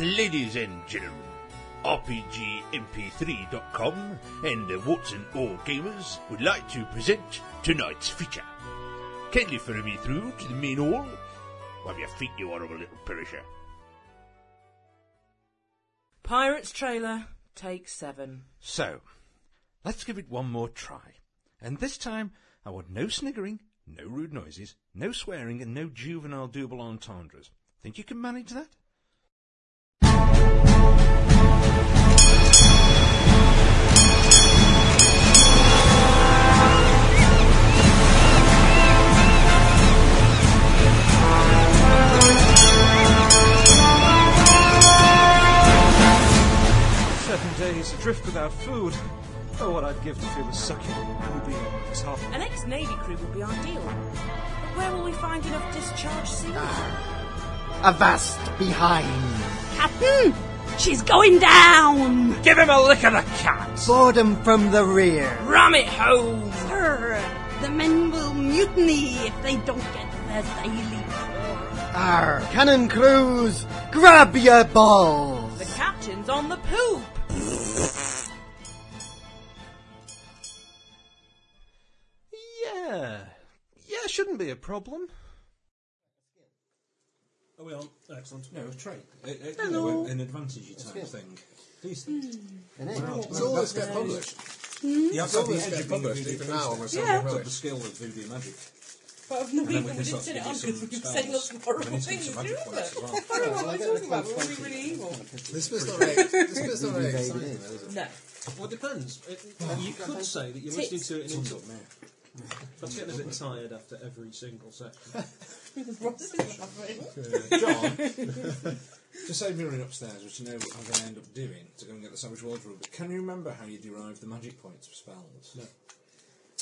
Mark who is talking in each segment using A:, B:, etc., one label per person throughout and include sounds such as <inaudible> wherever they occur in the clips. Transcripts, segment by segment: A: Ladies and gentlemen, RPGMP3.com and the Watson All Gamers would like to present tonight's feature. Kindly follow me through to the main hall. Wipe your feet, you horrible little perisher.
B: Pirates trailer, take seven.
C: So, let's give it one more try. And this time, I want no sniggering, no rude noises, no swearing, and no juvenile double entendres. Think you can manage that?
D: Seven days adrift without food. Oh, what I'd give to feel a succulent ruby on the top.
B: An ex Navy crew would be ideal. But where will we find enough discharged seamen?
E: Ah.
F: Avast behind.
B: Captain! She's going down!
C: Give him a lick of the cat!
F: Boredom from the rear.
B: Ram it home!
E: Sir, the men will mutiny if they don't get their daily pour.
F: Our cannon crews, grab your balls.
B: The captain's on the poop!
C: Yeah. Yeah, shouldn't be a problem.
G: Oh,
H: Are we on? Excellent.
G: No, it's trade. It, it, Uh, you know, an advantage type thing. Decent.
H: It's
G: Well, that's get published.
H: You have to
G: It's
H: have the
G: always
H: edge
G: get
H: of public
G: published,
H: view
G: even
H: first.
G: now. We're selling
B: Yeah.
G: relics. the skill of voodoo magic.
I: But I've not
G: And then
I: even
G: we
I: we
G: can
I: didn't
G: start
I: turn
G: to
I: it
G: do
I: on
G: some
I: because we've said
G: spells.
I: lots of horrible
G: And it's
I: things,
G: some
I: isn't
G: magic points as well.
I: it? I don't know what we're talking about, but we're really evil.
G: This bit's not very, this bit's not very exciting, though, is it?
I: No.
H: Well, it depends. It, you could say that you're listening to it in
G: It's
H: English.
G: up now.
H: That's getting a bit tired after every single section.
I: Ross is laughing.
G: John, to save me running upstairs, which you know I'm going to end up doing, to go and get the savage world rule, but can you remember how you derive the magic points for spells? No.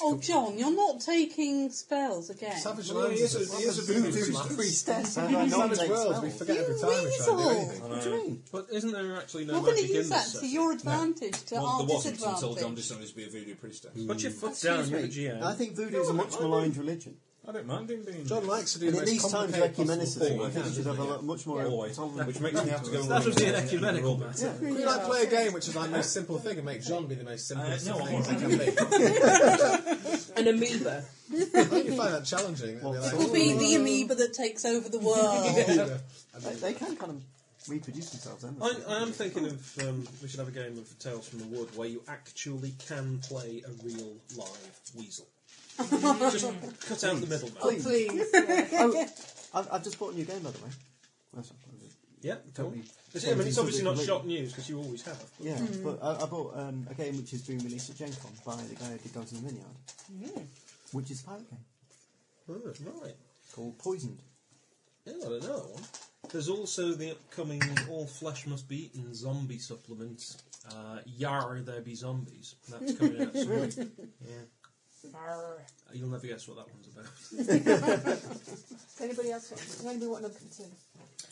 I: Oh, John, you're not taking spells again.
G: Savage lands is a, he is a voodoo master.
F: priestess.
G: Savage worlds, we forget every time we try and do
I: weasel.
G: anything.
H: But isn't there actually no
I: We're going to
H: magic
I: use
H: in
I: that
H: this
I: to
H: section?
I: your advantage, to
G: Well,
I: our
G: there wasn't until John
I: disadvantage.
G: decided to be a voodoo priestess.
H: Put your foot
I: Excuse
H: down, you're the
I: me.
H: GM.
F: I think voodoo is a much maligned religion.
G: I don't mind him being.
D: John likes to do
F: And
D: the
F: at
D: most
F: these times,
D: complicated possible
F: ecumenicism,
D: thing.
F: I think you should have a lot, much more
G: Always.
F: tolerant.
G: Which makes me have to go.
H: That was the ecumenical matter.
G: Yeah.
D: We like to play a game which is like the most simple thing and make John be the most simple
G: Uh, no, I'm all
D: thing
G: right.
D: I can think.
B: An amoeba.
D: You find that challenging. Well, like, "Oh,
I: We'll be the amoeba that takes over the world.
F: They, they can kind of reproduce themselves, then.
H: I, I am thinking of um, we should have a game of Tales from the Wood where you actually can play a real live
I: <laughs>
H: weasel. Just cut out the middleman.
F: Please.
I: Please.
F: <laughs> oh, I've, I've just bought a new game, by the way. That's not probably-
H: Yeah, cool.
F: Totally.
H: It's- I mean, it's obviously not
F: Completely.
H: shock news because you always have.
F: Yeah,
J: Hmm.
F: but I, I bought um, a game which is being released at Gen Con by the guy who did Dogs in the Vineyard, which is a pirate game
G: Oh,
H: Right.
F: called Poisoned.
H: Yeah, I don't know. There's also the upcoming All Flesh Must Be Eaten zombie supplement. Uh, Yar, there be zombies. That's coming out soon. Yeah. You'll never guess what that one's about.
I: <laughs> anybody else want, does anybody want another cup of tea?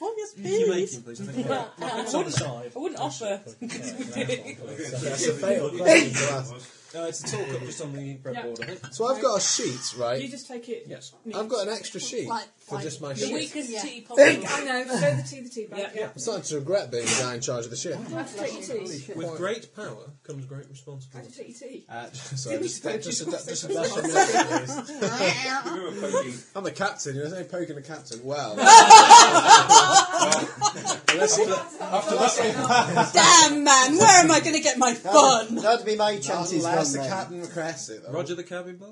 I: Oh, yes,
H: you
I: please.
H: making, please? I think yeah. it's on the side.
I: I wouldn't offer.
D: that's a failed question to ask.
H: Uh, it's a talk up just on the breadboard, I think.
D: So I've got a sheet,
K: You
D: right?
K: just take it.
H: Yes.
D: I've got an extra sheet
I: Like-
D: for
I: like
D: just my
I: the
D: shit.
B: Weakest
I: Yeah.
B: tea
E: <laughs>
B: possible.
K: I
J: <laughs>
K: know, throw the tea, the tea bag.
B: Yeah.
K: Yeah.
H: Yeah.
D: I'm starting to regret being the guy in charge of the ship.
K: Do you want to take your tea?
H: With great power comes great
K: I
H: responsibility.
K: should take your tea.
D: Uh, sorry, just, just, just, just a dash of milk, please. I'm the captain. You're saying poking the captain. Well, unless he, after that,
I: <laughs> Damn, man, where am I going to get my fun?
F: That'd be my chances.
D: unless the
F: gone, mate.
D: captain requests it. Though.
H: Roger the cabin boy.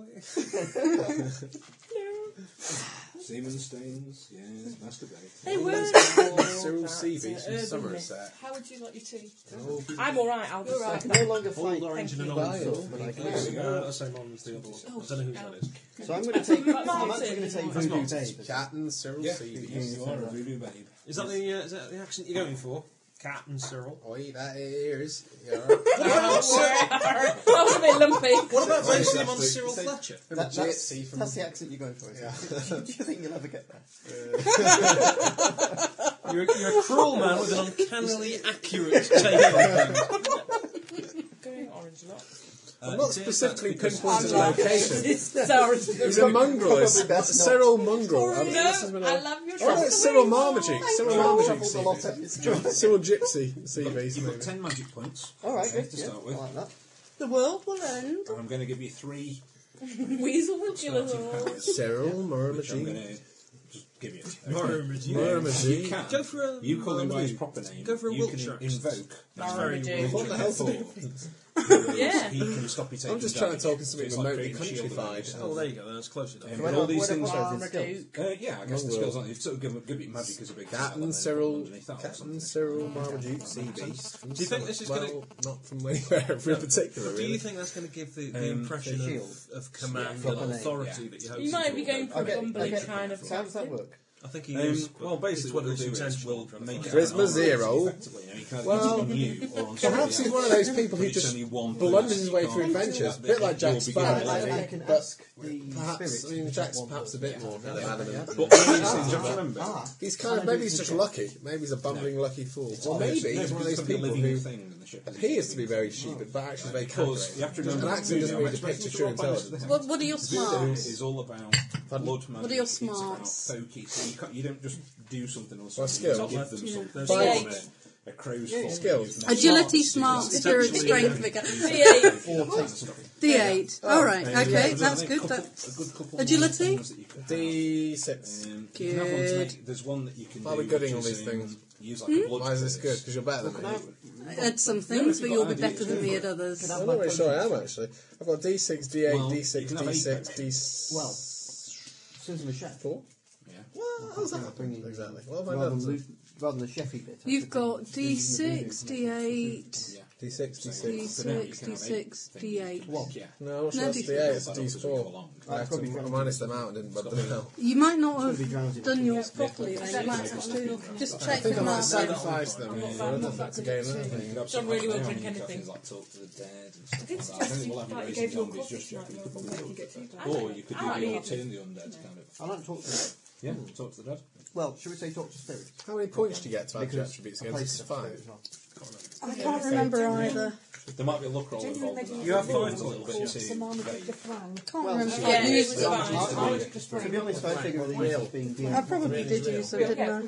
G: Semen stains, yes, masturbate.
B: They were.
D: Oh, Cyril Seabeach in Somerset. Oh,
K: How would you like your
J: <laughs>
K: tea?
B: I'm alright, I'll just
I: You're right.
B: say.
F: <laughs> no longer
H: Old
F: fight.
H: orange and an old
F: Oh,
H: salt. Uh, the same one as the other one. I don't know whose that is.
F: So I'm going to take. I'm
B: Martin.
F: actually going to take Voodoo Dave.
D: Captain Cyril
G: Yeah,
D: Seabeach.
G: you are a voodoo babe.
H: Is that the, uh, is that the accent you're going for? Cat and Cyril.
D: Oi, that
F: <laughs>
D: is. You're
B: That
J: Oh,
B: was a bit lumpy.
H: What about basing him on
D: Fantastic.
H: Cyril Fletcher?
F: That,
D: That's
F: that's,
D: C from
F: that's the accent you're going for. Isn't it? <laughs> Do you think you'll ever get there?
H: You're a, you're a cruel man with <laughs> an uncannily accurate take on things.
B: Going orange a lot.
D: I'm not
G: it is
D: specifically
G: that because-
D: pinpointing
G: I'm
D: the
G: like-
D: location.
J: Sorry.
D: It's a mongrel. It's
F: Probably best not.
D: Cyril Mongrel. I, mean,
J: No,
D: this is when I-
J: I love your
D: Oh, no, it's Cyril Marmaduke. Cyril Marmaduke.
F: Troubled a lot at
D: CV.
F: this time.
D: Cyril Gypsy CV.
G: You've got
D: isn't it?
G: ten magic points.
F: All right,
G: okay,
F: good.
G: to
F: Yeah,
G: start with.
F: I like that.
J: The world will end.
G: And I'm going to give you three
J: Weasel will kill us
G: starting
J: all.
G: powers,
D: Cyril
G: which I'm going
D: Marmaduke.
G: to just give you. Okay?
H: Marmaduke.
G: You
D: Marmaduke.
G: can.
H: Go for a-
G: you call him by his proper name.
H: Go for a
G: You can
H: Wiltshire.
G: invoke.
J: Marmaduke.
D: What the hell's
G: Or-
J: Yeah.
G: He can stop you taking
D: I'm just trying to
G: damage.
D: talk to something
G: It's like
D: remotely
G: creating a shield over
D: countrified.
G: yourself.
H: Oh, there you go. That's close enough. Oh,
G: And all these
F: What
G: things.
F: about
G: Uh,
F: Marmaduke?
G: yeah, I guess the skills aren't. You've sort of given given it magic as a big skill, and
D: Captain
G: then put
D: Cyril,
G: them underneath that or
D: Captain
G: something.
D: Cyril Marmaduke CB.
H: Do you think this is
D: well,
H: gonna-
D: not from anywhere in particular?
H: Do you
D: Really.
H: think that's going to give the, the
G: Um,
H: impression
F: the
H: of,
F: shield.
H: of command
F: proper
H: and
F: name,
H: authority that you hope
J: You might be going for a
F: Okay,
J: bumbling
F: okay.
J: kind of
F: How does that work?
H: I think he
G: Um,
H: is. but
G: well,
H: it's
G: basically,
H: one
G: what
H: of
G: we'll
H: those
G: do is
H: intentional
G: we'll
H: kind of
G: make
H: things.
G: it
D: Charisma
G: an armor,
D: zero.
G: effectively. I mean, kind of
D: Well,
G: on you or on somebody
D: Perhaps he's
G: else.
D: one of those people who
G: But it's
D: just
G: only one
D: blunders
G: person.
D: his way through
G: You can't-
D: adventures, a bit like Jack
G: You'll be
D: Sparrow.
G: given
F: I, I,
G: a-
F: I
D: maybe,
F: can
D: but
F: ask the
D: Perhaps, I
F: spirit.
D: mean,
F: if
D: Jack's
F: one
D: perhaps a
F: will.
D: bit more kind of adamant.
G: But all these things, just remember,
F: Ah,
D: He's kind of,
F: can I do
D: maybe he's
F: this
D: just
F: again?
D: lucky. Maybe he's a bumbling lucky fool. Or
G: no,
D: maybe he's one of
G: because
D: those
G: it's gonna be a
D: people
G: living
D: who
G: thing and the ship is
D: appears to be
G: living.
D: very stupid, but actually is very
G: Because you have
D: calculated.
G: to remember,
D: An accent doesn't really depict the true intelligence.
J: What, what are your
G: Voodoo
J: smarts?
G: is all about blood magic.
J: are your
G: it's
J: smarts?
G: about focus. So you, can't, you don't just do something or
D: Or
G: something.
D: skill.
G: You give them something.
D: By-
G: They're sort of A, a crow's yeah,
D: skills.
I: Agility, smart, spirit, strength, vigor.
J: D8.
I: D8. All right. Okay,
G: Oh, Yeah,
I: that's
G: there's
I: good.
G: A couple,
I: That,
G: a good couple
I: Agility?
G: more things that you could have.
D: D6.
G: Um, you can have one to
I: Good.
G: make- There's one that you can
D: Why are we
G: do,
D: gooding
G: which
D: all
G: is,
D: these
G: um,
D: things?
G: Use like
H: Hmm?
G: a blood
D: Why is this good?
G: curse.
D: Because you're better than me.
I: add some things, but you'll be better than me at others.
D: I'm not really sure I am, actually. I've got D6, D8,
G: Well, you
D: D6,
G: can have eight
D: D6,
G: potions.
D: D6.
F: Well, since I'm a chef,
D: Four?
G: Yeah.
D: Well, how's that happening? Exactly. What have I
F: rather
D: done?
F: than,
D: to-
F: lo- rather than the chefy bit. I
I: You've
F: should
I: got
F: do
I: D6,
F: the-
I: D8,
G: Yeah.
D: D6, D6.
I: D6, D6, D8.
F: Well,
G: Yeah.
D: No, I'm
I: No,
D: sure it's
I: D6.
D: D8, it's
G: That helps as we go
D: D4.
G: along.
D: I have to
F: Probably got-
D: minus them out and didn't rub them out.
I: You might not
F: be drowsy.
I: have done yours properly, then you might have to just
D: I
I: check
D: think I
I: them
D: might
I: out. then.
D: sacrifice them. I don't know if that's a game or anything.
G: You can have
J: John
G: some
J: really won't
G: alcohol,
J: drink
G: you can have
J: anything.
G: things like Talk to the Dead and stuff like that. I think we'll have a
L: Like,
G: raise
L: gave
G: in
L: you a
G: zombies
L: coffee
G: just
L: tonight,
G: yet.
L: well, we can get you back.
G: Or you could do
D: Ah,
L: I
G: the
L: like
G: old
L: it.
G: turn the undead kind of.
F: I like to talk to them.
G: Yeah, talk to the dead.
F: Well, should we say talk to spirit?
D: How many points do you get to add your
F: Because
D: attributes
F: I
D: against?
F: play spirit
D: Five.
F: as well.
I: I can't remember either.
G: There might be a luck roll
L: Genuine
G: involved in that.
L: medieval You have
G: five a little bit
L: the
G: too.
L: flan.
I: Can't remember.
J: Yeah, it was
F: I-
J: fine.
F: I- I- To be honest, I figure the years being being.
I: I probably did use them, didn't I?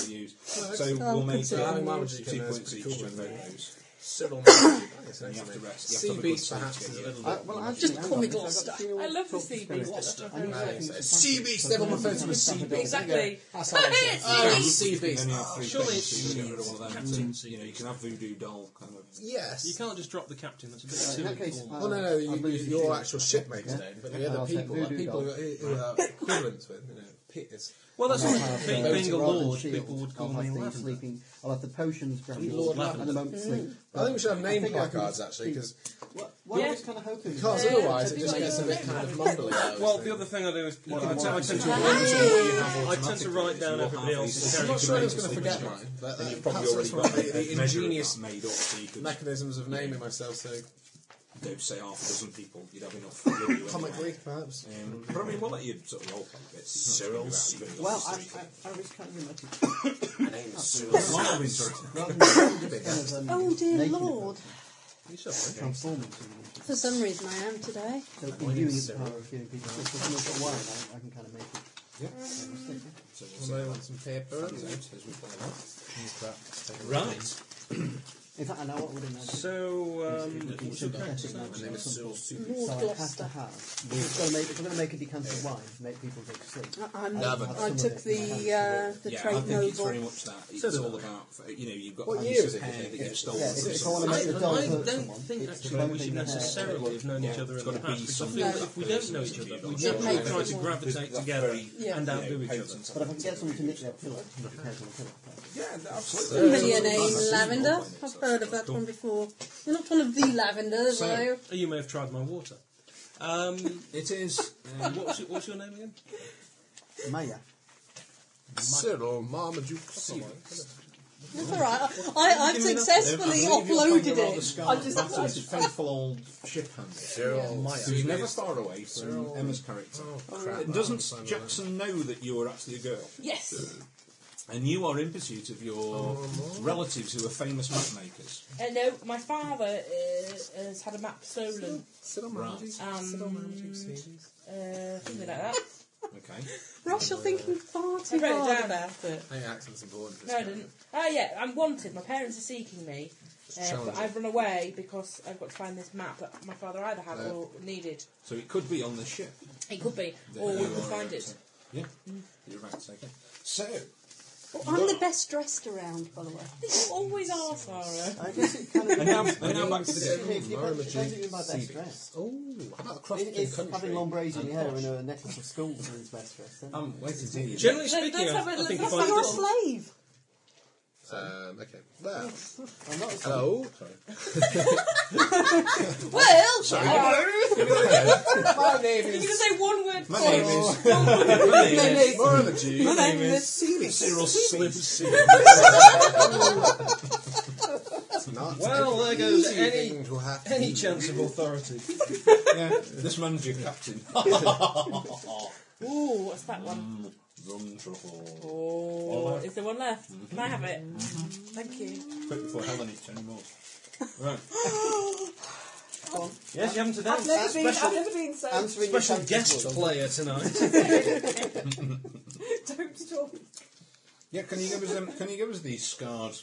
G: So we'll make
I: consider
G: um,
D: it. Marmaduke
G: two
D: and
G: points
D: those
G: each
D: cool
G: to invoke
D: ones.
G: those. <laughs>
D: Cyril
G: And you have to rest. You have to have a good
D: CB
G: save
D: perhaps
G: to
D: is a
G: get you.
D: little
F: I,
D: bit.
F: Uh, well,
I: Just
F: actually, hang
I: call me
F: on, because I've
I: Gloucester.
F: got to
J: I love the
F: talk to
J: sea
F: spirit.
J: beast. That's
F: I
D: CB, Stefan
F: knew exactly what to say.
J: not very
D: refers to him as CB.
J: Exactly.
D: That's how I say it. Oh, CB.
G: Then you have three
H: Surely
G: points,
H: it's
G: so you get rid of all of them.
H: captaincy.
G: You know, you can have voodoo doll kind of.
H: You
D: Yes.
H: can't just drop the captain. That's a bit
F: In that
H: silly.
F: case,
H: form.
F: I-
D: Well, no, no, you,
F: I'm
D: you,
F: losing
D: your
F: two.
D: actual shipmates
F: Yeah.
D: then, but
F: Yeah,
D: the
F: I'll
D: other
F: say
D: people, like
F: voodoo
D: people who,
F: doll.
D: who are equivalents with, you know, Peters.
H: Well, that's
F: I'll
H: all.
F: have
H: Being,
F: the
H: being a
F: potion rather than
H: lord,
F: shield.
H: people would call
F: I'll
H: me
F: have the
H: Lavender.
F: sleeping. I'll have the potions, brandy,
D: Lord
F: and
D: Lavender.
F: the monk's sleep.
D: I think we should have name
F: think I
D: placards
F: can
D: actually, because
F: Well, well, I was kind of hoping.
D: because
F: Yeah.
D: otherwise it just gets a bit kind of mumbly. I always
H: Well,
D: think.
H: the other thing I do is
F: Well,
H: I,
F: I
H: tend, I,
F: want
H: tend
F: to-
H: to, I tend to write down everybody else's
D: I'm not
H: character
D: sure I was
H: names.
D: going to forget mine, but
G: Then
D: that,
G: you've probably
D: perhaps that's
G: already
D: one
G: got
D: of the, the ingenious
G: made up, so you could
D: mechanisms of naming myself so
G: go say half a dozen people. You'd have enough. with you
D: comically,
G: anyway.
D: perhaps.
G: Um, but I mean, we'll let you sort of roleplay bits. It's not just gonna be about you
F: Well, I,
G: going to
F: I, I was kind of like,
G: the street. It's not always sort of-
F: rather than just kind of, um,
I: <coughs> Oh dear
F: making it,
I: lord.
F: transforming something.
I: For some reason I am today.
F: So imbuing the
H: uh,
F: power of giving people. So for a little while, I, I can kind of make it.
G: So we'll see
D: Somebody
G: how
D: want some paper?
G: that goes as we play that.
H: Right.
F: In fact, I know what would imagine.
H: So, um,
F: It was synthetic magic or something. So I have to
I: Gloucester.
F: have. We're going to make, we're going to make a decanter of wine to make people go to sleep.
I: I- I'm,
D: Never.
I: I took the uh, the
G: Yeah, I
I: trait
G: think it's very
I: noble.
G: much that. It's all about, you know, you've got
D: What
G: a
D: year
G: piece
D: is
G: of
D: it, do you
G: hair
D: think?
G: that you've stolen.
F: Yeah,
G: from
F: if, if I
G: someone.
F: want to make a doll
H: Oh, I, I
F: hurt
H: don't
F: someone,
H: think
F: it's
H: actually we should
F: clothing their hair.
H: necessarily have known each other in the
G: gotta be
H: past because I
G: something
H: feel
I: that
H: that if we don't know each other, we generally
I: makes
H: try
I: it
H: to
I: more-
H: gravitate
G: That's
H: together
G: very,
I: Yeah.
H: and
G: you know,
H: outdo each other.
G: potent.
F: But if I can get someone to nick their pillow, it depends on the pillow.
G: Yeah, absolutely.
I: Millionaire Lavender. I've heard of that one before. You're not one of the Lavenders,
G: So-
I: though.
H: Oh, You may have tried my water. <laughs> Um,
G: It is.
H: and what's, your, what's your name <laughs> again?
F: Maya.
D: Cyril Marmaduke Seaver.
I: That's all right. I, I've successfully uploaded it.
G: I'm just faithful old ship handler.
D: Cyril Maya.
G: Who's never far away from Emma's character.
D: Oh, crap.
G: Doesn't Jackson know that you are actually a girl?
J: Yes.
G: And you are in pursuit of
D: Oh,
G: your relatives who are famous map makers.
J: Uh, no, my father uh, has had a map stolen.
G: Right.
J: Um, uh, something like that.
G: Okay.
I: Rachel thinking far
J: I
I: too
J: wrote it
I: hard
J: down.
I: about it.
D: I think accent's important.
J: No, I didn't. Oh, yeah, I'm wanted. My parents are seeking me. Uh,
G: challenge
J: but
G: it.
J: I've run away because I've got to find this map that my father either had
G: Yeah.
J: or needed.
G: So it could be on the ship.
J: It could be,
G: that
J: or we
G: you
J: can
G: are
J: find
G: about
J: it.
G: to- Yeah, you're about to take it. So,
D: <laughs>
I: Well, I'm the best dressed around, by the way.
J: You always are, Sarah.
F: I guess it
H: <laughs>
F: kind of
G: And now-
F: depends-
G: and now back to the
F: If you- <laughs> if you-
G: Mara
F: depends if
G: G.
F: you mean by best
G: Seabee.
F: dressed.
D: Oh, how about the cross
F: If, if having long braids in your hair and a necklace of skulls means best dressed, then
G: I'm waiting to hear you.
H: Generally speaking, I, I think if I
I: You're a
H: did,
I: slave.
D: Um, okay. Well,
F: I'm not. a-
D: hello.
J: Well,
D: My name <laughs>
J: you can
D: is.
J: say one word
G: My
J: for
G: name
J: it.
G: is.
D: My name is. Mara G.
I: My name is Sealy.
G: Cyril Slips.
D: That's not
H: well, there
D: an
H: goes
D: easy
H: any
D: thing to have.
H: any chance of authority.
G: Yeah, this man's your captain.
J: Ooh, what's that one?
G: Rum truffle.
J: Oh, is there one left? Can I have it? Thank you.
G: Quick before Helen eats any more. Right.
H: Yes, you haven't today.
K: I've never, been, I've
F: special-
K: never been so.
F: Answering your
H: Special
F: phone
H: guest
F: call.
H: player tonight.
K: Don't talk.
G: Yeah, can you give us um, can you give us the scarred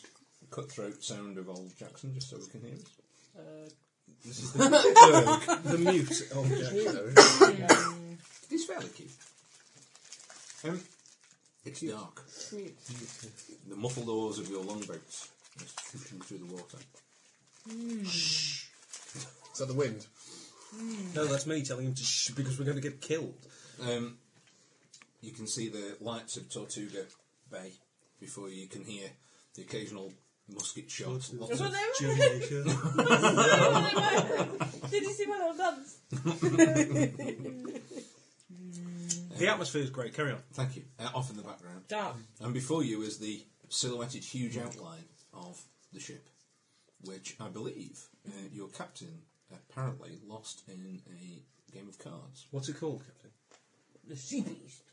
G: cutthroat sound of old Jackson just so we can hear it? This is the, <laughs>
H: the mute. Oh,
G: he's fairly cute. Um, it's dark. The muffled oars of your longboats are shooting through the water.
D: Is that the wind?
H: no, that's me telling him to shh because we're going to get killed.
G: Um, you can see the lights of Tortuga Bay before you can hear the occasional musket shot. Lots
J: That's
G: of
J: what they were.
H: Jamaica.
J: That's what they were. Did you see my little guns?
H: the atmosphere is great. Carry on.
G: Thank you. Uh, off in the background.
J: Dark. <laughs>
G: And before you is the silhouetted huge outline of the ship, which I believe uh, your captain apparently lost in a game of cards.
H: What's it called, Captain?
J: The sea beast.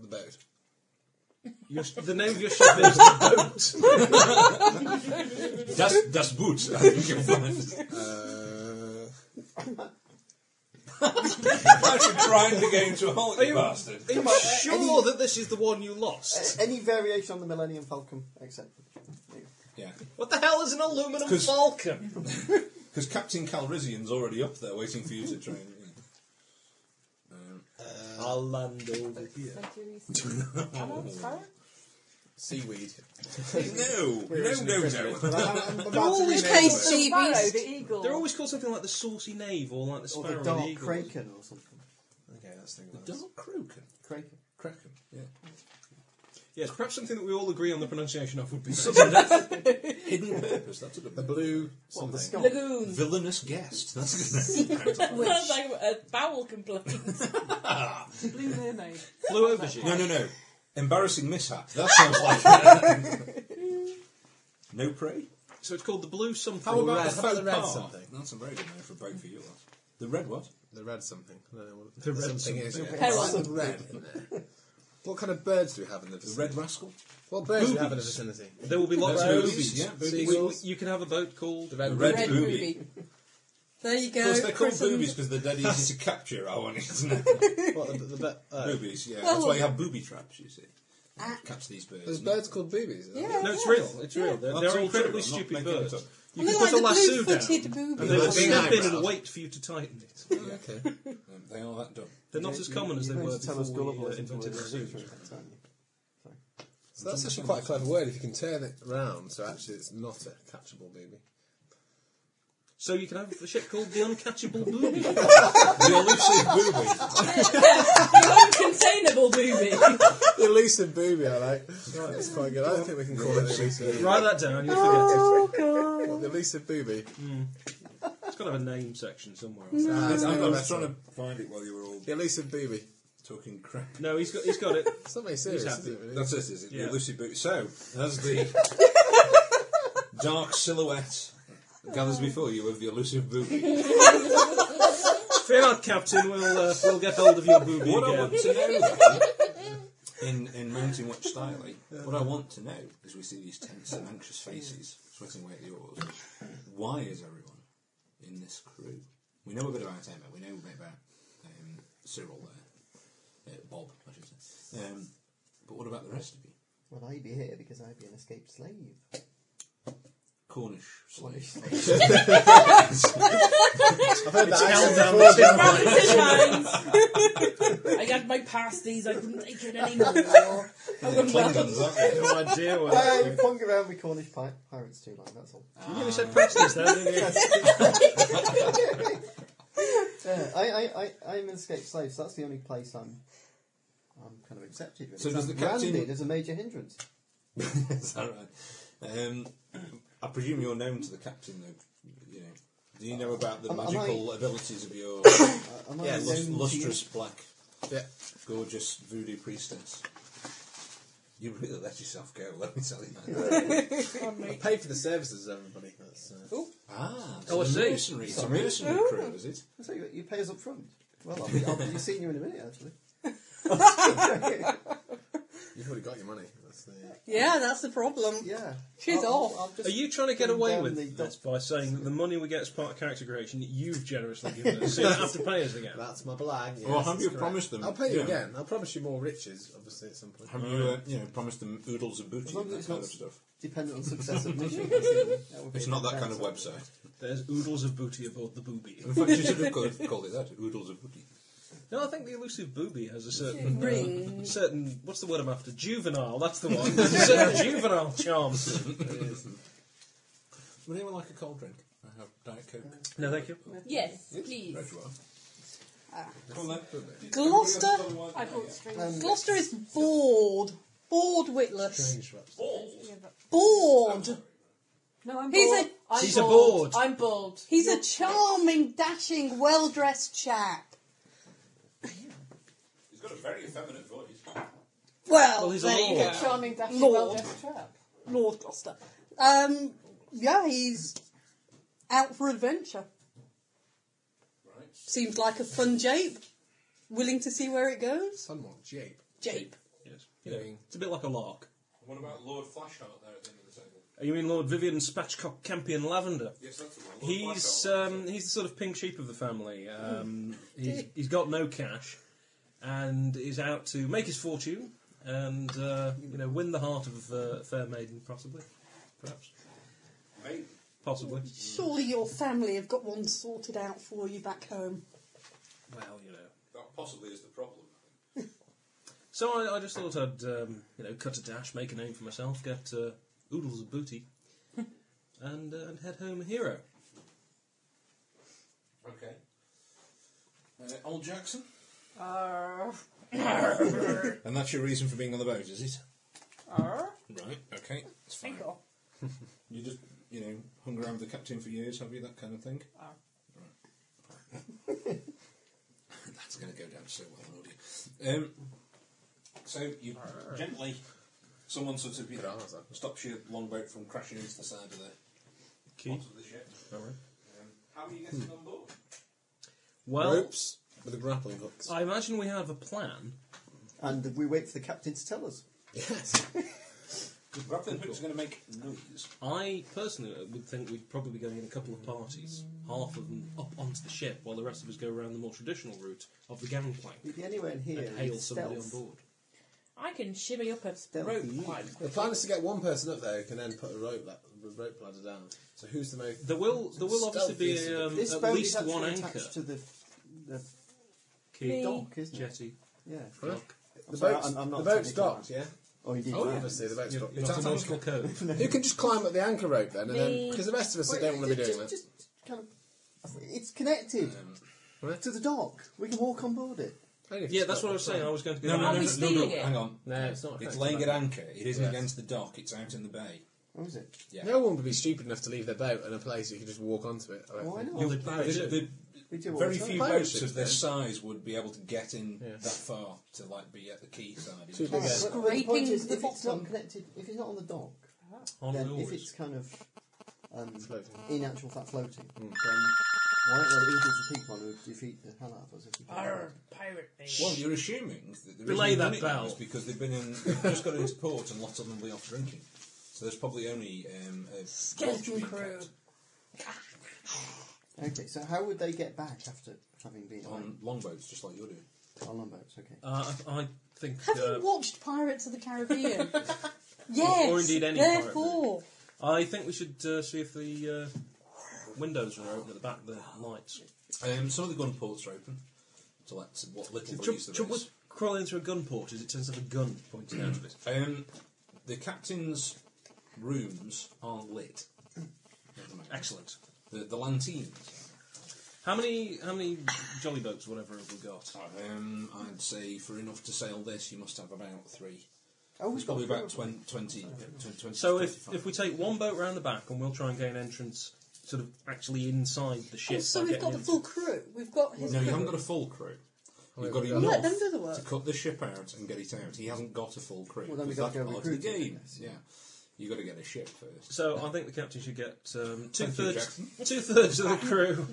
D: The boat.
H: Your, sh- the name of your ship is the boat.
G: Das, das Boot, I think you'll find. <laughs>
D: Uh,
G: I should grind the game to a halt, you bastard.
H: Are you sure that this is the one you lost?
F: Any variation on the Millennium Falcon, except
G: Yeah.
H: What the hell is an aluminum
G: 'Cause-
H: falcon?
G: Because Captain Calrissian's already up there waiting for you to train. Um,
H: I'll land over here.
D: seaweed.
G: no,
D: We're
G: no, no,
D: originally
G: no.
D: They're
I: Okay, Sealy.
K: Sparrow, the eagle.
H: They're always called something like the saucy knave or like the
F: or
H: sparrow
F: the
H: or the
F: Dark
H: eagle.
F: Kraken or something.
H: Okay, that's thing.
G: Dark Croken.
F: Kraken.
G: Kraken, yeah.
H: Yes, perhaps something that we all agree on the pronunciation of would be
G: Hidden purpose, that's a good
D: The
G: one.
D: blue.
F: Well, the
D: something.
F: skull.
J: Lagoon.
G: Villainous guest, that's a good name.
J: Sounds like a bowel complaint.
K: Blue mermaid.
H: flew over you.
G: No, no, no. Embarrassing mishap. That sounds
D: <laughs>
G: like. no prey.
H: So it's called the blue something.
D: How about
H: Red.
D: the faux
H: red
D: pas?
H: something?
G: That's a very good name for a break for you. Lot. The red what?
D: The red something. I don't know what
H: The red
D: something is.
H: something.
D: I like the red in there.
G: <laughs>
D: What kind of birds do we have in the
G: The
D: vicinity?
G: red rascal.
D: What birds do we have in the vicinity?
H: There will be lots of
G: Boobies,
H: boobies.
G: yeah, boobies.
H: We- we- you can have a boat called
D: The red.
G: The
D: The
G: red,
I: Red
G: booby.
I: ruby. There you go.
G: Of course, they're called
I: Christened-
G: boobies because they're dead easy to capture. I want isn't it?
D: <laughs> What, the, the, the, uh,
G: boobies. Yeah,
I: Well,
G: that's why you
I: well-
G: have booby traps. You see, catch these birds.
D: There's
G: and-
D: birds called boobies. is that
I: Yeah.
D: it?
H: No, it's real. It's real. They're,
G: That's
H: they're
G: all
H: incredibly
G: true. I'm not
H: stupid
G: making it
H: birds.
G: up.
H: You
I: And
H: can put
I: they're like
H: a
I: the
H: lasso down,
I: blue-footed
H: and they
I: boobies.
H: will
D: With the
H: snap in and
D: eyebrows.
H: wait for you to tighten it.
D: Okay.
G: Um, they are that dumb.
H: They're not as common as they
F: You're going
H: were
F: to tell us
H: before we
F: Gullible
H: uh,
F: isn't
H: invented the
F: always
H: zoo.
F: secret, aren't you?
D: <laughs> So that's actually quite a clever word if you can turn it round so actually it's not a catchable <laughs> baby.
H: So you can have a ship called the Uncatchable Booby.
G: the elusive booby.
J: Uncontainable booby.
D: <laughs> The elusive booby, I like. That's quite good. I don't think we can call it elusive.
H: Write that down. You'll forget it.
D: What, the elusive booby?
H: It's got to have a name section somewhere. else.
D: Ah, it's
G: I
D: not
G: was
D: that
G: trying
D: one.
G: to find it while you were all
D: The elusive booby.
G: talking crap.
H: No, he's got. He's got it.
D: It's not very serious,
H: He's
D: is it? really?
G: That's it, is it?
H: Yeah.
G: The elusive boot. So, as the dark silhouette gathers before you of the elusive booby,
H: Fair enough, Captain. We'll uh, we'll get hold of your booby
G: what I
H: again.
G: want to know in, in Mountain Watch style, what I want to know as we see these tense and anxious faces sweating away at the oars, why is everyone in this crew? We know a bit about Emma, we know a bit about um, Cyril there, uh, Bob, I should say. Um, but what about the rest of you?
F: Well, I'd be here because I'd be an escaped <laughs> slave.
G: Cornish slave.
J: I've heard that accent
G: before.
J: I had my pasties, I couldn't take it anymore. I
G: They're
J: wouldn't laugh.
G: Klingons, aren't they?
D: No idea what
F: Uh,
D: that
F: you flung around with Cornish pi- pirates too long, that's all.
D: You nearly said pasties there, didn't you?
F: <laughs> Yeah, I, I, I, I'm an escaped slave, so that's the only place I'm I'm kind of accepted. Really.
G: So does the
F: I'm branded
G: captain-
F: as a major hindrance.
G: Is that right? Um, I presume you're known to the captain, though. You know, do you know about the
F: Am- am
G: magical
F: I-
G: abilities of your
F: am I
G: yeah,
F: known
G: lust-
F: to you?
G: lustrous black,
D: <laughs> yeah.
G: gorgeous voodoo priestess? You really let yourself go. Let me tell you that.
D: I paid for the services of everybody. That's, uh,
G: <laughs> ah,
D: Oh, I
G: it's a
D: see.
G: mercenary. It's a
F: Sorry.
G: mercenary crew, is it?
F: So you, you pay us up front. Well, I'll be, I'll be seeing you in a minute, actually.
D: you've already got your money. That's the,
I: Yeah, that's the problem.
F: Yeah.
I: She's
F: I'll-
I: off.
F: I'll- I'll just-
H: Are you trying to get
F: Pin
H: away
F: down the
H: with this
F: dot-
H: by saying that the money we get as part of character creation you've generously given us, so you don't have to pay us again?
D: <laughs> that's my blag. Yes,
G: Well, have
D: that's
G: you
D: correct.
G: promised them-
D: I'll pay you
G: yeah.
D: again. I'll promise you more riches, obviously, at some point.
G: Have you, uh, you know, promised them oodles of booty
F: As long
G: and
F: as it's
G: that kind
F: not
G: of stuff?
F: dependent on success of mission. that would be
G: It's
F: a
G: not
F: bit
G: that kind of
F: better.
G: website.
H: There's oodles of booty aboard the booby.
G: In fact, you <laughs> should have called, called it that: oodles of booty.
H: No, I think the elusive booby has a certain
I: Ring.
H: uh, certain. What's the word I'm after? Juvenile. That's the one. There's a certain juvenile charm.
G: Would anyone like a cold drink? I have diet coke.
H: No, thank you.
J: Yes, please.
G: Red you are. Come on then.
I: Gloucester.
K: I bought strings.
I: Gloucester is bored. Bored witless.
D: Strange raps.
I: Bored.
K: No, I'm
I: He's
K: bored.
I: a-
K: I'm
H: He's a
K: bored.
H: bored.
K: I'm bored.
I: He's a charming, dashing, well dressed chap.
G: He's got a very effeminate voice.
I: Well,
H: Well, he's a
I: there you
H: lord.
I: go.
K: charming, dashing,
I: Lord.
K: well-dressed chap.
I: Lord Gloucester. Um, yeah, he's out for adventure. Seems like a fun jape. Willing to see where it goes.
D: Sunwalk, Jape.
I: Jape.
H: Yes. Yeah. It's a bit like a lark.
G: What about Lord Flashheart there at the end of the table?
H: You mean Lord Vivian Spatchcock Campion Lavender?
G: Yes, that's the one. Lord
H: He's
G: Flashheart.
H: um, he's the sort of pink sheep of the family. Um, he's, he's got no cash, and is out to make his fortune and uh, you know win the heart of uh, fair maiden, possibly, perhaps,
G: Mate,
H: possibly.
I: Surely your family have got one sorted out for you back home.
H: Well, you know.
G: that possibly is the problem.
H: So I, I just thought I'd um, you know cut a dash, make a name for myself, get uh, oodles of booty, and uh, and head home a hero.
G: Okay. Uh, old Jackson?
K: Arr,
G: And that's your reason for being on the boat, is it?
K: arr,
G: Right, okay. It's fine.
K: tinkle.
G: <laughs> You just, you know, hung around with the captain for years, have you? That kind of thing?
K: Ah.
G: Right. <laughs> That's going to go down so well on audio. Um, so you gently, someone sort of you know, stops your longboat from crashing into the side of the
H: Key.
G: of the ship.
H: All right.
G: Um, how are you getting on board?
H: Well,
D: Ropes with the grappling hooks.
H: I imagine we have a plan.
F: And we wait for the captain to tell us.
D: <laughs> Yes.
G: The grappling hook's going to make noise.
H: I personally uh, would think we'd probably be going in a couple of parties, half of them up onto the ship, while the rest of us go around the more traditional route of the gangplank
F: We'd be anywhere in here.
H: and hail
F: with
H: somebody
F: stealth.
H: on board.
J: I can shimmy up a
F: Stealthy.
G: Oh,
J: rope quite
D: The
J: quickly.
D: plan is to get one person up there who can then put a rope, la- a rope ladder down. So who's the most.
H: There will there will obviously be
D: Stealthy.
H: um,
F: This
H: at
F: boat is
H: least
F: actually
H: one anchor.
F: attached to the, the
H: Key.
F: dock, isn't it?
H: jetty,
F: Yeah.
H: dock.
D: the
F: sorry,
D: boat's,
F: I'm- I'm not
D: the boat's
F: technical.
D: docked, yeah?
F: Oh, you did.
D: Oh,
F: yeah.
D: obviously, the boat's docked.
H: You're not a nautical code.
D: <laughs> You can just climb up the anchor rope then, and then.
J: Me.
D: Because the rest of us
F: Wait,
D: don't want to be
F: just-
D: doing that.
F: just- just kind of- It's connected
D: Right?
F: to the dock. We can walk on board it.
D: Only if
H: Yeah,
D: it's
H: that's
D: got
H: what I
D: one
H: was saying. I
D: side.
H: was going to go.
G: No,
H: down.
G: no,
J: we
G: no, no, no, no,
J: stealing it?
G: hang on.
H: No, it's not.
G: It's
H: affected
G: laying
H: by
G: at
H: that.
G: anchor. It isn't
D: Yes.
G: against the dock. It's out in the bay.
F: What is it?
G: Yeah.
D: No one would be stupid enough to leave their boat in a place you could just walk onto it. I don't
F: Why
D: think.
F: not?
H: Well, they'd probably
G: The-
H: do.
G: the-
F: Oh, We do what
G: very
F: we can.
G: few
D: Pirate
G: boats
D: ships,
G: of this
D: then.
G: size would be able to get in
D: Yeah.
G: that far to like be at the quay side.
D: Too big.
F: But- but the
I: Scraping
F: point is,
I: the
F: if it's not
I: bottom.
F: connected, if it's not on the dock,
H: On
F: then
H: wheels.
F: if it's kind of um,
D: Floating. Mm.
F: in actual fact floating, Why don't the eagles and people who defeat the hell out of us if we
J: Arr, pirate thing.
G: Well, you're assuming that the
H: Belay
G: reason
H: that
G: they've done it now is because they've been in, they've just got into port and lots of them will be off drinking. So there's probably only um, a watch
I: Skeleton
G: being
I: crew.
G: kept
F: Okay, so how would they get back after having been away?
G: on longboats, just like you're doing.
F: on longboats? Okay.
H: Uh, I, I think.
I: Have
H: uh,
I: you watched Pirates of the
J: <laughs>
I: Caribbean? yes.
H: Or indeed any pirate
I: Therefore,
H: I think we should uh, see if the uh, windows are open at the back. The lights.
G: Um, some of the gun ports are open, so that's what little
H: Trouble
G: breeze there
H: trouble
G: is.
H: with crawling through a gun port is it tends to have a gun pointing out of it.
G: Um, the captain's rooms are lit.
H: Excellent.
G: The, the lanterns.
H: How many how many jolly boats, whatever, have we got?
G: Um, I'd say for enough to sail this, you must have about three.
F: Oh,
G: There's
F: we've got
G: probably about
F: four of
G: 20, 20, 20,
H: So if, if we take one boat round the back and we'll try and gain entrance, sort of actually inside the ship.
I: oh, so
H: by
I: we've got the
H: getting
I: full crew. We've got his
G: No, you
I: crew.
G: haven't got a full crew. You've got
I: Well, let them
G: enough
I: do the work.
G: to cut the ship out and get it out. He hasn't got a full crew.
F: Well, then we
G: because
F: gotta
G: that's
F: go
G: part of the
F: recruit it,
G: game.
F: I guess.
G: Yeah, you got to get a ship first.
H: So I think the captain should get um, two
G: Thank you,
H: thirds
G: Jackson.
H: <laughs> two thirds of the crew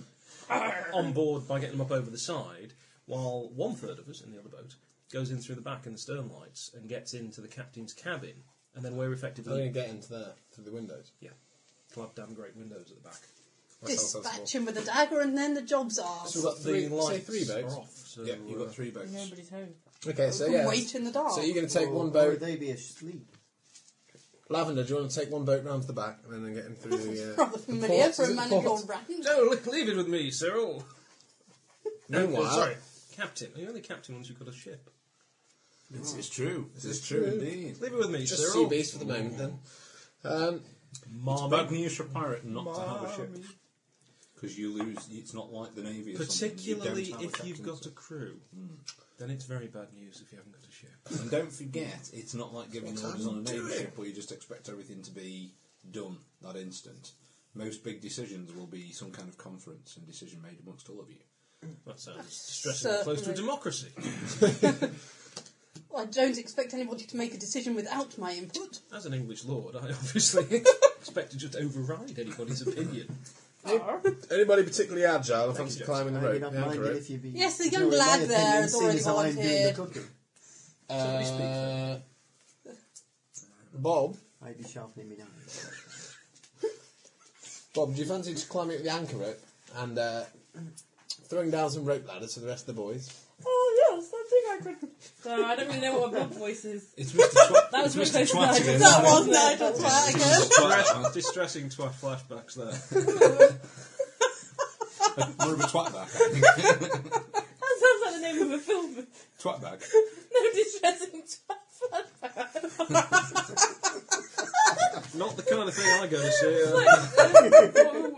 H: on board by getting them up over the side, while one third of us in the other boat goes in through the back in the stern lights and gets into the captain's cabin, and then we're
D: How are
H: effectively
D: you going to get into there through the windows?
H: yeah, club damn great windows at the back.
D: That's how
I: Dispatch
D: sensible.
I: him with a dagger, and then the job's ours.
D: So we've got three,
H: the
D: say
H: lights
D: three boats.
H: are off, so
G: yeah, you've
H: uh,
G: got three boats.
J: Nobody's home.
D: Okay, so
I: We
D: yeah.
I: wait in the dark.
D: So you're going to take
F: Or-
D: one
F: or
D: boat.
F: Would they be asleep?
D: Lavender, do you want to take one boat round to the back and then get him through the. Uh,
I: rather
D: the
I: familiar
D: port?
I: for
D: Is
I: a
D: it
I: man
D: port?
I: of your rank.
H: No, look, leave it with me, Cyril. Uh,
D: Meanwhile,
H: sorry, captain. You're only captain once you've got a ship.
G: This is true. This is true indeed.
H: Leave it with me,
D: just
H: Cyril.
D: CBs for the moment then. Um,
H: Marmee.
G: Bad news for a pirate not to have a ship because you lose. It's not like the navy. Or
H: Particularly
G: something. You don't have
H: if you've got a
G: captain,
H: crew, then it's very bad news if you haven't got a ship.
G: so- And don't forget, it's not like giving
D: What
G: orders
D: I'm
G: on a navy
D: doing.
G: ship where you just expect everything to be done that instant. Most big decisions will be some kind of conference and decision made amongst all of you.
H: That sounds distressingly close to a
I: Certainly.
H: democracy.
I: I don't expect anybody to make a decision without my input.
H: As an English lord, I <laughs> obviously expect to just override anybody's opinion.
D: anybody particularly agile and
H: you,
D: fancy
H: James.
D: climbing the
F: Maybe
D: road?
F: not
D: Yeah,
F: mind it
D: correct.
F: if you be.
I: Yes, the
F: No,
I: young
F: in my
I: lad there
F: opinion,
I: has
F: seeing
I: already
F: as I'm doing the
I: volunteered.
F: cooking,
H: Somebody speak.
D: Uh, Bob,
F: I'd be sharpening my knife.
D: Bob, do you fancy just climbing up the anchor rope and uh, throwing down some rope ladders for the rest of the boys?
J: Oh yes, I think I could. No, I don't really know what a blood voice is.
G: It's
I: <laughs>
G: Mr. Twa-
J: That was
G: it's
J: really
G: Mr.
J: close to
G: Twat again.
J: Nigel.
I: That
G: isn't it?
I: was Nigel Platt again.
H: Distress- distressing to our flashbacks there.
G: More of a twatback. <laughs> I think.
J: That sounds like the name of a film.
G: Twatbag.
J: No distressing <laughs> twat.
H: Not the kind of thing I go to see. uh,
J: oh, oh,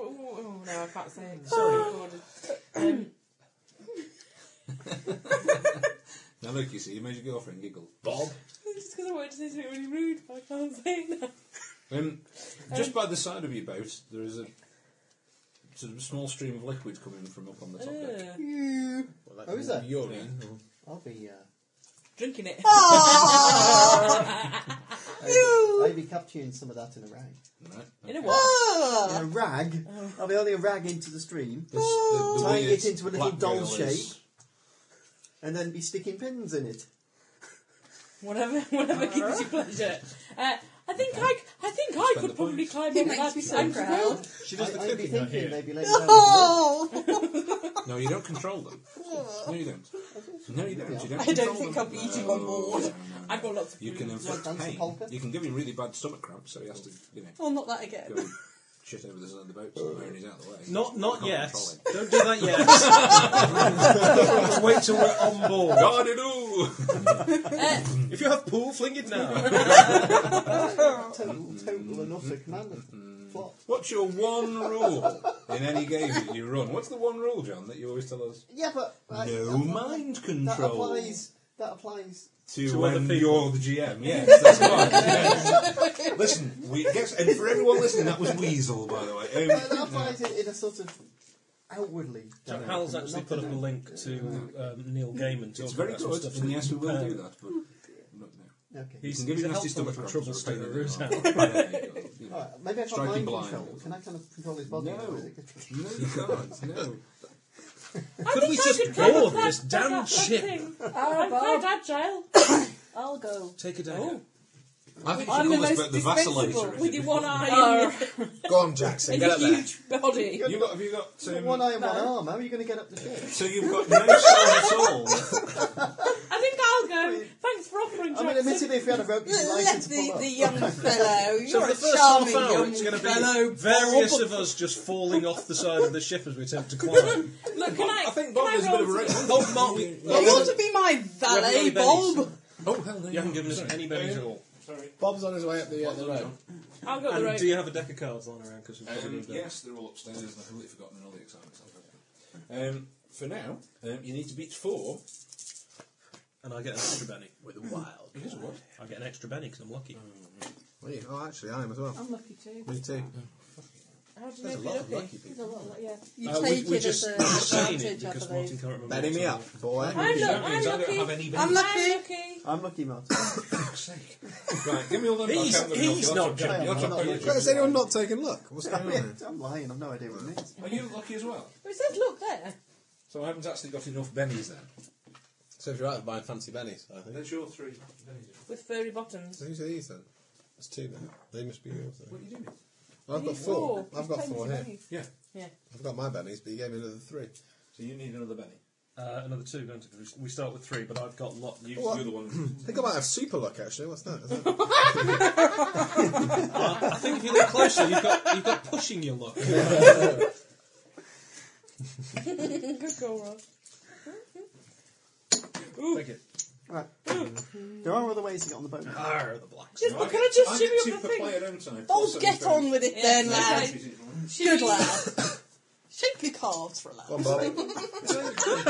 J: oh, oh, no, I can't say it. Sorry. Um,
G: Now look, you see, you made your girlfriend giggle.
D: Bob,
J: it's just because I wanted to say something really rude, but I can't say it now.
G: Um, just by the side of your boat, there is a sort of small stream of liquid coming from up on the top deck.
H: uh,
J: Ugh.
F: Oh, is that?
D: urine. or-
F: I'll be. Uh,
J: drinking it.
F: I'd, I'd be capturing some of that in a rag.
G: Right?
J: In a what?
F: In a rag?
I: Uh.
F: I'll be holding a rag into the stream
G: This- the- the
F: Tying it
G: weird
F: into a little
G: black
F: doll
G: rail is-
F: and then be sticking pins in it.
J: Whatever, <laughs> whatever gives you pleasure. Uh, I think I, c- I think I
G: Spend the
J: could probably
G: points.
J: climb up
I: It makes
J: that.
I: me so
J: I'm
I: proud.
D: She
F: I,
D: does the
F: I'd be
D: cooking out
F: thinking
D: here.
F: maybe
G: <laughs>
F: later down.
I: Oh.
G: No, you don't control them. No, you don't. No, you don't. You don't
I: I don't
G: control
I: think
G: them.
I: I'll be eating on board.
G: No, no, no.
J: I've got lots of
G: You
J: food.
G: can
F: Like
G: inflict
F: Dancer
G: pain.
F: Polka?
G: You can give him really bad stomach cramps, so he has to, you know,
I: <laughs> Well, not that
G: go
I: again.
G: and <laughs> shit over the side of the boat somewhere and he's out of the way.
H: Not, not
G: Can't
H: yet.
G: control it.
H: Don't do that
G: <laughs>
H: yet. Let's wait till we're on board.
G: God-a-doo!
H: If you have pool, fling it <laughs> now.
F: Total, total and utter commandment.
G: Mm-hmm.
F: Plot.
G: What's your one rule in any game that you run? What's the one rule, John, that you always tell us?
F: Yeah, but uh,
G: No
F: that-
G: mind
F: That
G: control
F: applies. That applies.
G: to,
H: To other
G: when
H: people.
G: you're the GM. Yes, that's right. yes. Listen, we guess, and for everyone listening, that was Weasel, by the way.
F: Uh, that
G: Um,
F: applies in, in a sort of outwardly.
H: Jack
F: direction,
H: Howell's
F: but
H: actually
F: not
H: put up
F: in
H: a link to um, Neil Gaiman talking
G: it's very
H: about some
G: good,
H: stuff. Um,
G: and yes, we will
H: compare.
G: do that, but... Look, no.
F: Okay.
G: You
H: He's,
G: can give
H: he's
G: him
H: a
G: nasty
H: helpful
G: stomach
H: little
G: cramps.
H: trouble
G: or a pain in
H: stirrer,
G: the <laughs>
H: isn't
G: arse.
H: he?
G: Yeah, you know, you know.
F: Alright, maybe I've got
G: Striking
F: mind
G: blind.
F: control. Can I kind of control his body?
G: No.
F: or is it just-
G: No, you can't.
H: <laughs>
G: No.
H: Could we just board this damn ship?
J: <laughs> I'm quite agile.
I: I'll go.
H: Take a <laughs> dagger.
G: I think you
J: I'm the
G: should call
J: most
G: this boat the Vacillator.
J: dispensable with your one eye
G: Go on, Jackson,
J: and your, <laughs> and your huge body.
G: You got, have you got um,
F: One eye and one
J: No.
F: arm. How are you going to get up the ship?
G: So you've got no soul
H: <laughs>
G: at all.
J: I think I'll go. Thanks for offering,
F: I mean,
J: Jackson.
F: admittedly, if we had a rope, you'd be
I: Let
F: license to
I: the,
F: pull up.
I: the young fellow. You're
H: So for
I: a
H: the first half
I: charming
H: hour,
I: young
H: it's going to
I: fellow.
H: be various of us just falling off the side of the ship as we attempt to climb.
J: Look, can I?
G: I
J: can
G: think Bob is a
J: I
G: bit of a
J: roll to-
G: race.
H: Oh, Mark, we-
I: You want to be my valet,
H: We've only
I: Bob?
G: Oh, hell no.
H: you haven't given us any bennies at all.
D: Bob's on his way up the, uh, the road.
J: I'll go the
H: And
J: road.
H: do you have a deck of cards lying around? Because
G: Um, yes, they're all upstairs. and I've completely forgotten all the excitement. Um, for now, um, you need to beat four.
H: And I get an extra benny with a wild.
G: Here's what?
H: I get an extra benny because I'm lucky.
D: Well, yeah, oh, actually, I am as well.
K: I'm lucky too.
D: Me too.
J: How do you
G: There's a
J: know
G: lot
J: if
G: of
J: you're
G: lucky
J: lucky?
G: people.
J: There's a lot, like, yeah.
I: You
H: Uh,
I: take
H: we, are
I: it
H: just,
I: as an
H: we're just saying it
I: advantage, I
H: because Martin
I: believe.
H: can't remember.
D: Betty
H: what's
D: me
H: in
D: up, boy.
J: I'm,
H: there.
J: lo-
H: That means I don't have
J: I'm
H: any
J: lucky.
H: bennies.
I: I'm lucky.
J: lucky.
F: I'm lucky, Martin.
G: sake. right, give me all them
H: He's-
G: back. I'm gonna knock
H: he's
G: you
H: not
G: off your-
F: joking.
G: you're
F: I'm not
G: joking.
F: joking.
D: Well, Has anyone not taken a look? What's going on here?
F: I'm lying. <laughs> I've no idea what it means.
G: Are you lucky as well?
J: But it says, look there.
G: So I haven't actually got enough bennies then.
D: So if you're out buying fancy bennies, I think.
G: There's your three bennies.
J: With furry bottoms.
D: So who's these then? That's two now. They must be yours. then.
G: What are you doing?
D: I've got four.
J: Oh,
D: I've got four here.
G: Yeah.
J: Yeah.
D: I've got my bennies, but you gave me another three.
G: So you need another benny.
H: Uh, another two, don't you? We start with three, but I've got lot. You,
D: What?
G: You're the one.
D: I think I might have super luck actually. What's that? Is that
H: I think if you look closer, you've got you've got pushing your <laughs> luck.
J: Good girl, Rob.
H: Take it.
F: Right. <clears throat> There are other ways to get on the boat.
H: Arr, the blacks.
J: Just,
G: Right.
J: can I just
G: I
J: shimmy
G: get
J: up
G: two
J: the
G: per
J: thing?
G: player, don't I?
I: Bob,
G: Plus
I: get
G: seven
I: on with it
J: Yeah.
I: then,
J: Okay.
I: lad.
G: bennies.
I: Good lad. Shape your cards for a lad.
D: Come on, Bob.
J: <laughs>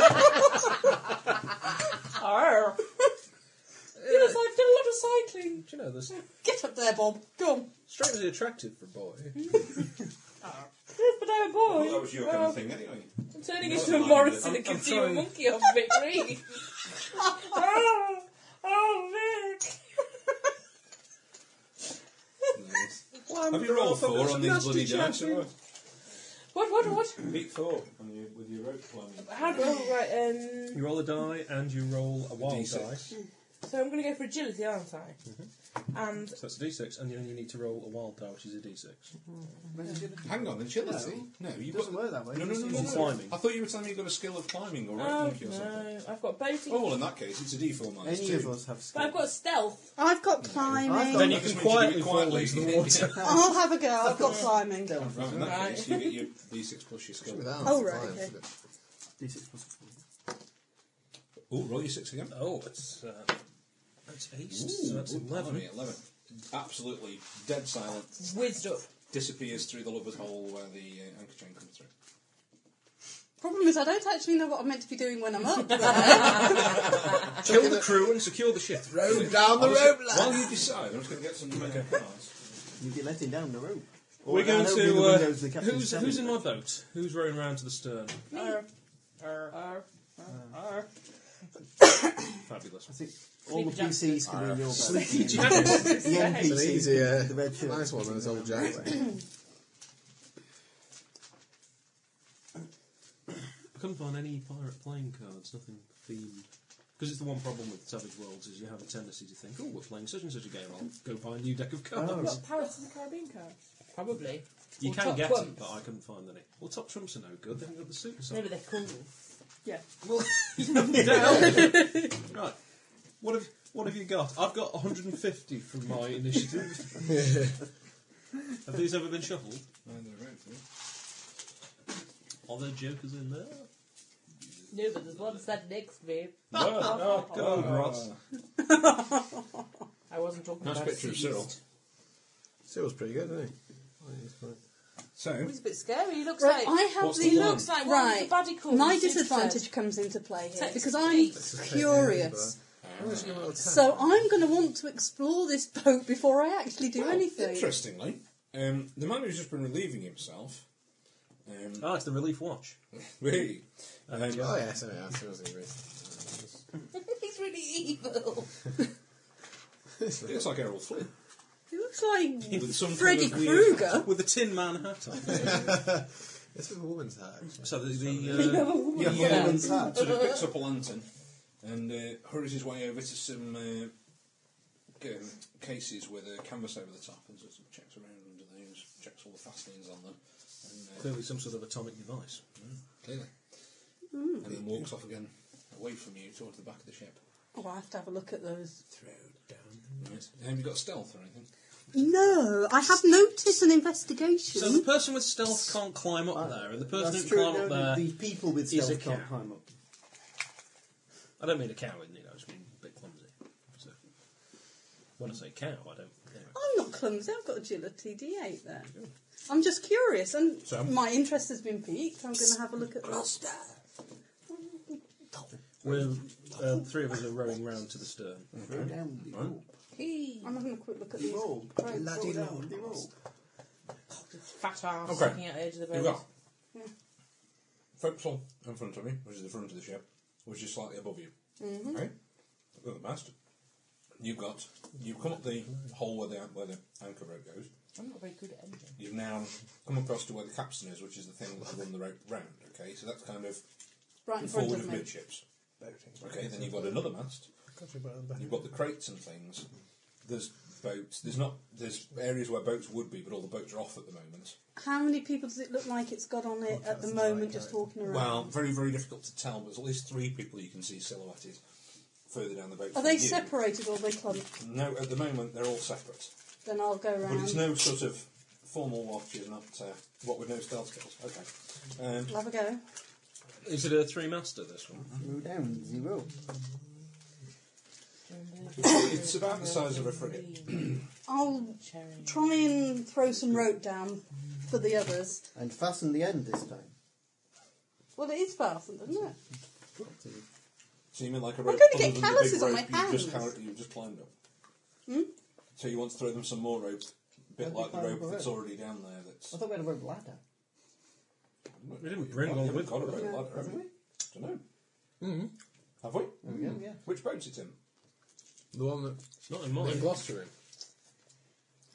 J: Arr. Yes, I've done a lot of cycling.
H: Do you know this?
I: Get up there, Bob. Go on.
H: Strangely attractive for a boy.
J: Yes, but I'm a
G: Well,
J: boy.
G: that was your kind of thing anyway.
J: I'm turning
G: Not
J: into a
G: mine,
J: Morrison
G: but-
J: and
H: I'm
J: continue a
H: sorry.
J: monkey off Vic Reed. oh, oh, Vic.
G: Nice.
H: Well, I'm
G: Have you rolled
H: off, I've got
G: four
H: some
G: on these
H: nasty
G: bloody dice?
H: chances.
G: or
J: What, what, what?
G: what? Beat four on your, with your rope climbing.
J: How do I, right, um,
H: You roll a die and you roll a wild
G: D6.
H: die.
J: so I'm going to go for agility, aren't I? And
H: So that's a d6, and then you need to roll a wild die, which is a d6.
G: Hang on, agility? No, you've
F: It doesn't
G: got.
F: work that way.
G: No, no, no, no,
H: Or
G: no.
H: climbing.
G: I thought you were telling me you've got a skill of climbing or rope
J: Oh
G: monkey or something.
J: no, I've got boating,
G: Oh, well, in that case, it's a d4 minus
F: Any
G: two.
F: of us have
J: but I've
F: skill.
J: got stealth.
I: I've got climbing.
H: Then you
G: That
H: can
G: just means you do
H: quietly
G: it
H: fall into the water.
I: I'll have a go. I've got climbing.
G: Right, in that
J: Right.
G: case, you get your d6 plus your skill.
D: Without
I: Oh, right,
D: fine.
I: okay.
F: D6 plus four.
G: Oh, roll your 6 again.
H: Oh, it's uh, that's ace, so that's
G: Ooh,
H: eleven.
G: blimey, 11. Absolutely dead silent.
J: Whizzed up.
G: Disappears through the lover's hole where the uh, anchor chain comes through.
I: Problem is, I don't actually know what I'm meant to be doing when I'm up.
H: Kill the crew and secure the ship.
D: Rope down the
G: I'll
D: rope,
G: just-
D: lad.
G: While you decide, I'm just going to get some uh, cards.
F: You'd be letting down the rope. Or
H: We're going
F: that opening the
H: to. Uh,
F: windows of the captain's
H: who's
F: cabin.
H: who's in my boat? Who's rowing round to the stern?
J: Arr, arr, arr, arr.
H: Fabulous.
F: I think all the
J: Sleepy
F: PCs can be in your boat.
J: Jack.
F: The <laughs> young
J: It's
D: It's an
F: PC.
D: easy, uh,
F: The red shirt.
D: nice one, those old Jack.
H: I couldn't find any pirate playing cards. Nothing themed. Because it's the one problem with Savage Worlds is you have a tendency to think, oh, we're playing such and such a game. I'll go buy a new deck of cards.
F: Oh.
J: What, Pirates of the Caribbean cards? Probably.
H: You
J: Or
H: can
J: top
H: get them,
J: trumps.
H: but I couldn't find any. Well, top trumps are no good. They haven't got the super
B: <laughs>
J: No,
H: side.
J: but they're cool. Yeah.
H: Well, they don't help. right. What have What have you got? I've got 150 from my initiative. have these ever been shuffled?
G: Mind the rope, yeah.
H: Are there jokers in there?
J: No, but there's one sat next to me.
H: Oh, God, Ross.
J: I wasn't talking
G: Nice
J: about
G: picture of
J: seas.
G: Cyril.
D: Cyril's pretty good, isn't he? Oh, he's fine.
G: So,
J: He's a bit scary. He looks
I: Right,
J: like.
I: I have
G: What's
I: the,
G: the
I: looks like
J: plan? Right.
I: right.
J: Body call,
I: My
J: you said.
I: disadvantage comes into play here
J: Text
I: because
J: me.
I: I'm
J: That's
I: curious. <laughs> So I'm going to want to explore this boat before I actually do anything.
G: interestingly, um, the man who's just been relieving himself. Um,
H: Ah, it's the relief watch.
G: really, um,
D: Oh, yeah, so yeah, Cyril's in Greece.
I: He's really evil.
G: It's like Errol Flynn.
I: He
H: <laughs>
I: looks like
H: With some
I: Freddy
H: kind of weird- <laughs>
I: Krueger.
H: With a Tin Man hat on.
D: It's with a woman's hat.
H: So the, the uh,
D: You have a woman's
H: yeah,
D: hat.
H: yeah,
D: woman's hat.
G: Sort of picks up a lantern and uh, hurries his way over to some uh, g- um, cases with a canvas over the top and sort of checks around under those, checks all the fastenings on them. And, uh,
H: Clearly some sort of atomic device.
G: Clearly.
I: Mm.
G: And then walks off again, away from you, towards the back of the ship.
I: Oh, I have to have a look at those.
G: Right. Have you got stealth or anything?
I: No, I have notice and investigation.
H: So the person with stealth can't climb up there, and the person
F: Mm-hmm. Uh, That's
H: who
F: true,
H: can climb
F: no,
H: up there.
F: the people with
H: is a
F: stealth can't
H: cow.
F: climb up.
H: I don't mean a coward, you know, I just mean a bit clumsy. So when I say cow, I don't. Anyway.
I: I'm not clumsy. I've got agility D8 there. I'm just curious, and
H: So-
I: my interest has been piqued. I'm going to have a look at that.
H: We're uh, three of us are rowing round to the stern.
F: Throw down the
H: Right.
I: I'm having a quick look at these.
F: Roll,
I: Right,
F: bloody
I: roll
F: roll.
I: down.
J: Fat arse
G: Okay.
J: sticking out the edge of the boat.
G: You've got
I: Yeah.
G: forecastle in front of me, which is the front of the ship, which is slightly above you.
J: Mm-hmm.
I: Mhm.
G: Okay? I've got the mast. You've got you've come up the hole where the where the anchor rope goes.
J: I'm not very good at anything.
G: You've now come across to where the capstan is, which is the thing that run the rope round. Okay, so that's kind of
I: Right in front
G: forward
I: of
G: of
I: me.
G: midships. Okay, then you've got another mast. You've got the crates and things. There's boats. There's not. There's areas where boats would be, but all the boats are off at the moment.
I: How many people does it look like it's got on it at the moment, just walking around?
G: Well, very, very difficult to tell, but there's at least three people you can see silhouetted further down the boat.
I: are
G: from
I: they
G: you.
I: separated or are they clumped?
G: No, at the moment they're all separate.
I: Then I'll go round.
G: But it's no sort of formal watch, is not uh, what with no stealth skills. Okay. Um,
I: I'll have a go.
H: Is it a three master this one?
F: Throw down zero.
G: it's about the size of a frigate.
I: I'll try and throw some rope down for the others.
F: And fasten the end this time.
I: Well, it is fastened, isn't it?
G: So you mean like a rope?
I: gonna
G: other
I: get
G: than the big
I: calluses on
G: rope
I: my
G: you've just
I: hands.
G: carried- You've just climbed up.
I: Hmm?
G: So you want to throw them some more rope, a
F: That'd
G: bit
F: be
G: like the
F: fine
G: rope
F: with
G: that's
F: rope.
G: already down there. That's
F: I thought we had a rope ladder.
H: We didn't bring
G: You
H: one
G: haven't
H: with
G: got a
H: us.
G: rope
H: No.
G: ladder, have we? Don't know. Have we?
F: Mm. Mm-hmm. Yeah.
G: Which boat's it in?
D: The one that <coughs>
H: Not in mine.
D: Gloucester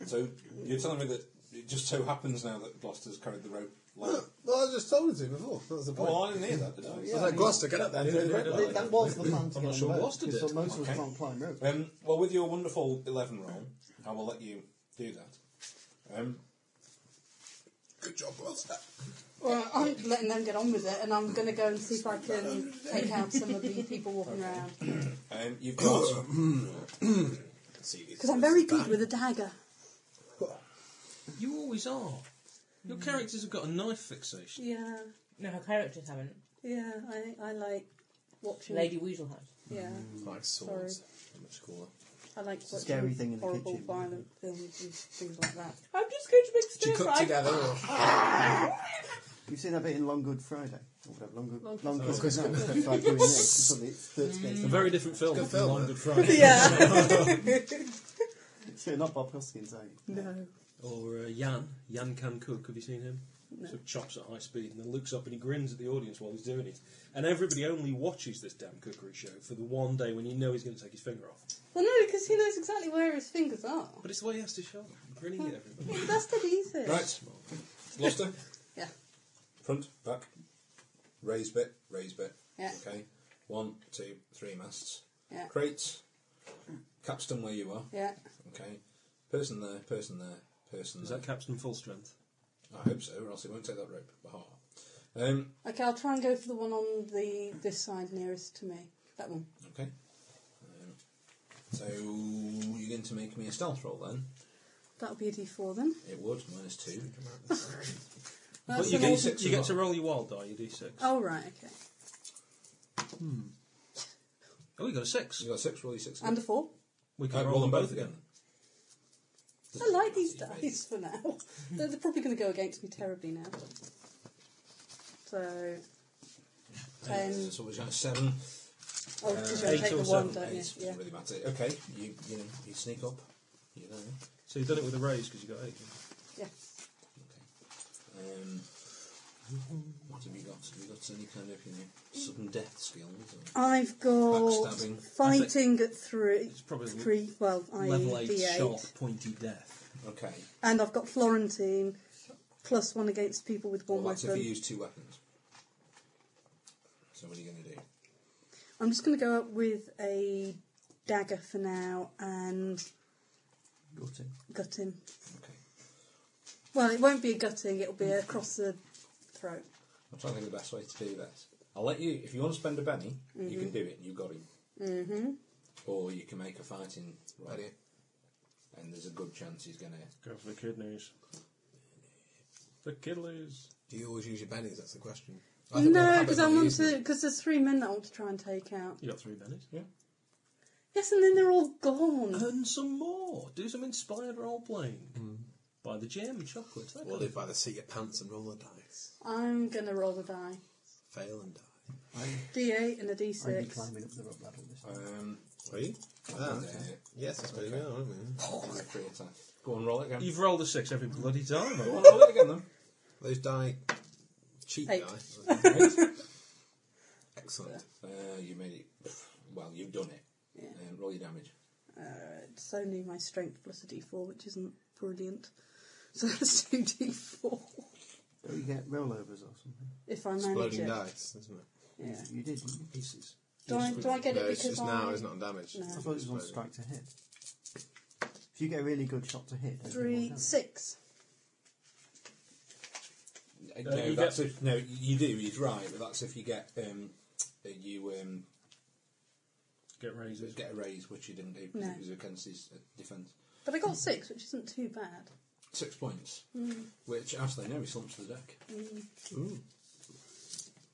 G: So you're telling me that it just so happens now that Gloucester's carried the rope ladder.
D: Well, I just told you to before. That was the point.
G: Well, I didn't hear that, did
H: Oh,
G: I?
D: I was like, Gloucester, get up there and do
F: That- that-
D: it.
F: That was the plan to
H: I'm
F: get
H: not
F: on
H: sure
F: the boat,
H: Gloucester
F: because
H: did.
F: Most of us
G: Okay.
F: can't climb rope.
G: Um, well, with your wonderful 11 roll, I will let you do that. Um, Good job, Gloucester.
I: Well, I'm letting them get on with it, and I'm going to go and see if I can take out some of the people walking around. <laughs>
G: Um,
H: <coughs>
G: you've got.
I: Because I'm very good with a dagger.
H: You always are. Your
F: Mm.
H: characters have got a knife fixation.
I: Yeah,
J: No, her characters haven't.
I: yeah, I, I like watching.
J: Lady Weasel has.
I: Yeah,
D: Like
I: Sorry.
D: swords. Much cooler.
I: I like watching
F: Scary thing in the
I: horrible,
F: kitchen.
I: violent films and things like that.
J: I'm just going to make
D: Do you
J: stir
D: cook
J: fry.
D: together or?
F: You've seen that bit in Long Good Friday. Or whatever, Long Good,
I: Long
F: Long
I: Good
F: Good Mm. Friday. It's like doing this. It's probably- it's third
H: It's
F: space.
H: a very different film.
D: It's a good
H: from
D: film,
H: Long
D: eh?
H: Good Friday.
I: yeah.
F: So you're not Bob Hoskins, are you?
I: no.
H: Or uh, Jan. Jan can cook. Have you seen him? Sort of chops at high speed and then looks up and he grins at the audience while he's doing it. And everybody only watches this damn cookery show for the one day when you know he's going to take his finger off.
I: <laughs> Well, no, because he knows exactly where his fingers are.
H: But it's the way he has to show it. Grinning at
I: <laughs>
H: everybody.
I: That's dead easy.
G: Right. Gloucester,
I: Yeah.
G: front, back, raise bit, raise bit.
I: Yeah.
G: Okay. One, two, three masts.
I: Yeah.
G: Crates, capstan where you are.
I: Yeah.
G: Okay. Person there, person there, person
H: Is
G: there.
H: that capstan full strength?
G: I hope so, or else he won't take that rope. Bah. Um,
I: Okay, I'll try and go for the one on the this side nearest to me. That one.
G: okay. Um, so you're going to make me a stealth roll then?
I: That'll be a D4 then.
G: It would minus two.
I: That's
H: but you,
I: an
H: get,
I: old-
H: you get to roll your wild die, you d6.
I: Oh right, okay.
H: Oh, you got a 6.
G: You got six, roll your six.
I: And a four.
H: We
G: Uh,
H: can roll them both again.
I: I like these dice for now. <laughs> they're, they're probably going to go against me terribly now. So,
G: Uh,
I: ten.
G: so we got seven.
I: Oh, because
H: eight
I: you take
H: or
I: the
H: seven,
I: one, don't you?
G: Eight,
I: Yeah.
G: doesn't really matter. Okay, you you know you sneak up. You know.
H: So you've done it with a raise because you got 8.
I: Yeah.
G: Okay. Um, What have you got? Have you got any kind of you know, sudden death skills? Or
I: I've got
G: Backstabbing.
I: fighting at three.
G: probably
I: three. Well, I
H: Level 8
I: D8.
H: sharp, pointy death.
G: Okay.
I: And I've got Florentine, plus one against people with one
G: Well, that's if
I: weapon.
G: you use two weapons. So what are you going to do?
I: I'm just going to go up with a dagger for now and
G: Got it.
I: gut him. Well, it won't be a gutting, it'll be across the throat.
G: I'm trying to think of the best way to do this. I'll let you. If you want to spend a penny, you can
I: Mhm.
G: do it, and you've got him.
I: Mm-hmm.
G: Or you can make a fighting right here, and there's a good chance he's going to
H: go for the kidneys. The kidneys.
D: Do you always use your bennies? That's the question.
I: No, because I want to. Because there's three men that I want to try and take out.
H: You got three bennies, yeah.
I: Yes, and then they're all gone.
G: Uh-huh.
H: Earn some more. Do some inspired role playing. Buy the jam and chocolates. That
D: Or
H: kind
D: live by the seat of your pants and roll the dice.
I: I'm gonna roll the die.
D: Fail and die.
I: D8 and a
D: I'd be
I: D6.
D: climbing
F: up the rope ladder this
G: Um,
D: are you? Oh,
G: Ah,
D: okay. Yes, that's pretty well, isn't it?
G: Go on, roll it again.
H: You've rolled a six every bloody time.
G: Go on, roll it again then.
D: Those die cheap
I: Eight.
D: <laughs> dice. Excellent.
G: Uh, you made it. Well, you've done it. Um, roll your damage.
I: Uh, it's only my strength plus a D4, which isn't brilliant. <laughs> So that's 2D4
F: Don't you get rollovers or something?
I: if I manage
D: Exploding
I: it.
D: dice, isn't it?
F: Yeah, you did, didn't you? Pieces.
I: Do I- do I get it
D: no, it's
I: because
D: just now,
I: I-
D: it's not on damage.
I: No.
F: I thought it was on strike to hit. If you get a really good shot to hit, then
I: Three, six.
G: Uh,
H: Uh,
G: no,
H: you
G: that's
H: get-
G: if, no, you do. He's right, but that's if you get um, uh, you um,
H: get raises.
G: Get a raise, which you didn't do because
I: No.
G: it was against his uh, defence.
I: But I got six, which isn't too bad.
G: Six points,
I: Mm,
G: which as they know, he slumps to the deck.
I: mm.
D: Ooh.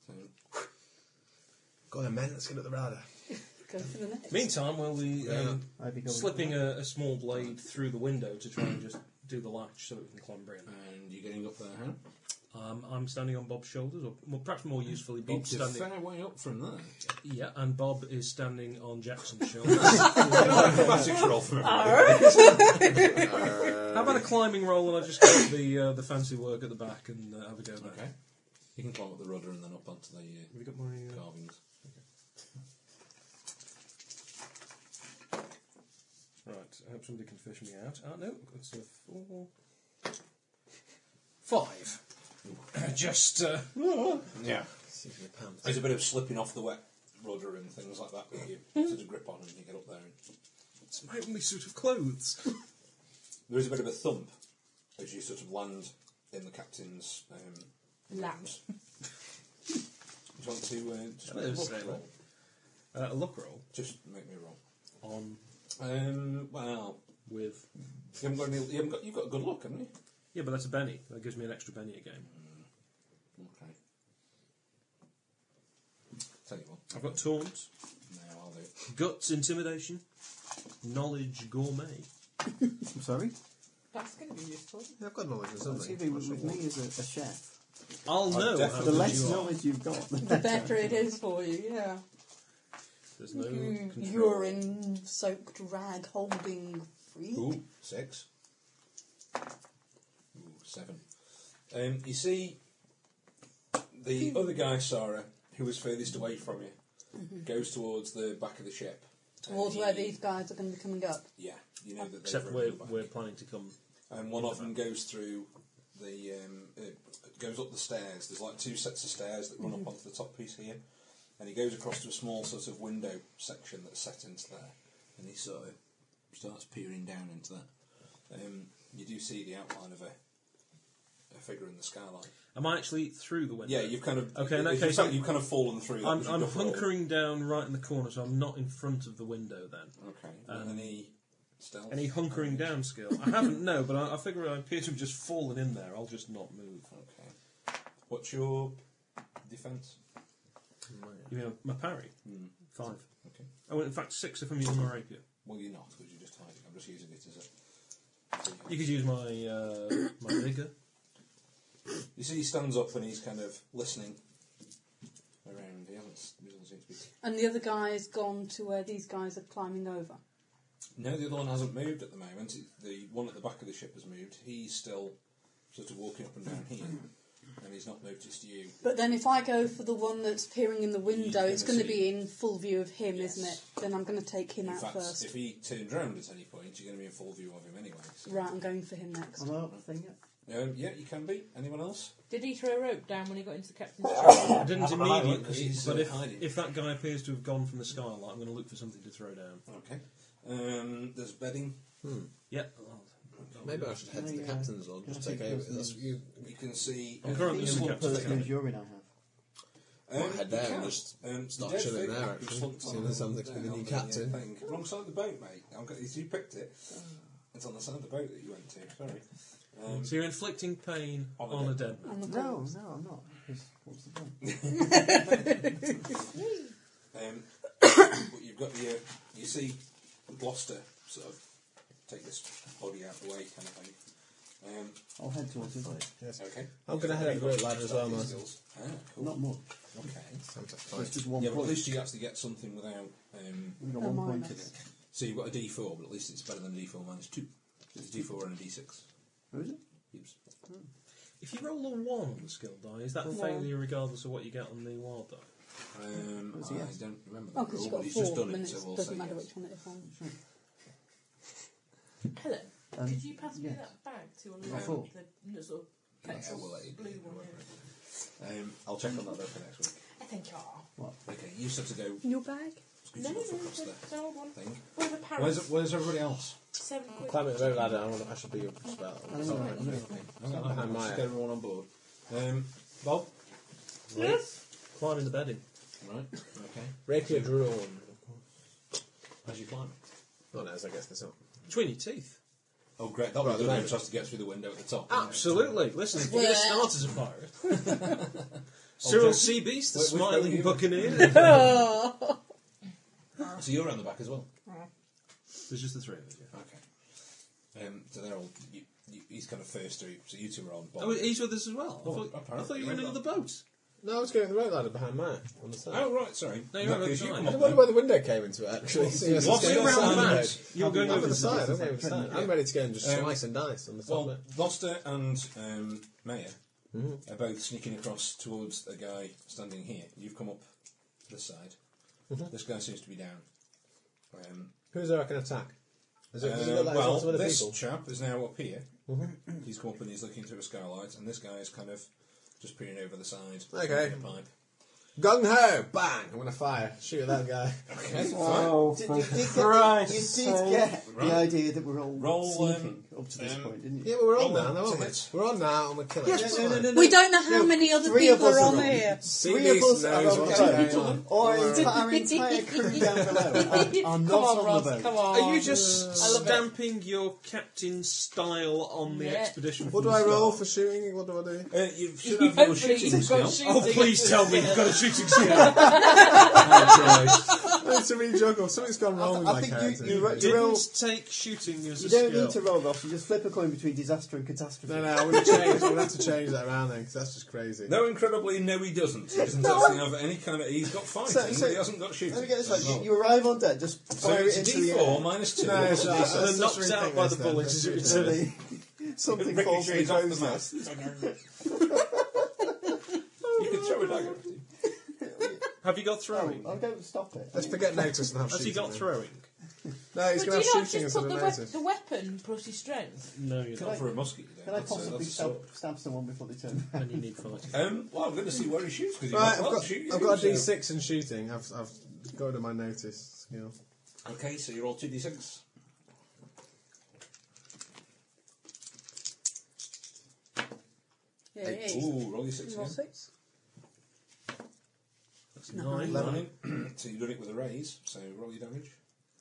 G: So,
D: Go on then, men, let's get up the ladder.
I: Go for the next.
H: Meantime, we'll be um,
D: Yeah. I'd be going
H: slipping a, a small blade through the window to try and just do the latch so that we can clamber in.
G: and you're getting up there, huh?
H: Um, I'm standing on Bob's shoulders, or well, perhaps more usefully, Bob's
G: It's a
H: standing.
G: fair way up from <laughs> there.
H: Yeah, and Bob is standing on <laughs> Jackson's shoulders.
G: Acrobatics roll for
H: everybody. How about a climbing roll, and I just get the uh, the fancy work at the back and uh, have a go there.
G: Okay. <laughs> You can climb up the rudder and then up onto the. Uh, Have
H: you got my uh,
G: carvings?
H: Right, I hope somebody can fish me out. Ah, no, it's a four. Five. Just.
G: <laughs>
H: Uh,
G: Yeah.
D: Seat of your pants.
G: There's a bit of slipping off the wet rudder and things like that <laughs> with you. Sort of grip on and you get up there. And
H: It's my only suit of
G: <laughs>
H: clothes.
G: there is a bit of a thump as you sort of land in the captain's. Um,
J: Lap.
G: arms. Do you want to uh, just
H: Hello,
G: make a luck
H: sailor.
G: roll?
H: Uh, a luck roll
G: Just make me a roll.
H: on
G: Um, well,
H: with.
G: you haven't got any. You haven't got. You've got a good look, haven't you?
H: Yeah, but that's a Benny. That gives me an extra Benny a game.
G: Okay. Tell you what.
H: I've got taunt,
G: No, I'll do it.
H: guts, intimidation, knowledge, gourmet.
F: I'm sorry?
K: That's going to be useful.
D: I've got knowledge of
F: What's he doing with, with me as a, a chef?
H: I'll know. how
F: the
H: good
F: less
H: you are.
F: knowledge you've got, the
I: The
F: better.
I: better it is for you, yeah.
H: There's no
I: You
H: control.
I: urine soaked rag holding freak.
G: Ooh, six. Ooh, seven. Um, you see, the
I: Hmm.
G: other guy, Sarah, who was furthest away from you, goes towards the back of the ship.
I: Mm-hmm. Towards
G: And
I: where
G: he-
I: these guys are going to be coming up.
G: Yeah, you know that.
H: Except
G: they've
H: we're,
G: broken
H: we're planning to come.
G: and one of them goes through the um, it goes up the stairs. There's like two sets of stairs that run
H: Mm-hmm.
G: up onto the top piece here, and he goes across to a small sort of window section that's set into there, and he sort of starts peering down into that. Um, you do see the outline of a a figure in the skyline.
H: Am I actually through the window?
G: Yeah, you've kind of
H: Okay, in that
G: if you've
H: case,
G: kind- you've kind of fallen through. that
H: I'm,
G: was a
H: I'm
G: good roll.
H: hunkering down right in the corner, so I'm not in front of the window then.
G: Okay,
H: Um,
G: any stealth?
H: Any hunkering down skill? I haven't, no, but I, I figure I appear to have just fallen in there. I'll just not move.
G: Okay. What's your defense?
H: You mean my parry? Five.
G: Okay.
H: Hmm. Oh, in fact, six if I'm using my rapier.
G: Well, you're not because you're just hiding. I'm just using it as a.
H: You could use my uh, my vigor.
G: You see, he stands up and he's kind of listening around. He hasn't. He doesn't seem to be.
I: And the other guy's gone to where these guys are climbing over.
G: No, the other one hasn't moved at the moment. The one at the back of the ship has moved. He's still sort of walking up and down here. and he's not noticed you.
I: But then if I go for the one that's peering in the window,
G: You're
I: it's
G: gonna
I: going to be
G: see-
I: in full view of him, isn't it? Then I'm going to take him
G: in
I: out
G: fact,
I: first.
G: if he turns round at any point, you're going to be in full view of him anyway. So.
I: Right, I'm going for him next.
F: Am I up thing yet?
G: No, yeah, you can be. Anyone else?
J: Did he throw a rope down when he got into the captain's
H: I
J: trap?
H: didn't
G: I like it
H: immediately,
G: 'cause he's,
H: but
G: uh,
H: if,
G: hiding.
H: if that guy appears to have gone from the skylight, I'm going to look for something to throw down.
G: Okay. Um, there's bedding.
H: Yep.
D: Maybe I should head to the
F: Yeah.
D: captain's lodge.
F: Yeah,
D: Just
F: I
D: take
F: think
D: over.
F: that's
D: That's what you.
G: You can see. uh,
H: I'm currently in the
F: What
H: captain's
F: person
H: cabin.
F: whose urine I have?
D: Might head
G: you
D: there and
G: can.
D: just
G: Um,
D: start
G: you don't
D: chilling
G: think
D: there,
G: you
D: actually,
G: slumped
D: seeing
G: on
D: as I'm the
G: down
D: new
G: on
D: captain.
G: uh, thing. Wrong side of the boat, mate. I'm gonna, you picked it. It's on the side of the boat that you went to. Sorry. Um,
H: So you're inflicting pain
G: On
H: on,
G: a
H: a
G: dead
H: dead man.
I: On the
F: No,
I: board.
F: no, I'm not. 'cause What's the point?
G: Um, <coughs> but you've got the, uh, you see Gloucester sort of take this body out of the way kind of thing. Um,
F: I'll head towards him.
G: okay.
D: I'm going to head over to the ladder as well, man.
G: Ah, cool.
F: Not much.
G: Okay.
D: Sounds like
F: It's
D: fine.
F: just one
G: Yeah, but at
F: point.
G: least you actually get something without. Um,
F: We've got
I: A
F: one point in
I: minus.
F: it.
G: so you've got a D4, but at least it's better than a D4 minus 2. It's a D4 and a D6.
F: Who is it?
G: Oops.
H: If you roll a one on the skill die, is that a
I: One.
H: failure regardless of what you get on the wild die?
G: Um,
F: What's
G: I
F: he at?
G: don't remember that
I: Oh, because
G: rule,
I: you've
G: but
I: got
G: he's
I: four,
G: just done
I: and
G: it,
I: it
G: so we'll
I: doesn't
G: say
I: matter
G: yes. Hmm.
I: which one it is on.
J: Helen,
F: Um,
J: did you pass me
F: yes.
J: that bag to
F: I
J: unload
F: thought.
J: the sort of
G: That's how we'll let you do
J: blue
G: it,
J: one?
G: whatever. Um, I'll check on that though for next week.
J: I think you are.
G: Okay, you just have to go
I: Your bag?
J: No,
G: scooching
J: no,
G: off across
J: no,
G: the
J: the old one.
G: thing.
J: For the parrot.
G: Where's, where's everybody else?
J: Seven
G: Mm.
J: quid.
D: Climbing the rope ladder, I, want, I should be a spell.
F: don't know, I don't know.
D: I'm
G: Just
D: Maya.
G: get everyone on board. Um, Bob?
J: Yes.
H: Climbing the bedding.
G: Right, okay.
D: Rapier drawn.
G: As you climb.
D: Oh no, as I guess that's not.
H: Between your teeth.
G: Oh, great, that'll be
D: Right,
G: good.
D: right.
G: I just have to get through the window at the top.
H: Absolutely. Listen, if you get
I: Yeah.
H: started as a
F: uh,
H: pirate.
F: <laughs>
H: Cyril
G: don't-
H: Sea Beast, the
G: Wait, which boat are
H: smiling
G: you
H: buccaneer.
G: So you're around the back as well?
H: There's just the three of us. Yeah.
G: Okay. Um, so they're all. You, you, he's kind of first through, so you two are on Bob.
H: Oh, he's with us as well.
G: Oh,
H: I, thought, I
G: apparently
H: thought you were in
G: we're
H: another
G: not.
H: boat.
D: No, I was going the rope ladder behind Maya on the side.
G: Oh, right, sorry.
H: No, you're
G: In that
H: on the
G: case, you Oh,
H: side.
G: come
D: I
G: up
D: wonder
G: then.
D: where the window came into it, actually.
H: What's
D: Yes,
H: around
D: I'm
H: the
D: side.
H: back? You're going
D: I'm
H: over
D: on the
H: the
D: side, I'm
F: side.
D: over the side. I'm ready to go and just
G: Um,
D: slice and dice on the side.
G: Well, Gloucester and um, Mayor
D: Hmm.
G: are both sneaking across towards the guy standing here. You've come up this side.
D: Mm-hmm.
G: This guy seems to be down. Um,
D: Who's there I can attack? Is it, does it
G: uh,
D: look like
G: well,
D: lots of other
G: this
D: people? Mm-hmm.
G: chap is now up here. He's come up and he's looking through a skylight, and this guy is kind of just peering over the side.
D: Okay.
G: smoking A pipe.
D: Gung ho! Bang! I'm gonna fire. Shoot at that <laughs> guy.
G: Okay,
F: Oh, did,
G: fine.
F: you did get,
D: Christ's
F: you did
D: sake.
F: get
G: Right.
F: the idea that we're all
G: Roll, um,
F: sneaking up to this
G: um,
F: point, didn't you?
D: Yeah, but we're on
G: Roll
D: now,
G: to
D: though, aren't we?
G: hit.
D: We're on now, and we're killing.
F: Yeah,
D: It's
F: no, no,
D: fine.
F: no, no.
I: We don't know how
F: No,
I: many other
F: three of
I: people
F: us
I: are
F: are
I: on
F: on.
I: here.
F: Three of us
D: Seabeast
F: are
D: knows
F: on
D: what's
F: the
D: going on.
F: boat. Or our entire <laughs> crew down below are, are not
J: come on,
F: on
J: Ross,
F: the boat.
J: come on.
H: Are you just
J: I love it.
H: stamping your captain style on the
J: Yeah.
H: expedition?
D: What do
H: from
D: I
H: the
D: roll
H: start?
D: for shooting? What do I do?
G: Uh, you should
J: You
G: have your
J: hopefully
G: shooting
J: you've got
G: skill.
J: shooting.
H: Oh, please tell me you've got a shooting
G: <laughs>
H: skill.
D: Oh, <laughs> I need to rejuggle. Something's gone wrong with
F: I
D: my
F: think you-
D: character.
F: you ro-
H: Didn't
F: Drill.
H: take shooting as a
F: You don't
H: skill.
F: need to roll off, you just flip a coin between disaster and catastrophe.
D: No, no, I'm gonna change. I'm gonna have to change that around then, because that's just crazy.
G: No, incredibly, no, he doesn't.
D: <laughs>
G: He doesn't actually have any kind of. He's got fighting,
F: So- so-
G: but he hasn't got shooting.
F: Let me get this right,
G: Well,
F: you, you arrive on deck, just
G: So
F: fire
G: it's
F: it
G: a
F: into the
G: D4
F: air.
G: minus 2.
D: No, it's not.
H: and
D: That's
H: then
D: just
H: knocked out by
D: ridiculous
H: the
D: then.
H: bullets
D: <laughs>
H: as it
D: That's
F: So
H: returns.
F: they- Something falls and
G: Ricochets off the
F: goes
G: mouth. you can throw a dagger at him.
H: Have you got throwing?
F: Oh, don't stop it.
D: Let's forget notice and have
H: Has
D: shooting.
H: he got
D: then.
H: throwing?
D: No, he's
J: But do
D: gonna have
J: you not
D: shooting
J: just
D: instead
J: put
D: of
J: the,
D: notice.
J: wep- the weapon plus his strength?
H: No, you're
F: Can
H: not.
G: Not for a musket, you
F: Can
G: don't.
F: I
G: That's a-
F: possibly
G: that's a
F: stab,
G: sword.
F: stab someone before they turn around?
H: And you need fighting.
G: Um, well, I'm going to see where he shoots because he
D: Right,
G: might
D: I've
G: well
D: got,
G: shoot you.
D: I've got a
G: so-
D: D6 in shooting. I've, I've got to my notice skill.
G: Okay, so you roll 2d6.
I: Yeah, yeah.
G: Ooh, roll your 6
I: Roll
G: again.
I: six.
H: That's nine.
G: Eleven. <clears throat> so you've done it with a raise, so roll your damage.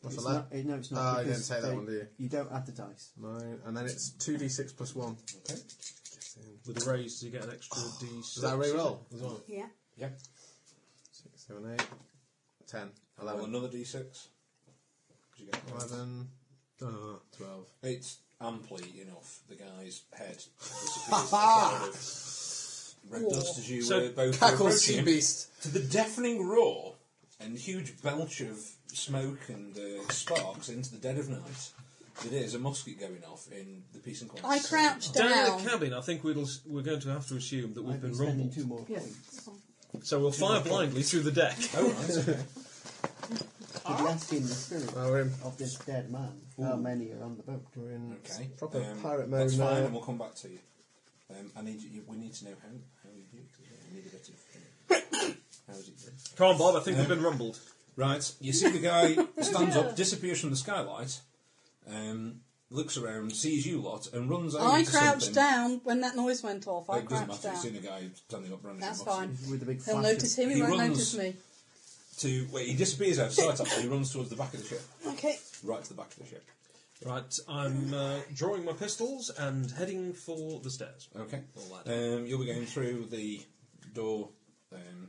D: What's
F: It's
D: that?
F: not, eh, no, it's not.
D: Oh, you
F: because
D: don't take that
F: they-
D: one, do you?
F: You don't add the dice.
D: Nine, and then it's 2d6 plus 1.
G: Okay. Oh,
H: With a raise, you get an extra D.
D: Is that a reroll as well?
I: Yeah.
G: Yeah.
D: Six, seven, eight, ten,
G: Roll
D: eleven,
G: Oh, another d6. 'Cause you get-
D: eleven, uh, twelve.
G: It's amply enough. The guy's head
D: <laughs>
G: disappears. inside of Red dust as you
H: So
G: were both
D: Tackle
G: approaching
D: sea
G: him.
D: beast.
G: to the deafening roar and huge belch of smoke and uh, sparks into the dead of night There is a musket going off in the Peace and Quiet.
I: I crouched
H: Down
I: down.
H: in the cabin, I think we'll, s- we're going to have to assume that we've been rumbled.
F: Two more
I: Yeah.
F: points.
H: So we'll fire blindly through the deck.
G: Oh,
D: <laughs>
F: To Bless in the spirit of this dead man. How many are on the boat?
D: We're in
G: Okay.
D: proper
G: um,
D: pirate mode
G: That's
D: now.
G: fine, and we'll come back to you. Um, I need you, you- We need to know how, how you do it. 'cause We need a bit of. <coughs> How's it done?
H: Come on, Bob, I think we've been rumbled.
G: Right. You see the guy
I: <laughs>
G: stands up, disappears from the skylight, um, looks around, sees you lot, and runs over.
I: I
G: to
I: crouched
G: something.
I: down when that noise went off. I
G: It doesn't
I: crouched
G: matter. You've seen a
I: down.
G: guy standing up, running.
I: That's
G: a box.
I: fine.
F: With the big
I: He'll
F: flash of-
I: notice him. He,
G: He
I: won't
G: runs.
I: notice me.
G: To wait, he disappears outside. actually. He runs towards the back of the ship,
I: Okay.
G: right to the back of the ship.
H: Right, I'm uh, drawing my pistols and heading for the stairs.
G: Okay.
H: Or ladder.
G: Um, you'll be going through the door um,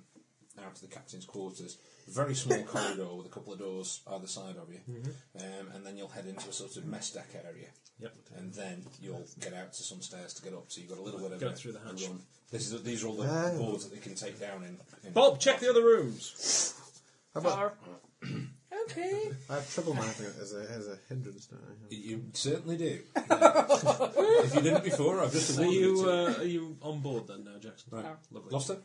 G: out to the captain's quarters. Very small corridor with a couple of doors either side of you,
H: Mm-hmm.
G: um, and then you'll head into a sort of mess deck area.
H: Yep.
G: And then you'll get out to some stairs to get up. So you've got a little bit of
H: Go
G: a,
H: through the
G: a
H: hatch. Ah.
G: run. This is these are all the
D: Oh.
G: boards that they can take down. In, in
H: Bob, check the other rooms.
D: How about,
J: Okay.
D: I have trouble managing it as a, as a hindrance, don't I?
G: <laughs> You certainly do. <laughs> if you didn't before, I've just
H: Are
G: awarded it
H: you
G: to
H: uh, are you on board then now, Jackson? Oh,
G: Right.
H: Lovely.
G: Lobster.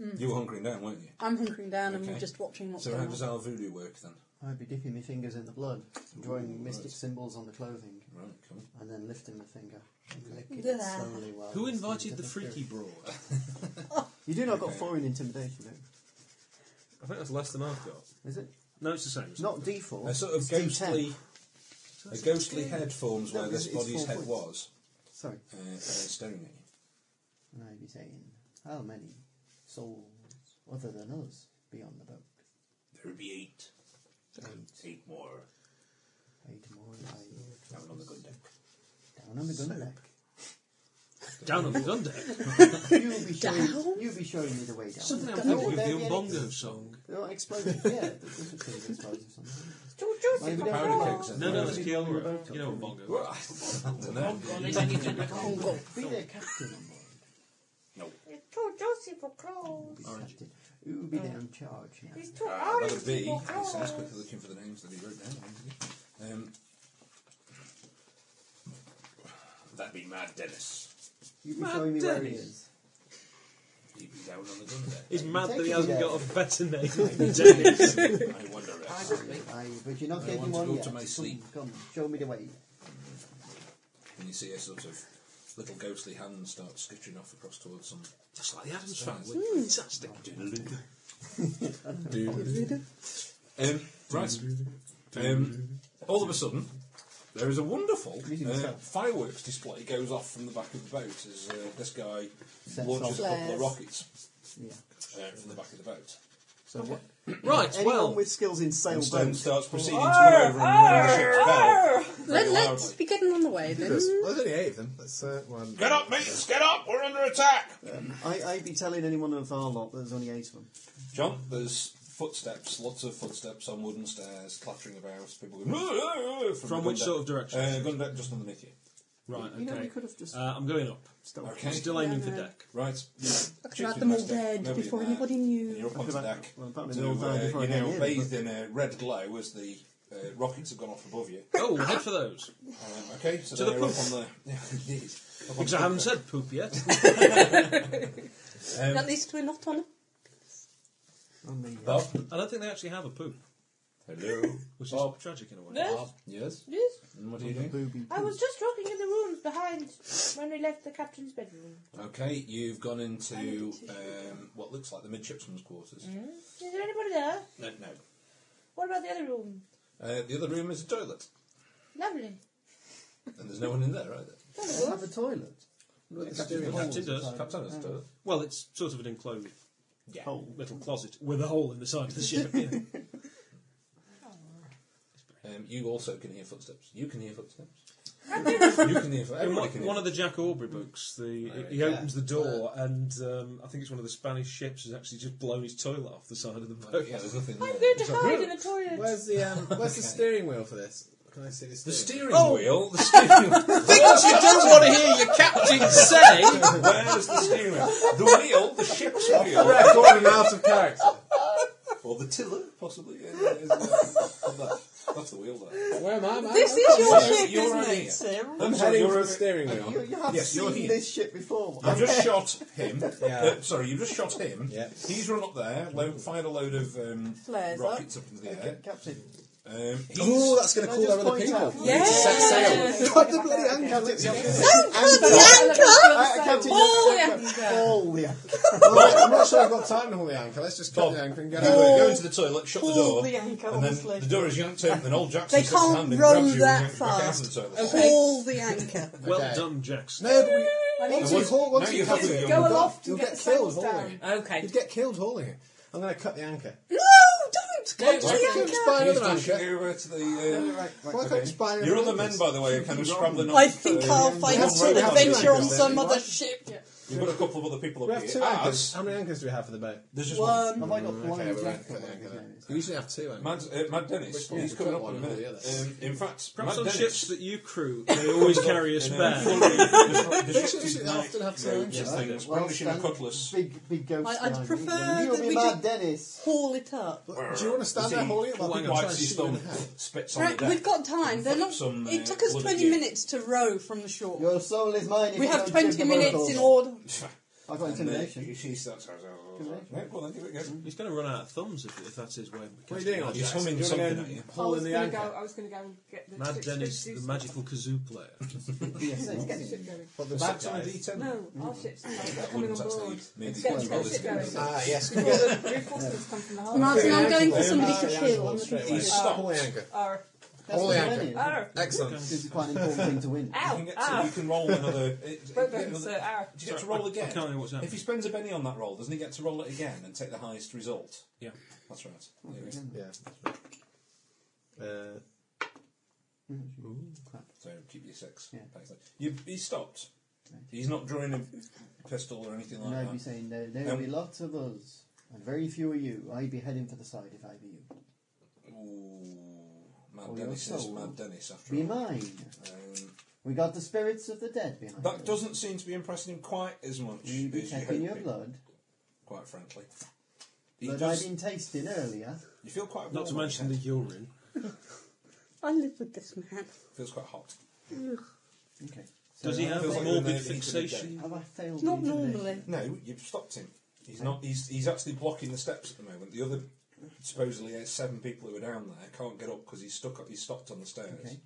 F: Hmm.
G: You were hunkering down, weren't you?
I: I'm hunkering down and
G: Okay.
I: we're just watching what's
G: So how
I: going
G: does
I: on.
G: our voodoo work then?
F: I'd be dipping my fingers in the blood, drawing mystic
G: right.
F: symbols on the clothing,
G: Right, cool.
F: and then lifting the finger and licking it
I: Yeah.
F: slowly while
H: Who
F: it's
H: invited the
F: disappearing.
H: freaky broad?
F: You do know I've got four in intimidation, don't you?
H: I think that's less than I've got.
F: Is it?
H: No, it's the same.
F: It's not D4.
G: A sort of
F: it's D10.
G: ghostly, a ghostly head forms
F: No,
G: where this
F: it's- it's four
G: body's head
F: points.
G: was,
F: Sorry.
G: uh, and they're staring at you.
F: And I'd be saying, how many souls other than us be on the boat?
G: There would be eight,
F: Eight,
G: eight more
F: eight more alive.
G: down on the gun deck.
F: Down on the gun deck.
H: Down on the gun <laughs> deck.
F: You'll be showing, you'll be showing me the way down.
H: Something I'm
F: Don't
H: thinking of
F: there
H: the
F: be any-
H: Umbongo song.
F: They're not explosive, yeah. There's a thing with explosives on them.
J: George
F: Maybe
J: Joseph.
F: they're
G: Powder
F: really-
G: cakes and
H: No, no,
G: things.
H: it's Kiora. You know Umbongo.
G: Well, I don't know.
F: Congo. Be their captain on board.
G: No,
J: George Joseph for clothes.
F: Be captain. Who would be there in charge now?
J: It's too
G: that
F: Oh,
J: orange
G: would be.
J: for
G: It sounds quickly
J: clothes.
G: looking for the names that he wrote down. didn't he? Um, that'd be Mad Dennis.
F: You'd be
H: Mad
F: showing me where he
H: Dennis.
F: is.
G: He'd be down on the gun <laughs> deck.
H: He's mad that he
F: Taking
H: hasn't
F: it
H: got
F: out.
H: a
F: <laughs>
H: better name than Dennis.
G: I wonder. if-
F: Aye, but you're not
G: I
F: getting
G: want to
F: one
G: go
F: yet.
G: to my
F: Come,
G: sleep.
F: Come, show me the way.
G: And you see a sort of little ghostly hand start skittering off across towards some.
H: Just like the Adams family. Fantastic.
G: <laughs> Um, right. Um, all of a sudden, there is a wonderful uh, fireworks display goes off from the back of the boat as uh, this guy
F: Sets
G: launches
F: off.
G: a couple of
I: Flares.
G: rockets
F: Yeah.
G: uh, from the back of the boat.
F: So what?
H: <laughs> Right,
F: Anyone
H: well,
F: with skills in sail
G: And Stone
F: boats.
G: starts proceeding to go over and ring the ship's bell.
I: Let,
G: Very
I: let's
G: loudly.
I: be getting on the way then.
D: Well, there's only eight of them. That's uh, one.
G: Get up, mates! Get up! We're under attack!
F: I, I'd be telling anyone of our lot that there's only eight of them.
G: John, there's footsteps, lots of footsteps on wooden stairs, clattering about, people going... "Whoa, whoa, whoa,"
H: From
G: the
H: which
G: gun
H: sort
G: deck.
H: of direction?
G: Uh, gun deck just underneath you.
H: right,
F: You know, we
H: okay.
F: could have just
H: Uh, I'm going up.
F: stopped.
G: Okay.
H: Still aiming for
I: Yeah, no.
H: deck.
G: Right.
I: I could have them all dead
G: Nobody
I: before
G: there.
I: anybody knew.
G: And you're up on the
F: Well,
G: deck.
F: apparently
G: So,
F: they all died
G: uh,
F: before I
G: you're
F: came
G: now
F: in,
G: bathed in a red glow as the uh, rockets have gone off
I: <laughs>
G: above you.
H: Oh, we'll head for <laughs> those.
G: Um, okay, so
H: To the
G: they're up
H: poof.
G: on the. <laughs> Yeah, indeed. Up on
H: Because I haven't said poop yet. <laughs>
I: At least we're not on a
F: On the, uh,
G: Bob.
H: I don't think they actually have a poop,
G: Hello.
H: which is
G: Bob.
H: tragic in a way.
J: Yes,
G: Yes.
J: yes.
G: And what are you doing?
F: booby.
J: I was just looking in the rooms behind when we left the captain's bedroom.
G: Okay, you've gone into um, what looks like the midshipmen's quarters.
I: Mm-hmm.
J: Is there anybody there?
G: No, no.
J: What about the other room?
G: Uh, the other room is a toilet,
J: Lovely.
G: and there's no one in there either.
F: Does it have a toilet?
G: Captain
H: holes Captain does.
G: Captain has a toilet.
H: Well, it's sort of an enclosed
G: Yeah.
H: little closet with a hole in the side of the ship. <laughs> yeah.
G: Um, you also can hear footsteps. You can hear footsteps. you can hear footsteps.
H: In
G: Everybody
H: one,
G: can hear
H: one of the Jack Aubrey books, the, he opens the door and um, I think it's one of the Spanish ships has actually just blown his toilet off the side of the boat.
G: Yeah, there's nothing
J: I'm
G: there.
J: going to hide in the toilet.
D: Where's the um, Where's the steering wheel for this? Can I see the
G: The
D: steering?
G: steering wheel.
H: <laughs>
G: The steering
H: Oh. Things you don't want to hear your captain
G: <laughs>
H: say!
G: Where's the steering wheel? The wheel. The ship's wheel.
D: Correct, got me out of character.
G: Or the tiller, possibly. yeah, yeah, is, uh, on
H: <laughs>
G: that. That's the wheel there.
D: Where am I? Am I-
I: This
D: I'm
I: is your
D: on the-
I: ship,
D: you're
I: isn't
D: on
I: it,
D: here.
I: Sir?
D: I'm
G: sorry,
D: heading
G: you're
D: for the
G: over-
D: steering wheel.
F: You, you have
G: Yes, you're
F: seen
G: here.
F: this shit before. <laughs>
G: I've just shot him.
D: Yeah.
G: Uh, sorry, you've just shot him.
D: Yeah.
G: He's run up there, load, fired a load of um,
I: Flares up.
G: rockets up. into the air.
F: Captain,
G: Um, he's-
D: Oh, that's going to
F: Can
D: call
F: I just
D: their other
F: point
D: people.
F: out-
D: We need to set sail. God, the bloody handcuffs. It's the opposite.
I: Don't put the anchor!
D: Uh, Captain,
I: All the
D: just-
I: anchor!
F: yeah.
D: Well, I'm not sure I've got time to haul the anchor. Let's just cut
G: Bob,
D: the anchor and
G: go,
D: get
G: in-
D: out.
G: go into the toilet, shut the door,
K: Pull the anchor,
G: and then
K: obviously.
G: the door is yanked open, and old Jackson
I: They
G: sticks his
I: can't
G: hand in,
I: row
G: grabs you,
I: that
G: and yanks back out of the
I: fast.
G: toilet.
I: All the
G: <laughs>
I: anchor.
H: Well
D: Okay.
H: done, Jackson.
D: No, but we,
I: I
D: once
I: mean,
D: you haul, once
G: now
D: you,
G: you have
D: haul
G: to
D: it,
G: go
D: you'll-
K: aloft and
D: you'll
K: get
D: get
K: sails
D: killed
K: down.
D: hauling it.
J: Okay.
D: You'd get killed hauling it. I'm going to cut the anchor.
I: No, don't
D: Why can't
I: cut
D: you
I: the
D: just
I: anchor!
D: buy
G: He's
D: another
G: pushing
D: anchor?
G: you over to the. Uh,
D: Why can't you just buy another
G: your other men,
D: anchor?
G: by the way, are kind of scrambling.
I: I
G: off,
I: think
G: uh,
I: I'll
G: one
I: find
G: row
I: out an
G: behind you.
I: adventure on
D: Yeah.
I: some other ship.
G: You've got a couple of other people
D: We
G: up
D: have
G: here.
D: two anchors.
G: As
D: How many anchors do we have for the boat?
G: there's just one.
F: Have
I: One.
F: I got blind
D: we won't
F: Jack
D: put
F: on
D: the
F: that
D: anchor there.
F: again?
D: We usually have two anchors.
G: Mad, uh, Mad Dennis,
D: Which one?
G: he's coming up
D: One
G: in a
D: or the
G: minute.
D: other.
G: Um, in fact,
H: Perhaps
G: Mad
H: on
G: Dennis,
H: ships that you crew, they <laughs> always carry a
G: in a
H: spare.
G: fully- the-
D: They
G: the ship
D: should-
G: is
D: should
G: night
D: often have two
G: road
D: anchors.
G: thing, it's brandishing a
F: Well, stand-
G: cutlass.
F: Big, big ghost.
I: I- I'd
F: down,
I: prefer
F: wouldn't you?
I: that
F: You'll
I: we
F: be mad,
I: did-
F: Dennis.
I: Haul it up.
D: Do you want to stand there hauling it while
G: He
D: people try and
G: wipes his
D: shoot you in
G: thumb,
D: the <laughs> head?
G: spits on
I: Right,
G: the
I: we've
G: deck.
I: got time. They're not.
G: Some, uh,
I: It took us
G: blood
I: twenty
G: gin.
I: minutes to row from the shore.
F: Your soul is mine. if
I: We
F: you
I: have
F: don't drink
I: twenty
F: the
I: minutes
F: bottle.
I: in order.
F: I got
G: And, uh, <laughs>
F: intimidation.
G: She starts. Yeah, well, then give it a go.
H: He's going to run out of thumbs if, if that's his way. of
D: What are you
H: casting
D: doing?
H: magic.
G: He's humming
D: Jackson? Do you wanna go
G: something at you.
D: and
K: I
D: Haul
K: was
D: in the
K: gonna
D: anchor.
K: go- I was going to go and get the
H: Mad
K: ship
H: Dennis, the
K: do
H: magical kazoo player.
K: something. Get the ship going.
D: Put the
G: Bags
D: ship
G: on a
D: down.
G: D10.
K: No, our ship's coming
G: Wouldn't
K: on
G: touch the
K: board.
G: lead. Maybe
K: Get,
G: you
K: get the
G: can
K: ship
G: roll
K: going.
G: this
K: <laughs>
D: Ah, yes.
K: Before the reinforcements come from the harbour.
I: Martin, I'm going for
D: Yeah.
I: somebody to
D: Yeah.
I: kill.
D: Straight away.
G: He stopped.
D: Haul the anchor.
K: Arr,
F: That's
D: All
F: the
D: the
F: millennium.
K: arr,
D: Excellent.
F: This is
I: <laughs>
F: quite an important thing to win.
G: You
K: ow,
G: can get to-
K: ow.
G: you can roll another. it-
K: Boat
G: it-
K: buttons, uh, ow.
G: Do you get to
H: Sorry,
G: roll
H: I-
G: again?
H: I can't hear what's happening.
G: If he spends a penny on that roll, doesn't he get to roll it again and take the highest result?
H: Yeah.
G: That's right. There we go.
D: Yeah. Uh,
G: So keep your six.
F: Yeah.
G: Thanks. You, he stopped. He's not drawing a pistol or anything
F: And
G: like
F: I'd be
G: that.
F: saying there, there
G: Um,
F: will be lots of us, and very few of you. I'd be heading for the side if I be you.
G: Ooh, Mad
F: Oh, you're
G: Dennis is
F: so-
G: Mad Dennis after
F: Be
G: all.
F: mine.
G: Um,
F: We got the spirits of the dead behind us.
G: that doesn't seem to be impressing him quite as much as
F: We'll
G: you
F: be taking your
G: hoping,
F: blood,
G: Quite frankly, he
F: blood I've
G: does.
F: been tasting earlier.
G: You feel quite.
H: Not to
G: warm on
H: mention the
G: your head.
H: urine.
E: I live with this man.
G: Feels quite hot.
F: Okay. So
H: Does he
F: have,
H: have
G: feels like you're in
H: morbid
G: the-
H: fixation?
F: have I failed?
E: Not
F: the intimidation?
E: normally.
G: No, you've stopped him. He's not. He's he's actually blocking the steps at the moment. The other supposedly uh, seven people who are down there can't get up because he's stuck. He's stopped on the stairs.
F: Okay.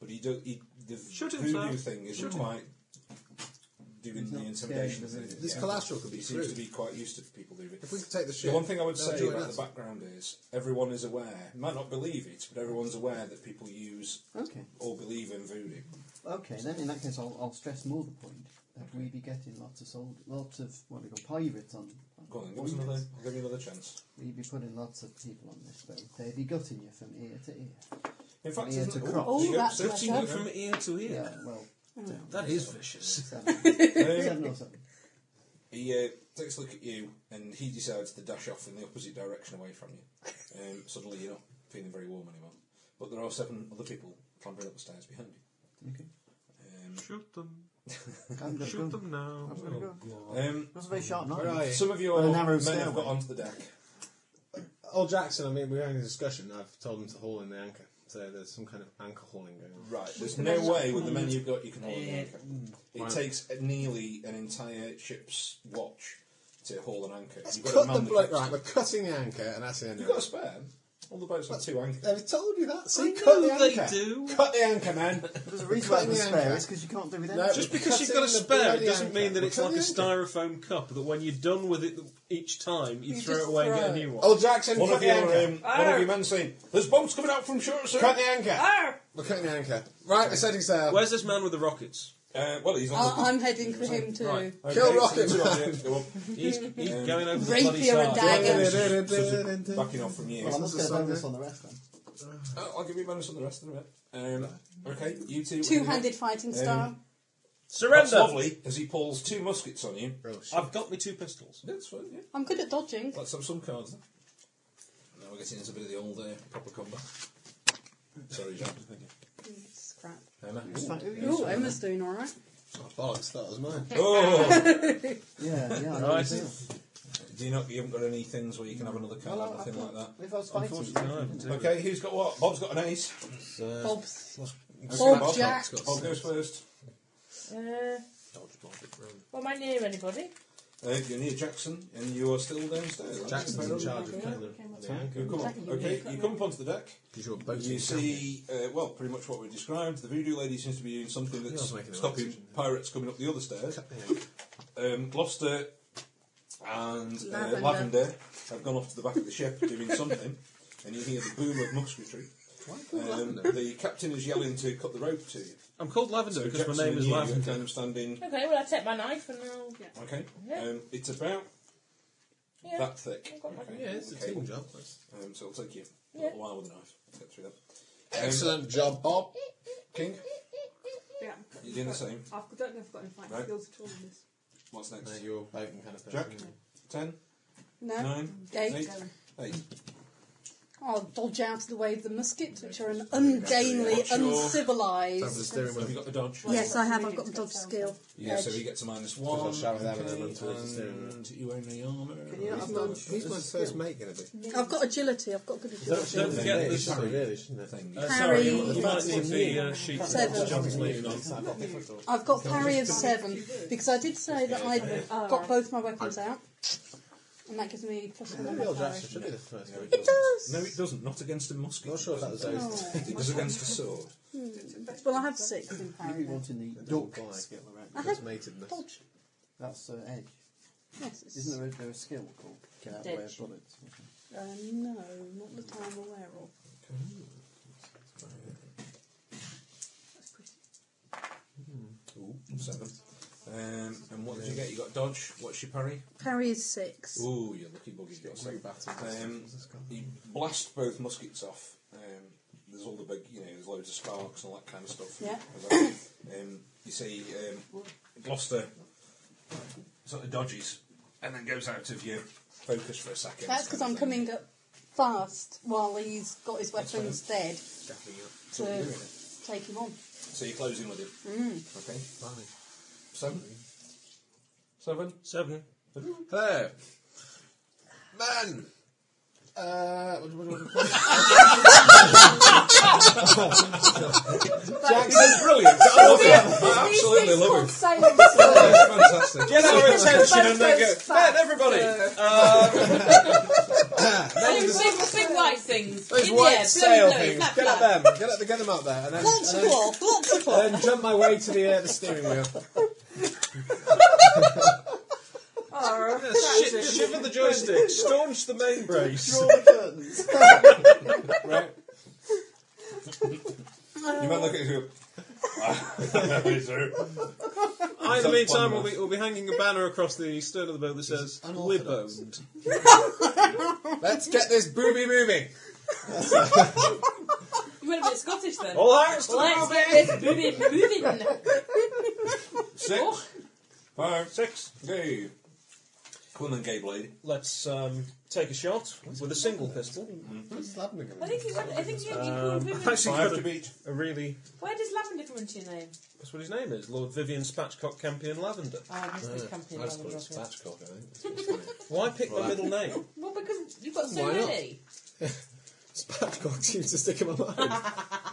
G: But he do he the
H: Shoot him,
G: voodoo
H: sir.
G: thing isn't
H: Shoot him.
G: quite doing
F: He's
G: the
F: not
G: intimidation
F: scared,
G: thing.
F: is he?
G: Yeah.
D: This collateral could be
G: He seems to
D: through.
G: be quite used to people doing it.
D: if we could take the ship.
G: The one thing I would
D: they'll
G: say
D: join
G: about
D: us.
G: the background is everyone is aware. You might not believe it, but everyone's aware that people use
F: Okay.
G: or believe in voodoo.
F: Okay, then in that case, I'll, I'll stress more the point that we be getting lots of sold, lots of what we call pirates on.
G: Go on, then, give us another. I'll give you another chance.
F: We be putting lots of people on this boat. They be gutting you from ear to ear.
G: In fact,
F: Yeah,
G: isn't
F: to
G: it?
F: crop.
G: you
I: Oh,
G: go
I: that's
G: 13
I: better.
G: you
H: From ear to ear.
F: Yeah, well,
H: That is vicious.
F: seven,
G: go.
F: seven or something.
G: He uh, takes a look at you and he decides to dash off in the opposite direction away from
D: <laughs>
G: you. Um, suddenly, you're not feeling very warm anymore. But there are seven other people clambering up the stairs behind
F: Okay.
G: you.
H: Shoot them.
F: I'm gonna
H: Shoot
F: go.
H: them now. Oh,
G: Um, um,
F: That's a very sharp
D: Where
F: knife.
D: are you?
G: some of your
F: Well, a
G: men
F: narrow
G: have
F: stairway.
G: got onto the deck.
D: Old Jackson, I mean, we we're having a discussion. I've told him to haul in the anchor. So there's some kind of anchor hauling going on.
G: Right, there's no way with the men you've got you can haul an anchor.
D: Mm.
G: It takes nearly an entire ship's watch to haul an anchor. You've got a
D: Cut
G: man
D: the
G: that
D: bloke
G: keeps-
D: right. We're cutting the anchor, and that's the end
G: You've
D: of
G: got a
D: it.
G: spare. All the boats have two anchors.
D: I've told you that. See,
H: I
D: cut
H: know
D: the
H: they
D: anchor.
H: do.
D: Cut the anchor, man.
F: There's a reason why
D: Cutting
F: it's
D: the
F: spare
D: anchor.
F: is because you can't do it
D: No,
F: anyway.
H: Just because you've
D: Cutting
H: got a
D: the
H: spare
D: bloody
H: doesn't
D: anchor.
H: mean that it's like
D: Cutting
H: a
D: the anchor.
H: styrofoam cup that when you're done with it each time you,
I: You
H: throw it
I: just
H: away and
I: throw
H: get a
I: it.
H: new one.
D: Old Jackson,
G: One
D: cut
G: of,
D: the
G: your,
D: anchor.
G: um, one of your men saying, There's boats coming out from shore, sir!
D: Cut the anchor.
J: Ah!
K: Arr,
D: We're cutting the anchor. Right, we're setting sail.
H: Where's this man with the rockets?
G: Uh, well, he's on the
I: I- I'm heading for him too.
H: Right.
G: Okay,
D: Kill
G: so
D: Rocket
G: two
D: Man.
G: ideas go Um, up.
H: He's, he's going over the
I: Rapier
H: bloody side.
I: and dagger.
G: Sort of backing off from you.
F: Well, I'm not
D: That's
F: going
D: a song,
F: to blame this
D: eh?
F: on the rest then.
G: Oh, I'll give you a bonus on the rest of it. Um, okay, you two.
I: Two-handed fighting
G: Um,
I: style.
G: That's
H: Surrender!
G: lovely, as he pulls two muskets on you.
D: Oh,
H: I've got me two pistols.
G: That's fine, yeah.
I: I'm good at dodging.
G: Let's have some cards then. Now we're getting into a bit of the old uh, proper combat. Sorry, Jack.
I: Scrap.
G: Emma.
F: It's fine. Ooh,
I: Oh, Emma's doing all right.
D: Oh, bollocks, that was mine.
G: Oh!
F: Yeah, yeah. I know
H: Right.
F: the feel.
G: Do you not? You haven't got any things where you can have another card,
F: Well, I- I
G: nothing like
F: can't-
G: that.
F: if I was fighting,
G: Unfortunately,
F: I couldn't do
G: no.
F: it.
G: Okay, who's got what? Bob's got an ace. Uh,
I: Bob's.
G: Okay,
I: Bob Jack's got
G: Bob goes
I: six.
G: first.
J: Uh, well, am I near anybody?
G: Uh, you're near Jackson, and you are still downstairs. aren't you?
D: Jackson's in charge of
G: Yeah.
D: Caleb.
G: Yeah, you come up. Okay, you come up onto the deck. You see, uh, well, pretty much what we described. The voodoo lady seems to be doing something that's
D: That's making the
G: stopping
D: right
G: pirates coming up the other stairs. Um, Gloucester and uh,
I: Lavender.
G: Lavender. have gone off to the back of the ship doing something, and you hear the boom of musketry. Um, the captain is yelling to cut the rope to you.
H: I'm called Lavender
G: So
H: because my
G: Jackson
H: name
G: and
H: is
G: you are
H: Lavender.
G: Kind of standing.
J: Okay, well, I'll take my knife and I'll.
G: Okay.
J: Yeah.
G: Um, it's about
J: yeah.
G: that thick.
J: I've got my
G: Okay.
J: Yeah,
H: it's a
G: Okay.
H: tool job.
G: Um, so it'll take you a
J: Yeah.
G: little while with a knife to get through that. Um,
D: Excellent job, Bob.
G: King,
K: Yeah.
G: You're doing the same.
K: I don't know if I've got any fighting
G: Right.
K: skills at all <laughs> in this.
G: what's next?
D: No, you're bacon kind of
G: Jack,
D: person.
G: ten,
I: No.
G: nine,
I: Eight.
G: eight, eight.
I: I'll dodge out of Oh, the way of the muskets, which are an ungainly,
G: What's your-
D: Have the
I: uncivilised.
D: steering
G: Have you
D: wheel.
G: got the dodge?
I: Yes, I have. I've got the dodge skill.
G: Yeah, so
I: Edge.
G: you get to minus
D: I'll
G: one.
D: shout with that and then run towards the
G: okay,
D: steering wheel.
G: and you own the armour.
D: He's my- He's my first mate going to be.
I: I've got agility. I've got good
D: Don't
I: agility.
H: don't forget
D: forget
H: this
D: this
H: time.
D: really, shouldn't it?
G: Thing.
H: Uh,
I: Harry.
H: sorry, you, you might need the uh, sheet.
I: Seven.
H: John's moving on.
I: I've got parry of seven because I did say that I have got both my weapons out, and that gives me plus one. on my
D: Real
I: parry.
D: Jackson should be the first.
G: No,
D: one.
G: it
I: It
G: doesn't.
I: does.
G: No, it doesn't. Not against a musket.
D: Not sure if that was those.
G: It was against a sword.
I: Well, I have six in parry.
F: Maybe
I: then.
F: wanting the
D: Don't
F: dog
D: buy.
F: skill, right?
I: I
D: That's
I: have
D: matedness.
I: dodge.
F: That's uh, edge.
I: Yes, it's-
F: Isn't there a, there a skill called get out of the way of
J: Edge.
F: bullets?
I: Uh, no, not that I'm aware of.
G: Ooh, seven. Um, and what did you get? You got dodge. What's your parry?
I: Parry is six.
G: Ooh, you're lucky buggy. You got seven. Um, you blast both muskets off. Um, there's all the big, you know, there's loads of sparks and all that kind of stuff.
I: Yeah.
G: um, you see um, Gloucester sort of dodges and then goes out of your focus for a second.
I: That's because I'm coming up fast while he's got his weapons dead to Mm. take him on.
G: So you close in with him. Okay. Seven. Seven.
H: Seven.
D: Hello. Man! Uh, what, what, what,
G: Jackson, brilliant. I love it. I absolutely love it. It's fantastic.
H: Get our attention
I: both
H: and then go,
I: goes back.
H: "Man, everybody!
J: Big, big, big white things.
D: those
J: in
D: white
J: the air,
D: sail
J: blue, blue,
D: things.
J: black,
D: Get at
J: black.
D: them. Get at the, get them up there, and then,
I: Lots of
D: and then,
I: cloth, lots of cloth.
D: and then jump my way to the uh, the steering wheel.
H: Shi- shiver the joystick, staunch the main brace. <laughs>
I: Uh,
G: Right. you might look at it and go, "Ah." So-
H: I, in the
G: Some
H: meantime, will
G: fun
H: be, will be hanging a banner across the stern of the boat that says, Lib owned.
D: Let's get this booby moving.
J: You went a bit Scottish then.
H: All hands to the
J: Let's get this moving, moving.
G: Six. Five. Six. Gabe. Come on then, Gabe lady.
H: Let's um, take a shot with a single pistol.
D: What's happening?
J: I think you went, I think you you
H: Um,
J: called
H: I've
J: Vivian.
H: actually
G: Five
H: got
G: to
H: a,
G: beat.
H: a really.
J: Where does lavender come into your name?
H: That's what his name is Lord Vivian Spatchcock Campion Lavender.
J: Oh, I missed
D: Uh,
J: this company.
D: I just call
J: lavender
D: it
J: off here.
D: spatchcock, I think.
H: Why pick the middle <laughs> name?
J: Well, because you've got so
D: Why not?
J: many.
D: spatchcock seems to stick in my mind for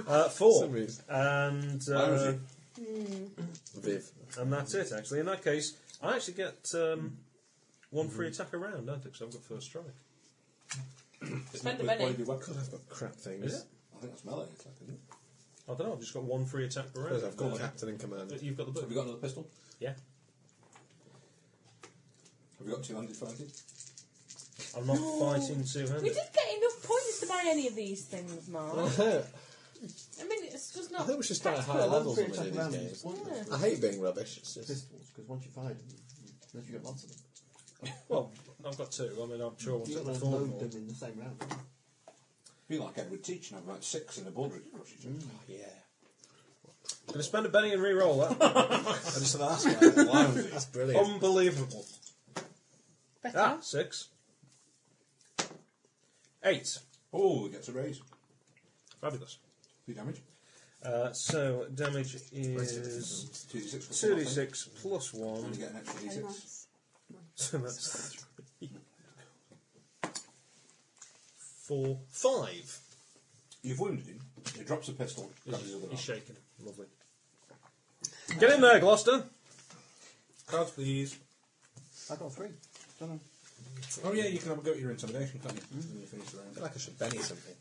H: Uh,
D: some
H: four.
D: reason.
H: And,
G: Where was
H: uh,
G: it?
D: Viv.
H: and that's it, actually. In that case, I actually get um, one free attack around, don't I? Because I've got first strike.
J: Spend the
G: With
J: money.
G: pointy weapon.
D: I've got crap things.
H: Is it?
G: I think that's melee attack, isn't it?
H: I don't know, I've just got one free attack per round.
D: I've got
H: Uh,
D: captain in command.
H: You've got the book.
G: Have you got another pistol?
H: Yeah.
G: Have you got two handed fighting?
H: I'm not fighting two
J: We
H: handed.
J: did get enough points to buy any of these things, Mark.
D: I
J: I mean, it's just not.
D: think we should start at higher
F: Well,
D: levels
F: pretty
D: on many
F: tough
D: of these
F: round,
D: games.
F: wasn't it?
D: I hate being rubbish. It's just
F: Pistols, because once you fire them, then you get lots of them.
H: Well, I've got two. I mean, I'm sure one's
F: You
H: at the
F: don't
H: four.
F: load
H: more.
F: them in the same round.
G: Be like Edward Teach and have about six in a boulder across each
H: Mm.
G: other. Oh, yeah.
H: Gonna spend a penny and re-roll that.
G: I just said that's why I love it.
D: <laughs> that's brilliant.
H: Unbelievable.
I: Better.
H: Ah, six. Eight.
G: Oh, it gets a raise.
H: Fabulous.
G: Two damage.
H: Uh, so damage is
G: Two d six.
H: two d six plus
G: And
H: one. <laughs>
G: you get an extra d
I: Very
G: six.
I: nice.
H: So that's three. for five.
G: You've wounded him. He drops a pistol. grabs his other
H: He's
G: arm.
H: shaken. Lovely. Get in there, Gloucester.
G: Cards, please.
F: I got three. Don't know.
G: Oh yeah, you can have a go at your intimidation, can't you? When you finish the round.
D: like Hmm? I should Benny something.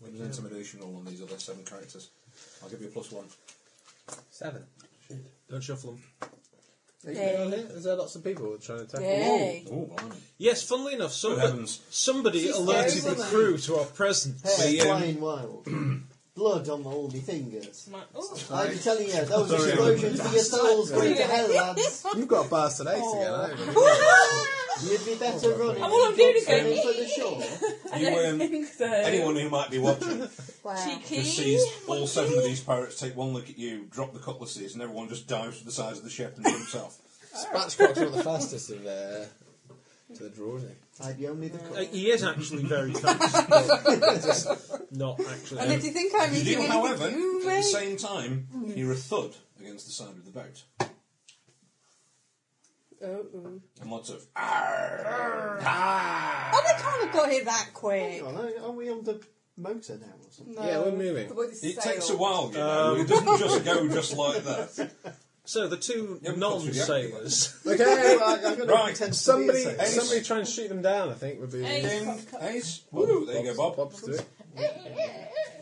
G: What was the intimidation roll on these other seven characters? I'll give you a plus one.
D: Seven.
H: Don't shuffle them.
D: Are you
J: Yay.
D: all here? Is there lots of people trying to attack?
J: Yay.
G: Oh, blimey.
H: Yes, funnily enough, somebody,
G: heavens.
H: somebody
F: She's
H: alerted
F: scary,
H: the
F: isn't
H: crew to our presence.
F: Hair
G: The, um,
D: <clears throat>
F: flying wild. Blood on the holy fingers.
J: My, oh,
F: I'm telling you, those
D: Sorry,
F: are
D: I'm
F: explosions for your souls going to
J: <laughs>
F: hell, lads.
D: You've got a bar today together, haven't <laughs> you?
F: You'd be better running.
J: Ah! all I'm doing is
F: than
J: going,
F: for the shore.
J: <laughs> I
G: You,
J: don't
G: um,
J: think so.
G: Anyone who might be watching
I: Wow.
J: Cheeky.
G: just sees all seven of these pirates take one look at you, drop the cutlasses, and everyone just dives to the sides of the ship and himself.
D: Spatchcock's one of the fastest of uh, to the draw, isn't he?
F: I'd be only the
H: Uh,
F: cook.
H: he is
F: <laughs>
H: actually very fast. Just not actually.
I: And if you think I'm
G: You
I: eating
G: do,
I: anything,
G: however, at
I: you
G: the
I: may-
G: same time, hear a thud against the side of the boat.
I: Uh-oh.
G: And lots of "Arr, arr."
I: Oh, they can't have got here that quick.
F: Hang on, Aren't we on the motor now or something?
I: No.
D: Yeah, we're moving.
I: The way they
G: It
I: sail.
G: takes a while, you
D: Um.
G: know. It doesn't just go just
D: <laughs>
G: like that.
H: So the two
G: Yeah, we've got to react to it.
H: non-sailors.
D: Okay,
F: I, I'm going
G: Right,
F: to pretend
D: somebody,
F: to be a sailor.
D: somebody try and shoot them down. I think <laughs> would be.
J: Hey.
G: Ding, ace. Woo, there you go, Bob.
D: Bob's do it.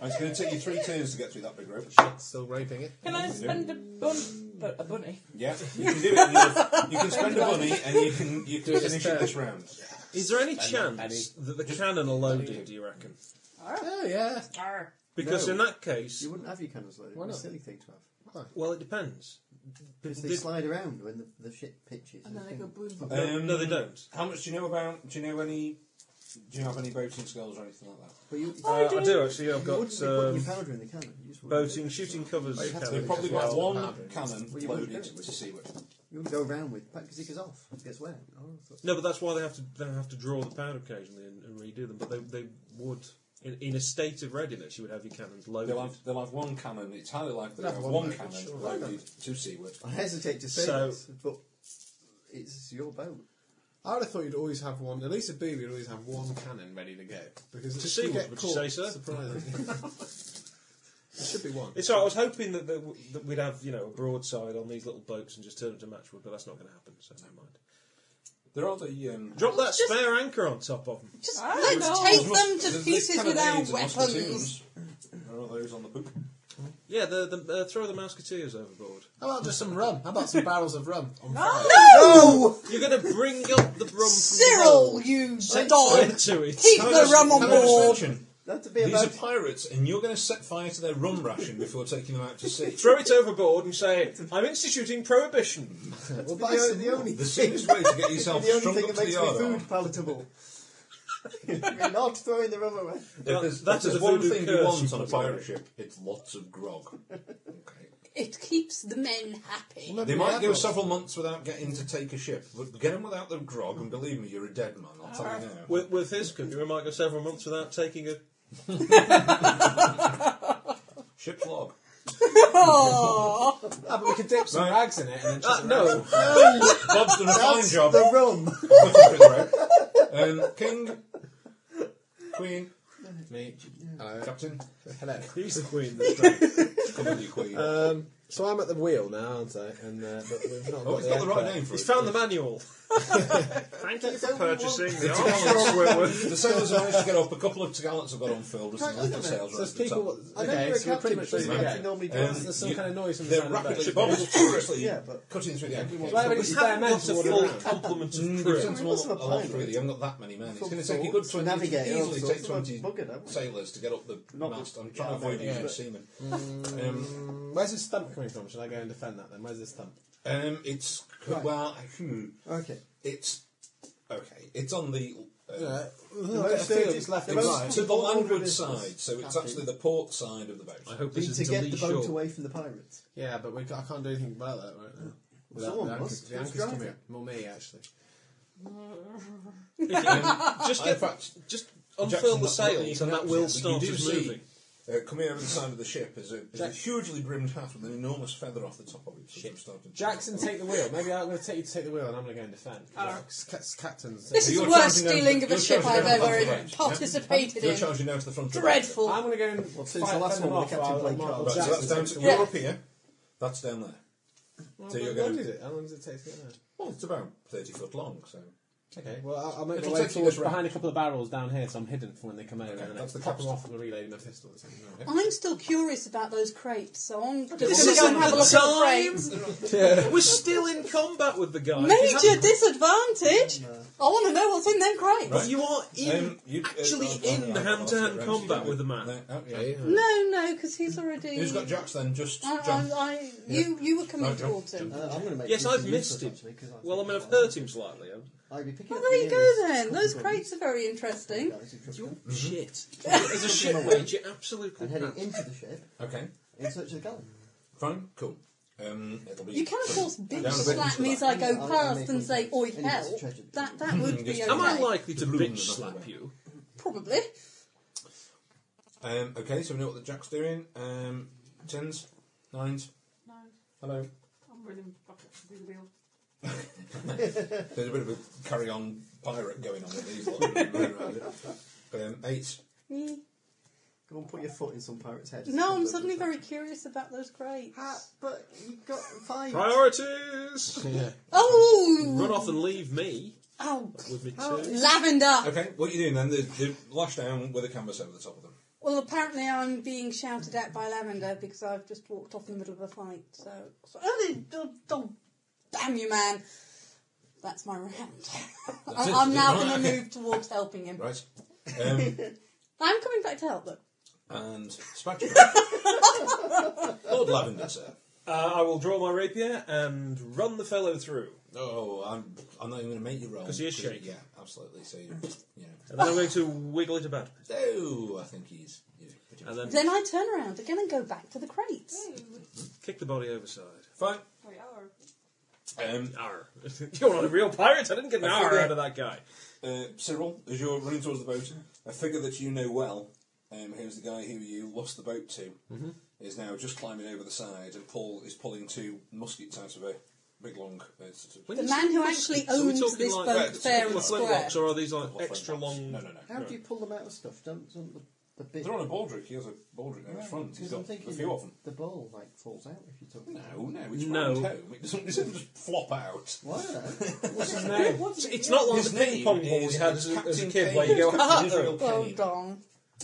G: It's going to take you three turns to get through that big rope.
D: Still raping it.
J: Can I spend a bun? bu- A bunny?
G: Yeah, <laughs> you can do it. in the- You can spend a money and you can you can
D: Do it
G: finish
D: instead.
G: it this round.
H: Is there any chance that the cannon are loaded? Do you reckon?
D: Oh yeah.
H: Because
D: No.
H: in that case,
F: You wouldn't have your cannons loaded.
D: Why
F: It's a
D: not?
F: silly thing to have.
H: well, it depends.
F: Because they
H: Did-
F: slide around when the, the ship pitches.
K: And then they
F: think-
K: go boom.
H: No,
G: Um,
H: no, they don't.
G: How much do you know about? Do you know any? Do you have any boating skills or anything like that?
F: But you,
H: Uh, I do actually.
F: you wouldn't
H: I've
F: be
H: got
F: putting
H: um,
F: your powder in the cannon. You just wouldn't do
H: boating,
F: it.
H: shooting covers.
F: Oh, you have to
G: They've
H: cannon.
G: probably
D: Well,
G: got one
D: powder.
G: cannon
F: Well, you wouldn't do
G: loaded
F: it.
G: to see which.
F: You wouldn't go around with because it goes off. It gets wet.
H: No, but that's why they have to they have to draw the powder occasionally and, and redo them. But they they would in, in a state of readiness. You would have your cannons loaded.
G: They'll have, they'll have one cannon. It's highly likely they'll
D: No,
G: have
D: one
G: one
D: loaded,
G: cannon
D: sure.
G: loaded to seaward.
F: I hesitate to say
H: So-
F: this, but it's your boat.
D: I would have thought you'd always have one. At least a boob, you'd always have one cannon ready to go because if
H: see
D: you
H: what
D: get
H: would you
D: caught,
H: say, sir?
D: Surprising. <laughs> there should be one.
H: It's all right, I was hoping that, they w- that we'd have you know a broadside on these little boats and just turn them to matchwood, but that's not going to happen. So never mind.
G: There are the um,
H: Drop that spare anchor on top of them.
I: Just
J: I
I: let's
J: don't
I: take
G: there's
I: them
G: mus-
I: to
G: there's- there's
I: pieces
G: cannonades
I: without
G: and
I: weapons.
G: musketeers. There are those on the poop.
H: Yeah, the, the, uh, throw the musketeers overboard.
D: How about just some rum? How about some barrels of rum? On fire?
I: No!
H: You're going to bring up the rum. From
I: Cyril, you
F: <laughs>
H: <laughs>
I: dog!
H: into it.
I: Keep the rum on
G: Can I just
I: board!
G: mention,
F: That'd be
G: These are
F: about.
G: pirates, and you're going to set fire to their rum ration before taking them out to <laughs> sea.
H: Throw it overboard and say, "I'm instituting prohibition."
F: Well, the, the only
G: The soonest way to get
D: <laughs>
G: yourself
F: the only
G: strung
F: thing
G: up
F: that
G: to
F: makes
G: the
F: me
G: yard.
F: food palatable. <laughs> You're not throwing the rum away.
H: That-
G: If there's,
H: that
G: if
H: is
G: there's
H: a
G: one
H: voodoo
G: thing
H: curse
G: you
H: you
G: want on a
H: put on
G: pirate
H: it.
G: ship, it's lots of grog. Okay.
I: It keeps the men happy.
G: <laughs> They might go several months without getting to take a ship, but get them without the grog, and believe me, you're a dead man. I'll tell you now.
H: With, with his country, we might go several months without taking a.
G: Ship log.
D: Ah, but we could <laughs> dip some rags in it and then chuck
H: no,
G: Ah, <laughs> Bob's done a fine job.
F: The rum.
G: Putting through the rope. Um, king, queen,
D: me.
G: captain,
D: Hello.
H: he's the queen. That's right.
G: come on, you queen.
D: Um, so I'm at the wheel now, aren't I? And uh, but we've not
G: oh,
D: got
G: he's got the right
D: emperor.
G: name for
H: He's
G: it.
H: found the manual. <laughs> Thank you for purchasing the
G: Armstrong
H: Whitworth.
G: The sailors have managed to get up. A couple of gallants have got unfilled. There's some
F: Right,
G: little
F: isn't it?
G: sails
D: So
G: right
D: there's
G: at the top.
D: people.
F: I
D: Okay,
F: remember a
D: so we're
F: captain
D: pretty much
F: which was
D: leaving
F: captain
D: it.
F: normally
G: Um,
F: drives.
D: There's some
G: you-
D: kind of noise from the
G: They're
D: side of the boat.
G: rapidly. Bob is furiously
F: Yeah, but-
G: cutting through the anchor.
D: Well,
H: We
D: it's bare
H: haven't
D: men
H: got
D: to
H: a
D: water
H: full
D: around.
H: complement of
G: You've
H: crew.
G: sent them all,
F: Must have a
G: all, all
F: pilot.
G: through. You haven't got that many men. It's
F: Full
G: going to take a good
F: sorts,
G: 20,
F: navigate, all
G: easily
F: sorts.
G: take
F: Well,
G: 20
F: bugger, don't we?
G: sailors to get up the
F: Not
G: mast. I'm
F: yeah,
G: trying to avoid
F: yeah,
G: using
F: but-
G: seamen. Um,
D: Mm, Where's this stump coming from? Should I go and defend that then? Where's this stump?
G: um, it's,
F: Right.
G: well, hmm,
F: Okay.
G: it's, okay, it's on the, uh,
D: Yeah.
F: The most urgent- the
G: it's
F: most
G: to the
F: important
G: landward
F: business,
G: side, so it's
F: Captain,
G: actually the port side of the boat.
H: I hope
F: be
H: this
F: to
H: is
F: get the
H: Delishaw.
F: boat away from the pirates.
D: Yeah, but we, ca- I can't do anything about that right now. Without
F: Someone
D: the anchor-
F: must.
D: The
F: Who's
D: anchor's coming
F: driving?
D: up. More me, actually.
H: If you- just
G: In
H: get
G: fact,
H: just unfurl the
G: Jackson, that's what you
H: sails,
G: can
H: and that
G: actually-
H: will
G: you
H: start
G: do
H: us
G: see
H: moving.
G: Uh, coming over the side of the ship is a, is a hugely brimmed hat with an enormous feather off the top of it. Shit.
D: Jackson, take the wheel. Maybe I'm going to take you to take the wheel, and I'm going to go and defend.
I: Alright.
D: Captain's
I: This is the worst stealing of a ship I've ever participated in. Dreadful.
D: I'm going to go and
I: Well,
F: since
D: fight
F: the last
D: them
F: one, we
D: off
F: kept him
D: while
F: playing
D: Michael
G: Right, so
D: Jackson
G: that's down
D: takes
G: to
D: the
G: we're
D: wheel.
G: up here. That's down there.
D: Well,
G: so you're
D: How long
G: going
D: did
G: to.
D: it? How long does it take to get there?
G: Well, it's about thirty foot long, so.
D: Okay, well, I'll, I'll make my
G: It'll
D: way
G: take you
D: towards
G: this round.
D: behind a couple of barrels down here, so I'm hidden from when they come over. and
G: that's
D: then
G: the
D: pop them
G: capstan.
D: off and reloading the pistol. Or something.
I: <laughs> I'm still curious about those crepes, so I'm going to
H: This
I: go and
H: isn't
I: have a look at the crepes.
H: the time. We're still in combat with the guy. He's
I: Major
H: having-
I: disadvantage. I want to know what's in them crepes.
H: But you are in,
G: Um, you-
H: actually
G: uh, I'll-
H: in
G: I'll- I'll- I'll-
H: hand-to-hand
G: I'll-
H: combat
G: I'll-
H: with the man.
G: Okay.
I: No, no, because he's already.
G: Who's got Jacks then? Just Oh,
I: I,
G: John.
I: I, I, you, you were coming
G: Right, John.
I: towards him.
F: Uh,
H: Yes, I've missed him. Well, I mean, I've hurt him slightly.
F: I'd be picking
I: Well, Oh, there you go then. Those crates are very interesting.
H: Mm-hmm. Shit. As a ship wage, you absolutely
F: and heading
H: can.
F: into the ship
G: Okay.
F: in search of the galley.
G: Fine. Cool. Um, it'll be
I: You can, of course,
G: down a
I: bitch
G: bit
I: slap
G: into
I: me
G: that.
I: as I
F: Yeah,
I: go
F: I'll- I'll
I: past
F: make
I: and
F: one
I: say,
F: too.
I: oi,
F: Anyway, it's
I: hell.
F: treasure.
I: That, that
G: Mm,
I: would be okay.
H: Am I likely to bitch slap you?
I: Probably.
G: Um, okay, so we know what the jack's doing. Um, tens, nines.
K: No,
G: Hello.
K: I'm really fucking do the wheel.
G: <laughs> There's a bit of a carry-on pirate going on with these.
I: <laughs>
G: lot. um, eight.
I: Mm.
F: Go on, put your foot in some pirate's head.
I: No, I'm suddenly very curious about those crates.
F: Ah, but you got five.
H: Priorities! Run
I: Oh!
H: off and leave me
I: Oh,
H: with me
F: Oh,
H: too.
I: lavender!
G: Okay, what are you doing then? They, they lash down with a canvas over the top of them.
I: Well, apparently I'm being shouted at by Lavender because I've just walked off in the middle of a fight. So, so oh, they- oh, oh, damn you, man! That's my round. <laughs> I'm, I'm now
G: Right,
I: going to
G: okay.
I: move towards helping him.
G: <laughs> Right. Um,
I: <laughs> I'm coming back to help, though.
G: and
I: <laughs>
G: spatula. Lord Lavender, sir.
H: Uh, I will draw my rapier and run the fellow through.
G: Oh, I'm, I'm not even going to make you roll.
H: 'Cause he is shaking.
G: Yeah, absolutely. So, you, you know.
H: And then I'm going to wiggle it about.
G: Oh, I think he's... he's pretty
H: And then
I: Then I turn around again and go back to the crates.
G: Mm.
H: kick the body overside.
G: Fine.
K: Wait, oh.
G: Um,
H: Arr. <laughs> You're not a real pirate. I didn't get an
G: I
H: hour
G: figure-
H: out of that guy.
G: uh, Cyril, as you're running towards the boat, a figure that you know well, um, who's the guy who you lost the boat to,
H: Mm-hmm.
G: is now just climbing over the side, and Paul is pulling two muskets out of a big long... Uh, sort of-
I: The man who actually
H: So we're
I: owns
H: talking
I: this
H: like
I: boat
G: that,
I: fair
G: so
I: and
G: it's
I: square.
H: flintlocks, or are these like
G: Not
H: extra
G: flamethrowers.
H: long?
G: No, no, no.
F: How do you pull them out of stuff? Don't, don't the, the bit.
G: They're on a baldric. He has a baldric in his front. He's
F: Because I'm
G: got a
F: thinking
G: few of them.
F: the ball like falls out if you took it.
G: No, no, it's
H: No.
G: no. home. It doesn't, it doesn't just flop out.
F: Why not?
H: What's his name? It's, it's not like
G: His
H: the ping
G: name
H: pong ball we
G: is-
H: had
G: is
H: as a, as a
G: Captain
H: kid,
G: Kane.
H: where you
G: <laughs>
H: go, "Ah!"
G: It's
H: ha ha.
G: Captain Israel.
H: throw.
I: Well
G: Kane.
I: done.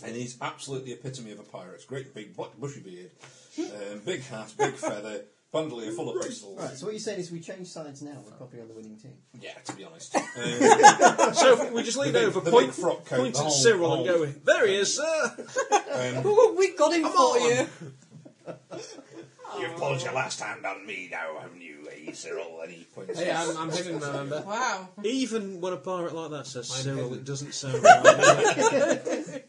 G: And he's absolutely the epitome of a pirate. Great big black bushy beard, um, big hat, big feather, bandolier full of pistols.
F: Right, so what you're saying is we change sides now, we're probably on the winning team.
G: Yeah, to be honest. Um,
H: So if we just lean
G: The big-
H: over,
G: the
H: point,
G: big frock coat, Oh,
H: point
G: the
H: at
G: whole-
H: Cyril and
G: whole-
H: go, there he is, sir.
I: Ooh, we got him for you.
A: You've pulled your last hand on me now, haven't you, eh, Cyril? And he points.
D: Hey, I'm, I'm hidden, remember?
J: Wow.
H: Even when a pirate like that says
D: I'm
H: Cyril,
D: hidden.
H: it doesn't
G: <laughs>
H: sound right.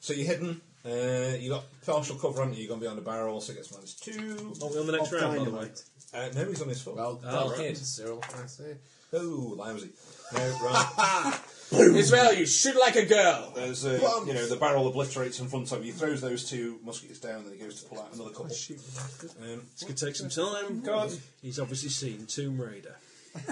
G: so you're hidden. Uh, you got partial cover on you. You've gone behind a barrel, so it gets minus two.
H: Aren't we on the next
F: Of
H: round, by the way?
F: dynamite.
G: Uh, no, he's on his foot.
D: Well
H: Oh,
D: done,
H: right.
D: Cyril. I see.
G: oh, lousy. No, right.
H: <laughs>
D: Israel, you shoot like a girl.
G: There's a, you know, the barrel obliterates in front of you. He throws those two muskets down, and he goes to pull out another
H: Oh,
G: couple. Um,
H: This could take some time. God. He's obviously seen Tomb Raider.
G: why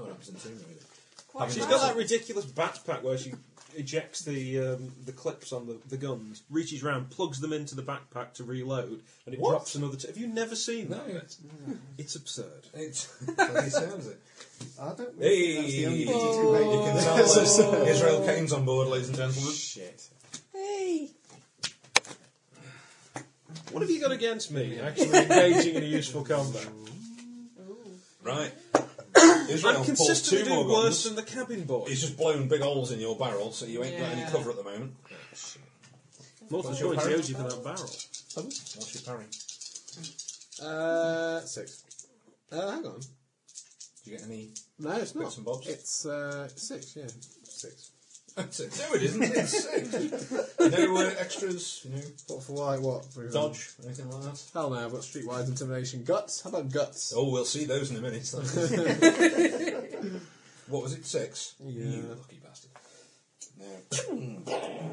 G: would I present Tomb Raider?
K: Quite
H: She's
K: nice.
H: got that ridiculous backpack where she ejects the um, the clips on the, the guns, reaches round, plugs them into the backpack to reload, and it
G: What?
H: drops another. T- Have you never seen that?
G: No.
H: It's absurd.
G: It's, <laughs> it sounds it.
F: I don't
G: Hey,
F: really think that's the only
G: you
F: thing to
G: can tell uh, Israel Kane's on board, ladies and gentlemen.
D: Shit.
I: Hey.
H: What have you got against me? Actually engaging in a useful <laughs> combat.
G: Right.
H: I'm
G: Israel pulls
H: consistently
G: two more
H: doing worse
G: guns.
H: than the cabin boy.
G: He's just blown big holes in your barrel, so you ain't got any
J: Yeah.
G: cover at the moment.
H: Multiple
G: your
H: points he
G: parry?
H: owes you for that barrel.
G: What's your parry? Do
D: Uh, six. Uh, hang on.
G: you get any?
D: No, it's not.
G: Bits and bobs.
D: It's uh, six, yeah. Six.
G: <laughs> That's it. No, it isn't. It's six. <laughs> no uh, extras. You know,
D: What for why? What? For
G: dodge, anything like that.
D: Hell no, I've got streetwise intimidation. Guts? How about guts?
G: Oh, we'll see those in a <laughs> minute. what was it? Six.
D: Yeah.
G: <coughs> You lucky bastard. Now,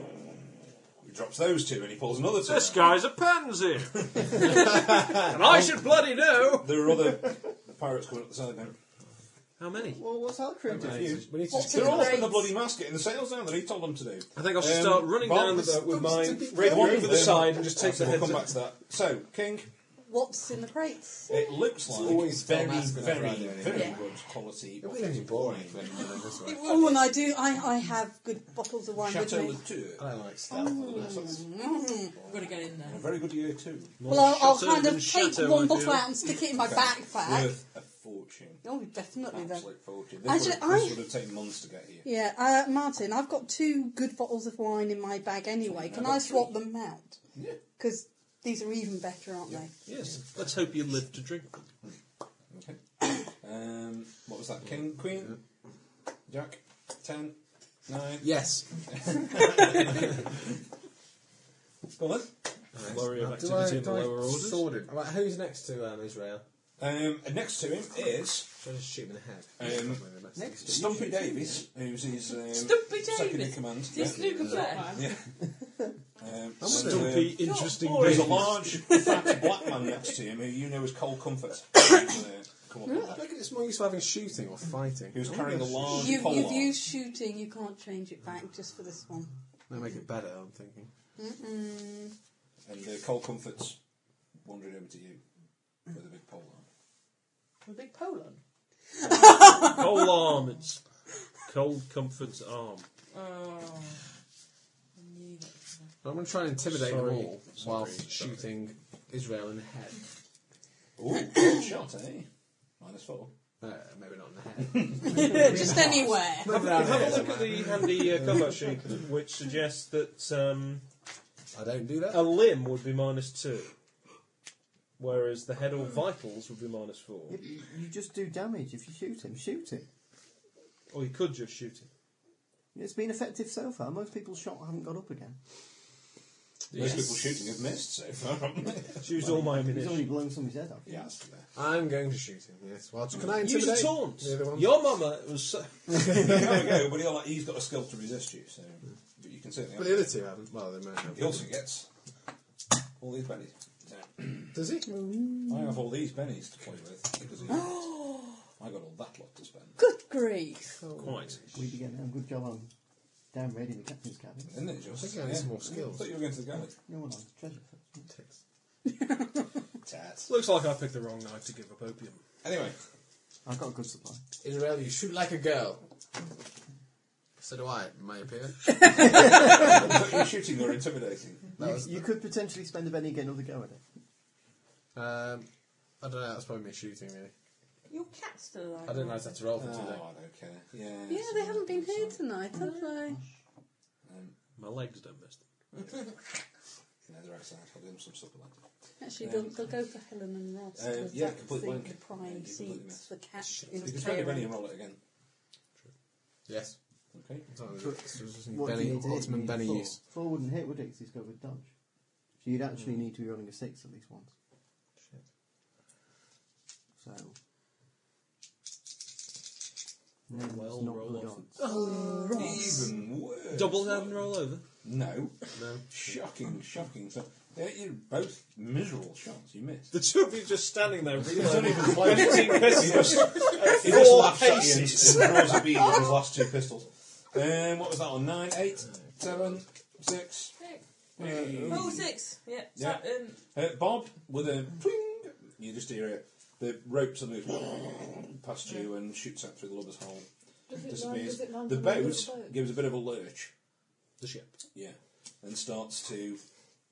G: drops those two and he pulls another two.
H: This guy's a <laughs> pansy. and I should bloody know.
G: There are other pirates coming up the side now.
H: How many?
F: Well, what's our crew
G: They're
F: doing?
G: all up in the bloody mask getting the sails down that he told them to do.
H: I think I should start running
G: Bob,
H: down the boat Um, Oh, with mine,
G: Raven,
H: one over the
G: Raven.
H: side, and just take the
G: We'll
H: heads.
G: come
H: off.
G: back to that. So, King,
I: What's in the crates?
G: it looks like
D: always
G: very,
D: Tom Aspen
G: very,
D: around doing it.
G: very
I: Yeah.
G: good quality.
D: It'd be really boring if anyone did it this
H: <laughs>
D: way.
I: Oh, and I do. I, I have good bottles of wine
G: Chateau
I: with me.
G: Latour.
D: I like stealth.
I: Mm.
J: I've got to get in there.
G: A very good year too.
I: Well, I'll, I'll
H: Chateau
I: kind
H: and
I: of take
H: Chateau,
I: one
H: my
I: bottle
H: dear.
I: out and stick it in my backpack.
G: Worth a fortune.
I: Oh, definitely then.
G: Absolute fortune. This,
I: Actually,
G: would, this
I: I-
G: would have taken months to get here.
I: Yeah, uh, Martin, I've got two good bottles of wine in my bag anyway. Can I swap them out?
G: Yeah.
I: Because these are even better, aren't they?
H: Yes. Let's hope you live to drink them.
G: Okay. Um, what was that? King, Queen, Jack, ten, nine.
D: Yes.
G: Go on.
H: Flurry of
D: Do I,
H: activity in the
D: do I
H: lower orders.
D: sword him? Right, who's next to um, Israel?
G: Um, and next to him is
D: Should I just shoot him in the head?
G: um,
D: next
G: Stumpy Davies, who's his um,
J: Stumpy
G: second in
J: Davies?
G: command.
J: Is this Luke and Blair?
G: Um,
H: Stumpy,
G: Stumpy.
H: interesting
G: There's a
H: baby.
G: <laughs> large, fat black man next to him who you know as Cole Comfort. He's, uh, <coughs> come up with that.
D: Look at it's more useful having shooting or fighting.
G: He was carrying a large
I: You,
G: pole
I: you've
G: arm.
I: used shooting, you can't change it back just for this one.
D: They make it better, I'm thinking.
I: Mm-mm.
G: And uh, Cole Comfort's wandering over to you with a big pole arm.
J: With a big pole on.
H: Cold arm. It's cold comfort's arm.
J: Oh. I knew that was there.
D: I'm going to try and intimidate them
H: Sorry.
D: all whilst shooting Israel in the head.
G: Ooh, good <coughs> shot, eh? Minus four.
D: No, Uh, maybe not in
H: <laughs>
D: the head.
I: just anywhere.
D: Maybe
H: Have
D: around
H: a
D: here
H: look at the handy uh, combat sheet, which suggests that um,
D: somewhere. I don't do
H: a
D: that.
H: limb would be minus two, whereas the head or vitals would be minus four.
F: You just do damage if you shoot him. Shoot him.
H: Or you could just shoot it.
F: It's been effective so far. Most people shot haven't got up again.
G: Most people shooting have missed so far, haven't they? <laughs>
H: It's used all my
F: He's already
H: ammunition.
F: blown somebody's head off.
G: yeah, that's fair.
D: I'm going to shoot him, yes. Well, can I
H: Use a
D: intimidate
H: taunt.
D: the other one?
H: Your mama was. uh, So,
G: You have a go, but he'll, he's got a skill to resist you, so but you can certainly.
D: But the other two haven't. Well, they may have.
G: he also gets all these bennies. So,
D: Does he?
F: Mm.
G: I have all these bennies to play with
I: <gasps>
G: because he. I got all that lot to spend.
I: Good grief.
H: quite.
F: We began a good job on Dan Red in the captain's cabin.
G: Isn't it, Joseph?
D: think I need some more skills.
G: I thought you were going to the galley.
F: No one on the treasure. first. <laughs>
G: Tats.
H: Looks like I picked the wrong knife to give up opium.
G: Anyway,
F: I've got a good supply.
D: Israel, you shoot like a girl. So do I, in my
H: <laughs>
D: opinion.
G: you're shooting or intimidating.
D: <laughs> That was,
F: You could potentially spend a penny and get another go at it.
D: um, I don't know, that's probably me shooting, really.
J: Your cat's still alive.
D: I didn't realise I had to roll
G: Oh,
D: for two,
F: Ah.
D: though.
G: I don't care. Yeah.
I: Yeah, they haven't been here tonight, have they?
H: My legs don't miss them.
G: No, Um, they're outside. I'll give them some supper later.
I: Actually, they'll, they'll go for Helen and Ross.
G: Uh,
I: 'cause
G: yeah,
I: that's
G: complete
I: the,
G: blank.
I: the
G: Yeah, you
I: prime
G: completely
I: seats for cat
G: You
I: in
G: can spend a
I: Cairo.
G: penny and roll it again.
D: Yes.
G: Okay.
F: What do
D: Benny,
F: you need to hit? You
D: ultimate
F: need
D: Benny
F: four.
D: use.
F: Four wouldn't hit, would it? 'Cause it's got with dodge. So you'd actually need to be rolling a six at least once. So. No, it's
H: Well,
F: not
H: roll
F: good
H: off.
F: odds.
G: Even worse.
H: Double head and roll over.
G: No.
H: No.
G: Shocking, shocking. So, yeah, you're both miserable shots. You missed. <laughs>
H: The two of you just standing there, reloading. <laughs>
G: He just laughs at you and, and throws a bead with his last two pistols. Um, what was that on? Nine, eight, seven, six.
J: Oh, six. Yeah. So,
G: Yeah.
J: um,
G: Uh, Bob with a twing. You just hear it. The ropes are loose <clears throat> past you and shoots out through the lubber's hole.
K: Does it land-
G: Disappears.
K: does it land
G: The
K: on another
G: boat
K: boat?
G: gives a bit of a lurch.
H: the ship.
G: Yeah, and starts to.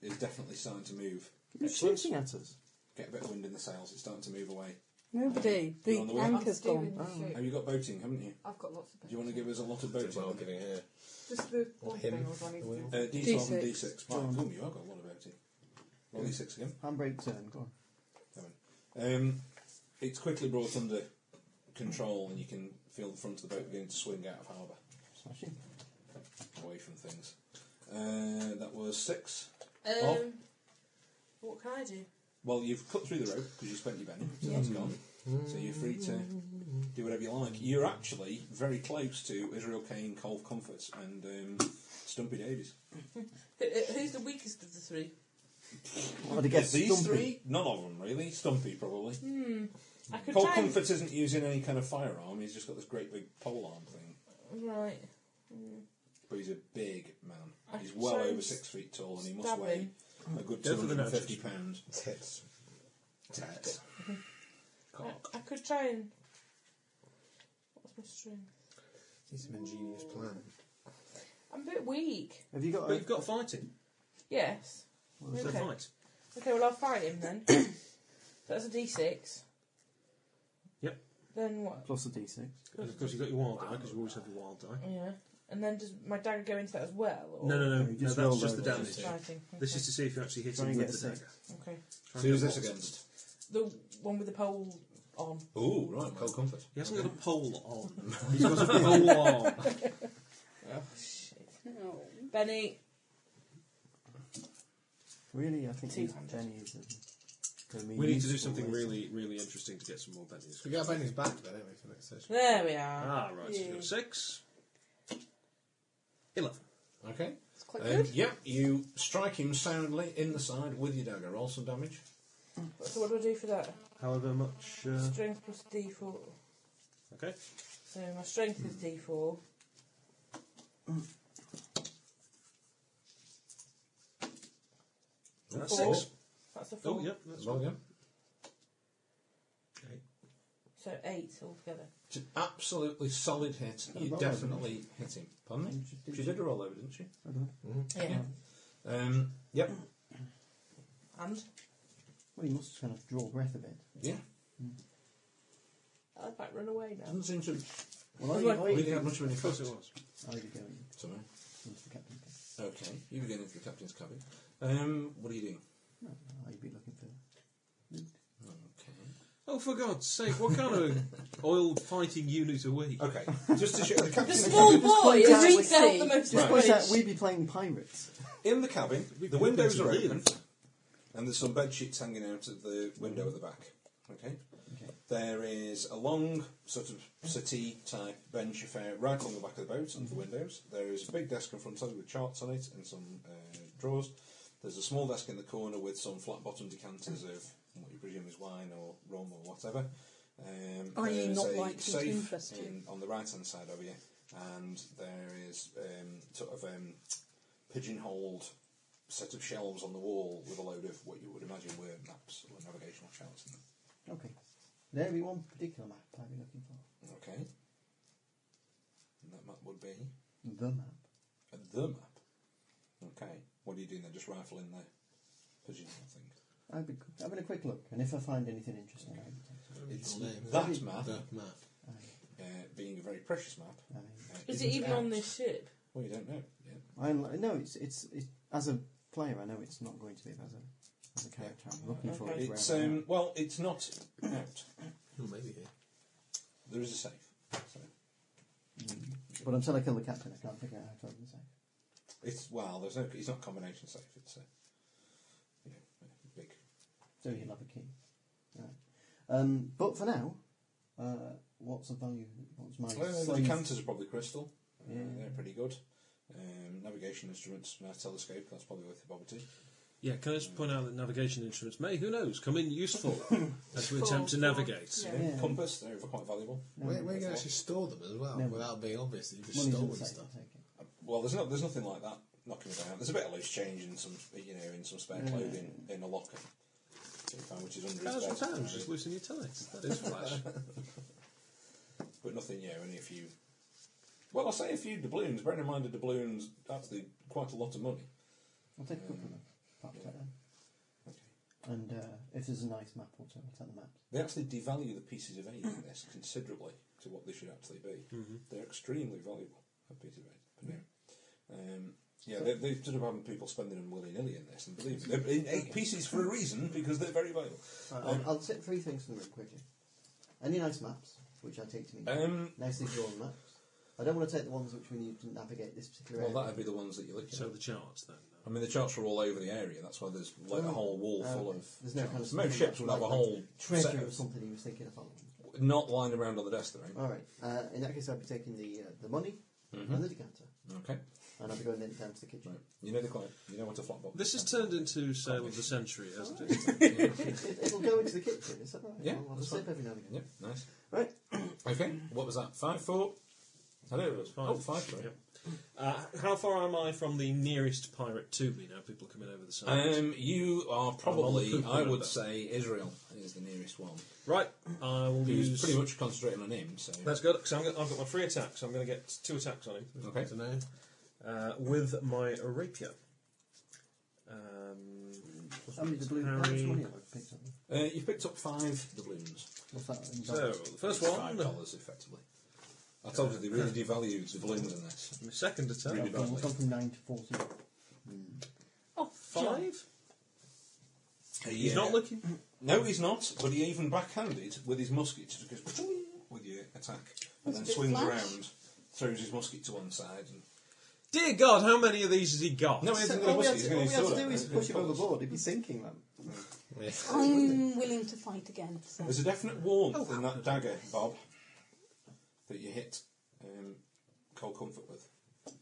G: Is definitely starting to move.
F: Who's shooting at us?
G: Get a bit of wind in the sails. It's starting to move away.
I: Nobody.
G: You're
I: The
G: on the way.
I: anchor's
K: Steering
J: Oh.
I: gone.
K: the ship.
G: Have you got boating? Haven't you?
K: I've got lots of
G: Do you want to give us a lot of boating?
D: Well, giving it
K: Just the one thing I was wanting to do.
G: Uh, D12 and
I: D6.
G: D6. Wow, boom, you have got a lot of boating. Roll D6 again.
F: Handbrake turn, go on.
G: Um, it's quickly brought under control, and you can feel the front of the boat beginning to swing out of harbour,
F: Smash him.
G: away from things. Uh, that was six.
J: um, what can I do?
G: Well, you've cut through the rope because you spent your penny, so that's gone. So you're free to do whatever you like. You're actually very close to Israel Kane, Cole Comforts, and um, Stumpy Davies.
J: Who, uh, who's the
H: three.
F: I'd have guessed
G: These
F: Stumpy.
G: three? None of them, really. Stumpy, probably.
J: Hmm. I could
G: Paul
J: try and-
G: Comfort isn't using any kind of firearm, he's just got this great big pole arm thing.
J: Right. Mm.
G: But he's a big man.
J: I
G: He's
J: could
G: well
J: try and
G: over six feet tall and he must
J: stab
G: weigh
J: him.
G: a good
D: Go for the
G: 250
D: nose.
G: pounds.
D: Tits.
G: Tats.
J: I, I could try and. What's my string?
D: It's an ingenious plan.
J: I'm a bit weak.
F: Have you got?
H: But you've got fighting.
J: Yes.
H: So
J: Okay.
H: fight.
J: Okay, well, I'll fight him then. <coughs> so that's a d6.
H: Yep.
J: Then what?
F: Plus a d6.
H: And of course, you've got your wild die, because you always have your wild die.
J: Yeah. And then does my dagger go into that as well? Or?
H: No, no, no.
F: You
H: no
F: just
H: that's
F: roll
H: just the
F: over.
H: damage.
J: Fighting,
H: This
J: okay.
H: is to see if you actually hit
F: Try
H: him
F: and
H: with
F: get
H: the
F: a six.
H: dagger.
J: Okay.
H: Try and
G: Who's
H: get
G: this
H: what-
G: against?
J: The one with the pole on.
G: Oh, right, Paul Comfort.
H: He hasn't got a pole on. <laughs> He's got a pole arm.
J: Oh, shit.
I: No.
J: Benny.
F: Really, I think these
J: 200.
F: Benny is. a- gonna be
H: We need to do
F: useful
H: something
F: later.
H: really, really interesting to get some more bennies.
D: We got Benny's back then, haven't we, for next session?
J: There we are.
H: Ah, right. So
I: Yeah.
H: you've got six. Eleven.
G: Okay.
I: It's quite
G: Um,
I: good.
G: yeah, you strike him soundly in the side with your dagger. Roll some damage.
H: Uh,
J: So what do I do for that?
H: However much. Uh,
J: Strength plus d4.
H: okay.
J: So my strength is d4.
H: That's
J: Four.
H: six.
J: That's a 4.
H: Oh, yep. That's
G: Roll again.
J: So 8 altogether.
G: It's an absolutely solid hit. You
F: roll
G: definitely hit him. Pardon me?
F: You just did-
G: She did a roll over, didn't she?
J: Mm-hmm. Yeah.
G: Um, yep.
J: And?
F: Well, you must kind of draw breath a bit.
G: Yeah.
J: I might run away now.
G: Doesn't seem to
F: Well, are
J: It's
F: you
J: like-
F: going?
G: really have much of an
H: Of course
G: effect.
H: it was.
F: Are you going
G: Sorry.
F: into the captain's cabin?
G: Okay. You were getting into the captain's cabin. Um, what are you doing?
F: Are you be looking for?
G: Okay.
H: Oh, for God's sake! What kind <laughs> of oil fighting unit are we?
G: Okay. Just to show
J: <laughs>
G: the
J: The
G: captain's
J: small
G: cabin.
J: boy
F: point out
J: is
F: we
J: reads out
I: see.
J: the most
F: Just point out
J: damage.
F: we'd be playing pirates.
G: In the cabin, the windows are
H: Leave.
G: open, and there's some bed sheets hanging out of the window at the back. Okay.
F: Okay.
G: There is a long sort of settee type bench affair right along the back of the boat under the windows. There is a big desk in front of it with charts on it and some uh, drawers. There's a small desk in the corner with some flat bottom decanters of what you presume is wine or rum or whatever. Um,
I: Are Oh, you
G: there is
I: not
G: a
I: likely to
G: safe
I: interest you?
G: in- on the right hand side of you, and there is um, sort of um, pigeonholed set of shelves on the wall with a load of what you would imagine were maps or navigational charts in them.
F: Okay. There be one particular map I'd be looking for.
G: Okay. And that map would be
F: The map.
G: uh, the map. Okay. What are you doing then? Just rifling the pigeonhole thing.
F: I'd be having a quick look, and if I find anything interesting, I would take
G: It's
F: That
G: that
F: is-
G: map,
H: That map.
G: uh, being a very precious map.
F: it. I mean,
G: Uh,
J: Is it
G: isn't
J: even
G: out.
J: on this ship?
G: Well, you don't know. Yeah.
F: I li- no, it's, it's it's as a player, I know it's not going to be as a as a character. I'm looking for it.
G: It's
F: wherever I am.
G: um, well, it's not <coughs> out.
D: Oh, maybe here.
G: There is a safe. So
F: but until I kill the captain, I can't figure out how to open the safe.
G: it's well, there's no. It's not a combination safe. It's a you know a big.
F: So he'll have a key. Right. Um, but for now, uh, what's the value? What's my
G: Well, the
F: slave-
G: decanters are probably crystal. Uh,
F: Yeah.
G: They're pretty good. Um, navigation instruments, nice telescope. That's probably worth a bob or two.
H: Yeah, can I just point out that navigation instruments may, who knows, come in <laughs> useful as we attempt to
J: Full-
H: navigate.
J: full-
G: Yeah.
J: yeah.
F: Yeah.
G: Compass, they're quite valuable.
D: Where, where you can actually store them as well,
F: No.
D: without being obvious that you've just
F: Money's in the
D: stolen
F: safe.
D: stuff.
F: I take it.
G: Well, there's not there's nothing like that knocking about. There's a bit of loose change in some you know in some spare clothing in a locker, that he found, which is under his
H: Thousand
G: bed.
H: pounds just loosen your ties. That is <laughs> flash.
G: But nothing, yeah. And if you, well, I'll say a few doubloons. Bearing in mind a doubloon's actually quite a lot of money.
F: I'll take a couple of them. Perhaps
G: yeah.
F: take them.
G: Okay.
F: And uh, if there's a nice map or two, I'll take the map.
G: They actually devalue the pieces of eight in this considerably to what they should actually be.
F: Mm-hmm.
G: They're extremely valuable. A piece of eight, but no.
F: Mm-hmm.
G: Um, yeah, they, they sort of having people spending them willy nilly in this, and believe me, they're in eight pieces for a reason because they're very valuable.
F: Right, I'll, I'll tip three things from them quickly. Any nice maps, which I take to mean
G: Um,
F: nicely drawn maps. I don't want to take the ones which we need to navigate this particular
G: well,
F: area.
G: that'd be the ones that you look at.
H: so the charts then.
G: I mean, the charts are all over the area. That's why there's like a whole wall
F: Oh,
G: full
F: okay.
G: of.
F: There's no kind
G: charts.
F: of
G: Most ships would
F: like-
G: have a
F: like
G: whole set
F: treasure or
G: of,
F: something he was thinking of following.
G: not lined around on the desk, there. Ain't. Mm-hmm.
F: All right. Uh, in that case, I'll be taking the uh, the money and the decanter.
G: Okay.
F: And I'll be going then down to the kitchen.
G: You know the client. You know what a flop box
H: This has turned into Sale of the Century, hasn't it?
F: It'll go into the kitchen, is that right?
G: Yeah,
F: I'll have a
G: that's
F: sip
G: fine.
F: every now and again.
G: Yep, nice.
F: Right.
G: Okay, what was that? Five, four. Hello, that's
H: Five.
G: Oh, five, sorry.
H: Mm-hmm. Yep. Uh, how far am I from the nearest pirate tube? You know, people coming over the side.
G: Um, you are
H: I'm
G: probably,
H: on the poop <laughs>
G: I would
H: number.
G: say, Israel is the nearest one.
H: right, I will
G: He was
H: use.
G: pretty much concentrating on him, so.
H: That's good. So I'm gonna, I've got my free attack, so I'm going to get two attacks on him.
G: <laughs> Okay.
H: So now, uh, with my rapier. Um,
F: How many of the blue
H: Harry-
F: pipes? One here, I've picked up.
G: Uh, you picked up five doubloons.
F: What's that? in
H: So
F: dollars?
H: the first
G: It's
H: one,
G: Five dollars, effectively. I told you they really devalued doubloons in this.
H: my second
G: Really
H: attack,
F: I've gone, I've
G: badly.
F: gone from 9 to 14.
J: Oh,
H: five.
G: He,
H: He's
G: uh,
H: not looking.
G: No, he's not, but he even backhanded with his musket. Just goes "Pshing" with your attack. And then
I: a bit
G: swings
I: flash.
G: around, throws his musket to one side. And...
H: Dear God, how many of these has he got?
G: No, he hasn't got a
F: all we
G: musket.
F: had
G: He's
F: to,
G: going
F: all
G: to
F: we had to
G: sword
F: do
G: out.
F: is push him overboard. He'd be sinking, man.
I: I'm willing to fight again. So.
G: There's a definite warmth
J: Oh,
G: in that dagger, Bob, that you hit um, Cole Comfort with.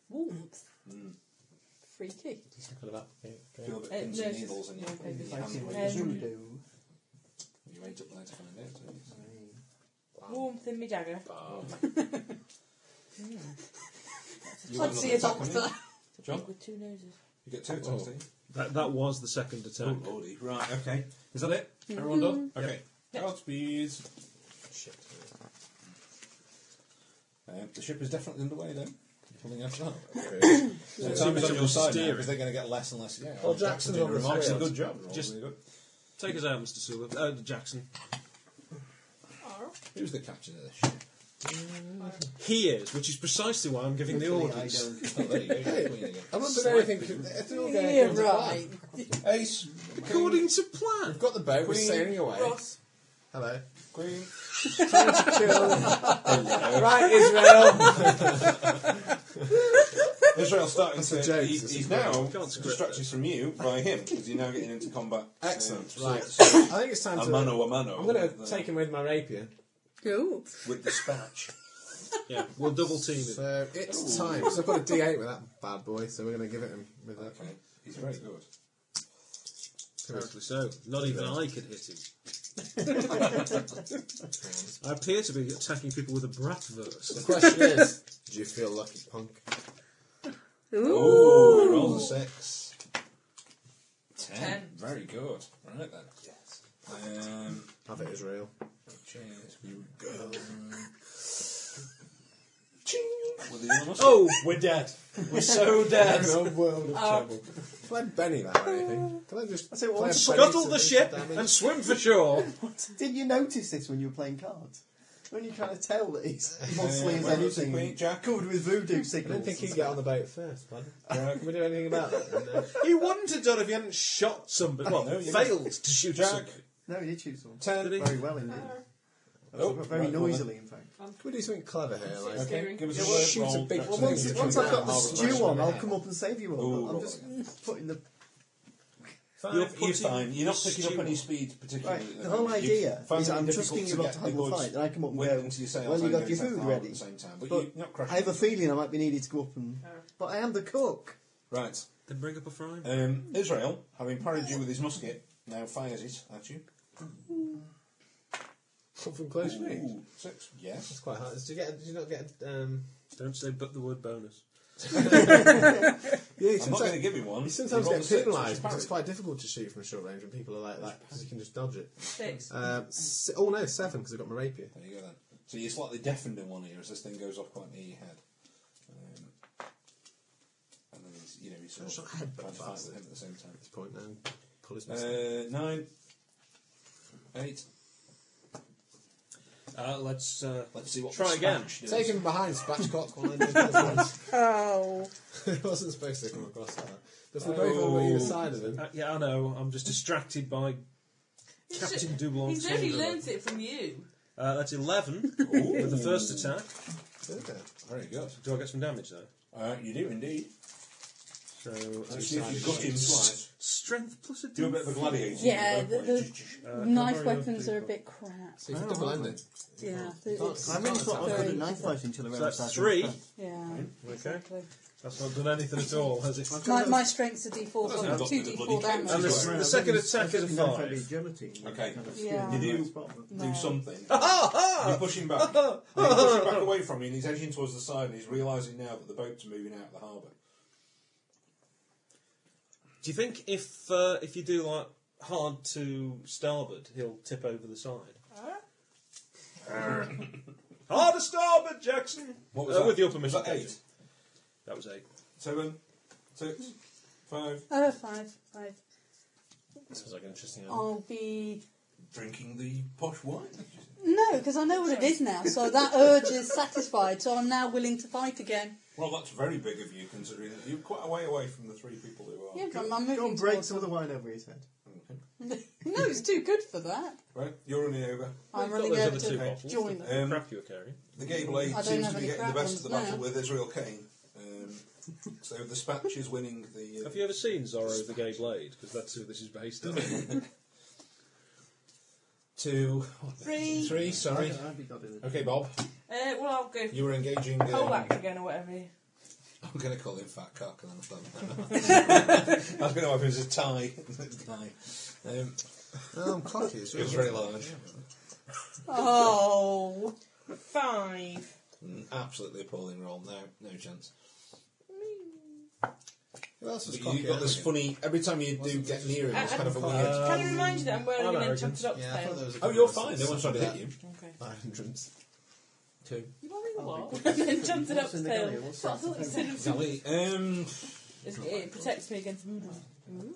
I: Warmth. Freaky.
G: Feel a bit
J: Uh,
G: pins
J: no,
G: and
J: it's
G: needles in your,
J: just-
G: in your
F: I see
G: hand.
F: what
J: Um,
F: you do.
G: You ate up there to find out. don't you?
J: warmth in my dagger.
G: You
I: I'd
G: have
I: see a
G: another attack on
I: doctor.
G: him. John,
J: With two noses.
G: you get two attacks, do you?
H: That, that was the second attack.
G: Oh, lordy. Right, okay. Is that it? Everyone done? Okay. Godspeed. Shit. Um, the ship is definitely underway, though. Pulling out that.
D: <coughs>
G: Okay. so time's on your side now, because they're going to get less and less. Yeah,
D: Well, Jackson's
G: did
D: on
G: a
D: the
G: remarkably
D: square.
G: good job.
H: Just-
G: Really good.
H: Take us out, Mr. Silver. Uh, Jackson.
G: Who's the captain of this ship?
H: He is, which is precisely why I'm giving the
F: Really, I
H: orders.
F: don't. <laughs>
G: Oh, there you go. You're queen again.
D: I'm not doing anything. It's all going
I: Yeah,
D: according to plan.
I: right.
G: Ace,
H: According to plan.
D: We've got the boat. We're
G: Queen.
D: sailing away.
I: Ross.
D: Hello.
G: queen. <laughs>
D: Right, Israel.
G: Israel starting
D: a
G: to.
D: joke,
G: he-
D: isn't
G: he's
D: it?
G: now
H: Can't script
G: distracted from you by him, because you're now getting into combat.
D: <laughs> Excellent.
G: Um,
D: Right.
G: so-
D: I think it's time
G: A
D: to.
G: mano a mano.
D: I'm going
G: with, uh,
D: to take him with my rapier.
I: <laughs> Cool.
G: with dispatch.
H: Yeah, we'll double team it.
D: So it's time. So I've got a D8 with that bad boy. So we're going to give it him with that.
G: Okay, he's very good.
H: Apparently so. Not even I could hit him. I appear to be attacking people with a brat verse.
D: The question is, do you feel lucky, punk?
G: Oh, roll a six. Ten.
J: Ten.
G: Very good. Right then. Yes. Um,
D: Have it, Israel.
G: cheers. We go. Ching. With the enormous-
H: Oh, we're dead. We're so dead.
D: No world of trouble. Can I Benny that or anything? Can I just
F: it, well,
D: play a
H: Scuttle
D: Benny
H: the
D: to
H: ship
D: damage?
H: and swim for shore.
F: Did you notice this when you were playing cards? When you're trying to tell that he's <laughs> mostly
G: Uh,
F: as
G: where was the queen?
F: anything
G: Jack.
F: good with voodoo
D: I
F: signals.
D: didn't think he'd get on the boat first, bud. Can we do anything about <laughs> that?
H: He wouldn't have done if he hadn't shot somebody. Well,
G: No, you-
H: failed to shoot
G: Jack.
H: somebody.
F: No, he did choose one.
G: Ten.
H: Did he?
F: Very well indeed.
G: Oh,
F: Very
G: right, well then.
F: noisily, in fact.
D: Can we do something clever here? Like,
G: Okay, give us a
D: Yeah,
G: word
D: shoot a
G: roll.
D: big
G: Jack.
D: one.
F: Once,
D: Things
F: once I've got the
D: Harvard
F: stew
D: version
F: on,
D: of
F: I'll
D: it.
F: come up and save you all.
G: Ooh,
F: I'm
G: roll
F: just putting the
G: Five,
H: You're
G: you're,
H: putting
G: fine. You're not picking up
H: stew
G: any
H: on.
G: speed particularly.
F: Right,
G: at
F: the whole
G: moment. You
F: idea
G: find
F: is
G: it
F: I'm
G: difficult
F: trusting
G: to
F: you lot
G: get
F: to have
G: the
F: the
G: words
F: fight, and I come up and
G: went
F: go,
G: into your sails
F: well, you
G: and
F: got
G: going
F: your
G: to the
F: food
G: bar at
F: ready.
G: the same time, but
F: But
G: you- not crashing.
F: I have a feeling I might be needed to go up and... But I am the cook.
G: Right.
H: Then bring up a frying pan.
G: Um, Israel, having parried you with his musket, now fires it at you.
D: Come from close range.
G: Ooh, six. Yes.
D: It's quite hard. Did you, get, did you not get... Um,
H: Don't say but the word bonus.
D: yeah, you
G: I'm not going to
D: sometimes,
G: give you one.
D: you sometimes
G: You've got
D: get
G: the six,
D: penalised
G: which
D: because it's
G: is
D: quite difficult to shoot from short range when people are like that because you can just dodge it.
J: Six.
D: Uh, si oh no, seven because I've got my rapier.
G: parried. There you go then. So you're slightly deafened in one ear as this thing goes off quite near your head. Um, and then he's, you know, he's sort
D: That's
G: of
D: not head, but
G: trying to fight with
D: bastard.
G: him at the same time.
D: At this point now, pull his musket.
G: Uh, nine. Eight.
H: Uh, let's uh,
G: Let's see what
H: Try
G: the
H: again.
G: Spanish does.
D: Take him behind, spatchcock. while I do this.
I: Oh.
D: it wasn't supposed to come across like that. But if we're both on
G: Oh.
D: either side of him,
H: Uh, yeah, I know. I'm just distracted by Captain Doublon.
J: He's only learnt it from you.
H: Uh, that's 11 with the first attack.
D: okay.
G: Very good.
H: Do I get some damage there?
G: Uh, you do indeed.
H: So, uh,
G: See if you've got him slice.
H: strength plus a
G: Do a bit of a gladiator. Oh,
I: Yeah, the,
H: Uh,
I: the
H: don't
I: knife
H: worry, I'll
I: weapons
H: do
I: are a
H: that.
I: bit crap.
G: Oh,
D: So if you double ended,
I: Yeah. they-
D: can't-
I: it's-
D: I
F: I really thought I was good
I: Very
F: at knife fighting until I
H: So
F: realised
H: that's
F: I didn't
H: three.
F: fight.
I: Yeah.
H: Okay.
I: Exactly.
H: That's not done anything at all, has it?
I: My, my strength's a d4,
H: That's
I: so
H: not
I: two
H: got the
I: d4
H: bloody
I: damage.
H: And the- the second attack is a
F: That's
H: five.
F: only Gelatine.
G: Okay.
F: Kind of
I: Yeah.
F: skin.
G: You do
I: No.
G: do
I: <laughs>
G: something.
H: Ah, ah.
G: You push him back. You push him back away from you, and he's edging towards the side, and he's realising now that the boat's moving out of the harbour.
H: Do you think if uh, if you do like hard to starboard, he'll tip over the side? <laughs> hard to starboard, Jackson.
G: What was
H: Uh,
G: that?
H: With your permission,
G: Was that eight?
H: Captain. That was eight.
G: Seven, um, six, five.
I: Oh, five, five.
H: This was like an interesting.
I: I'll be.
G: Drinking the posh wine.
I: No, because I know what it is now, so that urge is satisfied, so I'm now willing to fight again.
G: Well, that's very big of you, considering that you're quite a way away from the three people who are.
I: Yeah, but I'm, I'm
F: Go
I: moving
F: and break
I: towards
F: some of the wine over his head.
I: <laughs> No, it's too good for that.
G: Right, you're running over.
I: I'm
H: Got
I: running
H: those
I: over
H: other two
I: to
H: bottles.
I: join them.
G: Um,
H: crap you were carrying.
G: The Gable Aid
I: I don't
G: seems
I: have
G: to be
I: any
G: getting the
I: crap
G: best of the
I: ones
G: battle
I: now.
G: with Israel Kane. Um, <laughs> so the Spatch is winning the. Uh,
H: Have you ever seen Zorro the Gay Blade? Because that's who this is based on.
G: two.
J: Three.
G: Three, sorry.
F: I'd be got in
G: Okay, Bob,
J: Uh, well, I'll go
G: you were engaging. um,
J: pole axe again or whatever.
G: I'm going to call him Fat Cock, and I'm glad. I was going to have him as
H: <laughs>
G: a tie. um, um, cocky. It was very large.
J: Oh, five.
G: Mm, Absolutely appalling roll. No, no chance.
M: Who else
G: But you got this funny. Every time you do get near him, it's kind of a weird.
J: Can I remind you that I'm wearing
H: Um,
J: an
H: Anna
J: enchanted ox
M: Yeah, I thought there was a
G: oh,
M: couple
G: you're
M: of
G: fine. No one's trying to hit you.
J: Okay.
M: Nine hundreds.
G: Two.
J: You're wearing what? <laughs> An enchanted
F: What's
J: ox
F: in the gully?
J: tail.
F: What's
J: So I thought you said it was-
G: Golly, um,
J: it's- it protects me against. mm,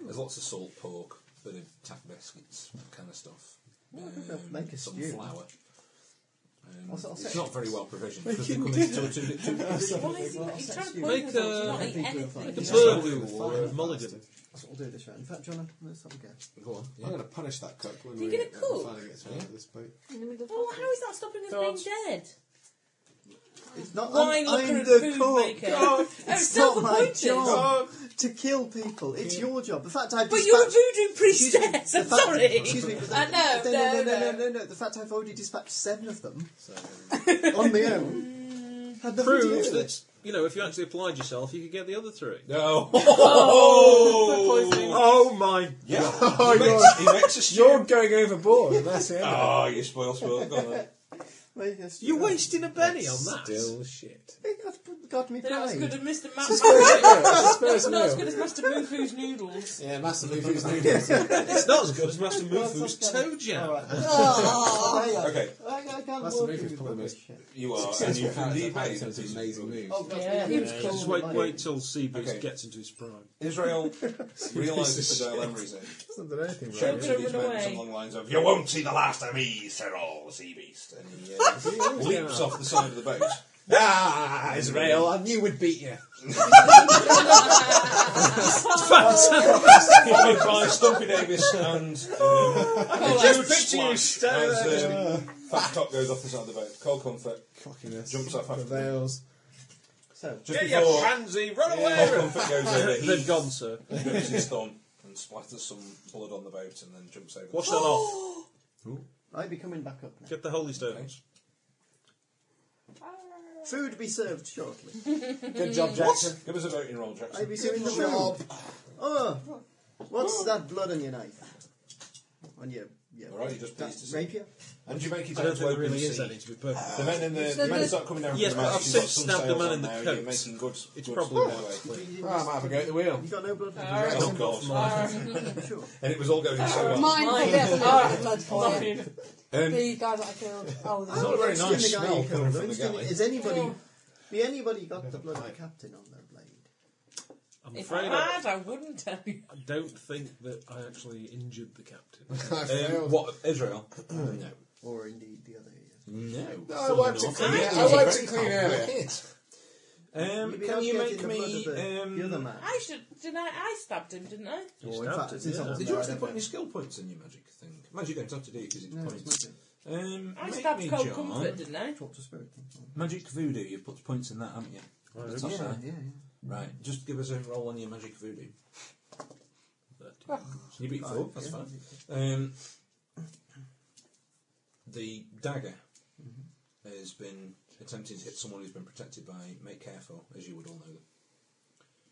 G: there's lots of salt pork, bit of tack biscuits, that kind of stuff.
F: they'll
G: Um,
F: make a
G: some
F: stew.
G: flour. Um,
F: I'll s- I'll
G: it's
F: say-
G: not very well provisioned because they come into a two, two, two,
J: Why is he? He's trying to
H: Make
J: poison us all to not
H: a-
J: eat anything.
H: The
F: Yeah.
H: Burloo
F: Yeah.
H: or a Mulligan.
F: That's what we'll do this round. In fact, John, let's have a go.
G: Go on.
M: I'm going to punish that cook when
J: You're
M: we
J: gonna
M: when
J: cook?
M: we finally get to the end of this boat.
J: Well, how is that stopping us being dead?
F: It's not.
J: Wine
F: I'm, I'm
J: looker and
F: the
J: food
F: cook.
J: maker.
F: God,
J: Oh,
F: it's not my
J: self-appointed.
F: job to kill people. It's your job. The fact I.
J: But you're a
F: dispatched-
J: voodoo priestess. I'm
F: the fact-
J: <laughs> sorry.
F: Excuse me. but the-
J: I know,
F: No,
J: no,
F: no, no, no,
J: no.
F: no, no. The fact I've already dispatched seven of
J: <laughs>
F: them on my own had nothing to do
H: Proves
F: with it.
H: that you know if you actually applied yourself, you could get the other three.
G: No. <laughs>
J: Oh, for poisoning.
H: Oh my!
G: Yeah.
D: Oh,
G: he, makes, he makes a
D: You're
G: stew.
D: going overboard. That's it.
G: Oh, you spoil sport. Go on.
F: Well, yes,
H: You're
F: right.
H: wasting a penny on that.
M: Still shit.
F: It got- got me
J: They're not as
F: pride.
J: good as Mr. Master.
D: Spurs
J: not as
D: nil.
J: good as Master Boo-Boo's noodles.
M: Yeah, Master Luffy's noodles.
H: It's not as good as Master
F: That's
H: Mufu's
F: not
H: toe
F: All
H: jam.
G: <laughs>
F: right. Oh,
G: Okay,
F: I, I can't
M: That's the
F: walk
M: movie's
F: with
M: probably
F: rubbish.
G: you <laughs> are. And you've indeed made
M: That's an amazing move.
F: Oh, that's
J: Yeah.
F: the-
J: It's
H: Just wait,
F: Mine.
H: wait till Seabees
G: Okay.
H: gets into his prime.
G: <laughs> Israel realises the dilemma he's in.
D: Hasn't done anything wrong.
G: Shouts at
J: Don't
G: these
J: run
G: men
J: away.
G: along the lines of, You won't see the last of me, Sir All Sea Beast. And he uh, leaps off the side of the boat. <laughs>
M: Ah, Israel, I knew we'd beat you.
G: Followed by Stumpy Davis <laughs> and. Um,
H: Just
G: Splash
H: picture you standing
G: as,
H: there.
G: um, Fat Top goes off the side of the boat. Cold comfort.
M: Cockiness.
G: Jumps off after them.
M: Prevails.
F: So,
G: Just
H: Get your
G: before
H: pansy, run
G: Cold <laughs>
H: away! <laughs>
G: comfort goes over, he
H: They've gone, sir.
G: goes his thumb and splatters some blood on the boat and then jumps over.
H: Wash that
G: Oh.
H: off.
F: I'd be coming back up now.
H: Get the holy stones.
F: Food be served shortly.
M: Good job, Jackson.
G: Give us a voting roll, Jackson.
F: I'd be serving the job. Oh, what's that blood on your knife? On your, your
G: All right, you're just
F: that
G: pleased to see.
F: rapier?
G: And do you make it
H: I don't think
G: out to
H: there
G: open
H: really
G: sea?
H: is any, to be perfect.
G: The men in the,
I: So
G: the men
I: the-
G: start coming down
H: Yes,
G: from the
H: but
G: mast.
H: I've
G: You've got
H: since
G: some
H: stabbed the
G: sails
H: man
G: on
H: in the
G: now,
H: coat.
G: "Oh, You're making good.
H: It's
G: good
H: probably
G: stuff.
H: worth it.
F: You
M: Ah, I'm having a go at the wheel.
F: you got no blood on
J: All
F: your knife?
J: right.
G: Oh,
H: Don't go
G: God.
H: for mine.
F: Sure.
G: And it was all going so well.
I: Mine will get the blood for you.
J: Fine.
G: Um,
I: The guy that I killed. Oh,
F: I
I: the
G: not a
F: don't
G: very
F: understand
G: nice
F: the guy
G: smell
F: you
G: coming
F: killed.
G: from the
F: Understand-
G: galley.
F: Has anybody,
G: Oh.
F: has anybody got the blood of the captain on their blade?
H: I'm
J: If
H: afraid
J: I
H: I,
J: had, I wouldn't tell you.
H: I don't think that I actually injured the captain.
F: <laughs>
M: I
G: um,
M: failed.
G: what, Israel? Oh, no.
F: Or indeed the other ear?
M: No,
G: No.
M: I wiped it clean. I wiped it clean earlier.
G: Oh, Um,
F: Maybe
G: can
F: not
G: you
F: getting
G: make
F: the blood
G: me...
F: of the, the other
G: Um,
F: man?
J: I should. Didn't I? I stabbed him, didn't
F: Or
J: I?
F: in
H: stabbed
F: fact,
H: him,
F: since I
H: yeah.
F: wasn't
G: did
F: there, I
G: you actually
F: don't
G: put any
F: know.
G: skill points in your magic thing? Magic you don't have to do because it's
F: No, it's
G: points.
F: magic.
G: Um,
J: I
G: make
J: stabbed
G: me
J: Cold
G: John.
J: Comfort, didn't I?
F: Talk to spirit things.
G: Magic voodoo, you've put points in that, haven't you? That's
F: Yeah,
G: us, eh?
F: yeah, yeah.
G: Right, just give us a roll on your magic voodoo. You beat four, that's fine. Um, the dagger
F: Mm-hmm.
G: has been attempting to hit someone who's been protected by Make Careful, as you would all know them.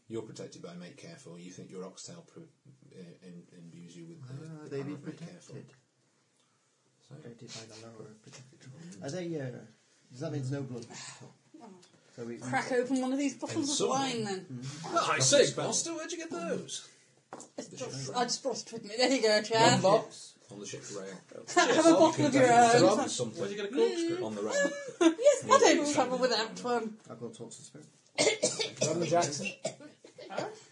G: You're protected by make careful. You think your oxtail pro- uh, im- imbues you with the,
F: Ah,
G: the
F: they
G: power
F: be
G: of make careful.
F: protected.
G: So,
F: Protected by the lower of protected. Are they, uh, does that mean there's no blood at all? So we,
I: Crack open one of these bottles of wine then.
H: I say,
F: Oh,
H: Buster, where'd you get those?
I: Just- I just brought it with me. There you go, Chad.
G: on the ship's rail.
I: <laughs> Have a bottle of your own.
G: Where'd you get a corkscrew? On the rail.
I: Yes, I don't travel without one.
F: I've got talks to spirit.
M: Robin Jackson.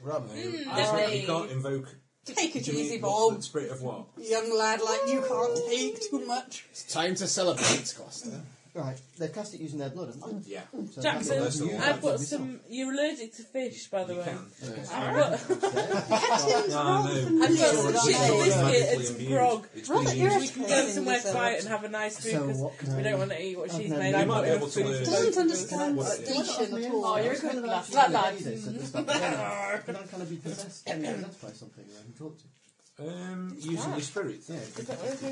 G: Rum.
F: Mm.
G: Um, You
I: Lovely.
G: can't invoke.
I: Take it
G: Do you
I: easy,
G: need-
I: Bob.
G: what- Spirit of what?
I: Young lad like you can't take too much.
M: It's time to celebrate, Costa.
F: Right, they've cast it using their blood, haven't they?
G: Yeah.
F: So that's what
J: Jackson,
F: you
J: I've
F: have
J: got
F: to
J: some. You're allergic to fish, by the way. <laughs>
F: decide.
J: I've got some
F: It's
J: chicken
F: all
J: biscuit
F: automatically
J: and some
F: imbued.
J: grog.
G: It's
I: Rather
G: being used.
J: We can go
I: irritating.
J: somewhere
I: isn't it?
J: quiet and have a nice food
F: So
J: because
F: what can
J: we
F: I
J: don't
F: do?
J: want to eat what
F: I've
J: she's
F: never-
J: made.
F: You
J: I've
F: might
J: got
F: be
J: enough
G: able to
J: food
G: learn.
I: Doesn't understand
G: What's it?
I: station at all.
J: Oh, you're a
F: It's kind
J: good
F: of
J: lad.
F: like
J: Lad,
F: you
J: lad.
F: need it, so there's nothing there. Can I kind of be possessed and possessed by something that I can talk to?
G: Um, using your spirit. Yeah.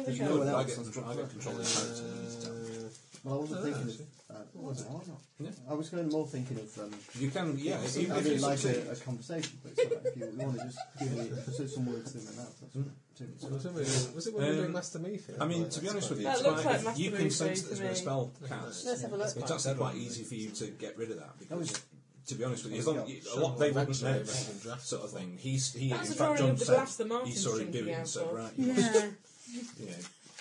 F: There's
G: You
F: no one
G: know, I
F: else
G: get,
F: on the
G: I get control of the character in these times.
F: Well, I wasn't
G: Oh,
F: thinking
G: I see.
F: of. Uh, was I? Why not?
G: Yeah.
F: I was going more thinking of. Um,
G: You can, yeah.
F: I
G: even if
F: mean,
G: you
F: like
G: succeed.
F: a, a conversation, but it's all right. if you want to just give me put some words in my mouth,
H: Hmm.
F: that's all right.
D: Was
F: too.
D: it when we- was it when we were
G: Um,
D: doing Master Meafy?
G: I mean, to be honest with you,
J: That
G: it's
J: looks
G: quite,
J: like
G: if you
J: masturbatory
G: can sense
J: to
G: that there's been a
J: me.
G: spell cast.
I: Let's have a look.
G: It's actually quite easy for you to get rid of that because, to be honest with you, as
F: Oh,
G: long
F: yeah.
G: a lot they wouldn't
D: Eventually,
G: know
D: eventually draft
G: sort of thing. He's he
J: That's
G: in
J: the
G: fact
J: drawing
G: John
J: of the
G: said
J: glass that
G: he
J: Martin's
G: saw it
J: drinking
G: doing
J: out
G: so
J: of.
G: right. You must,
I: Yeah.
G: you know,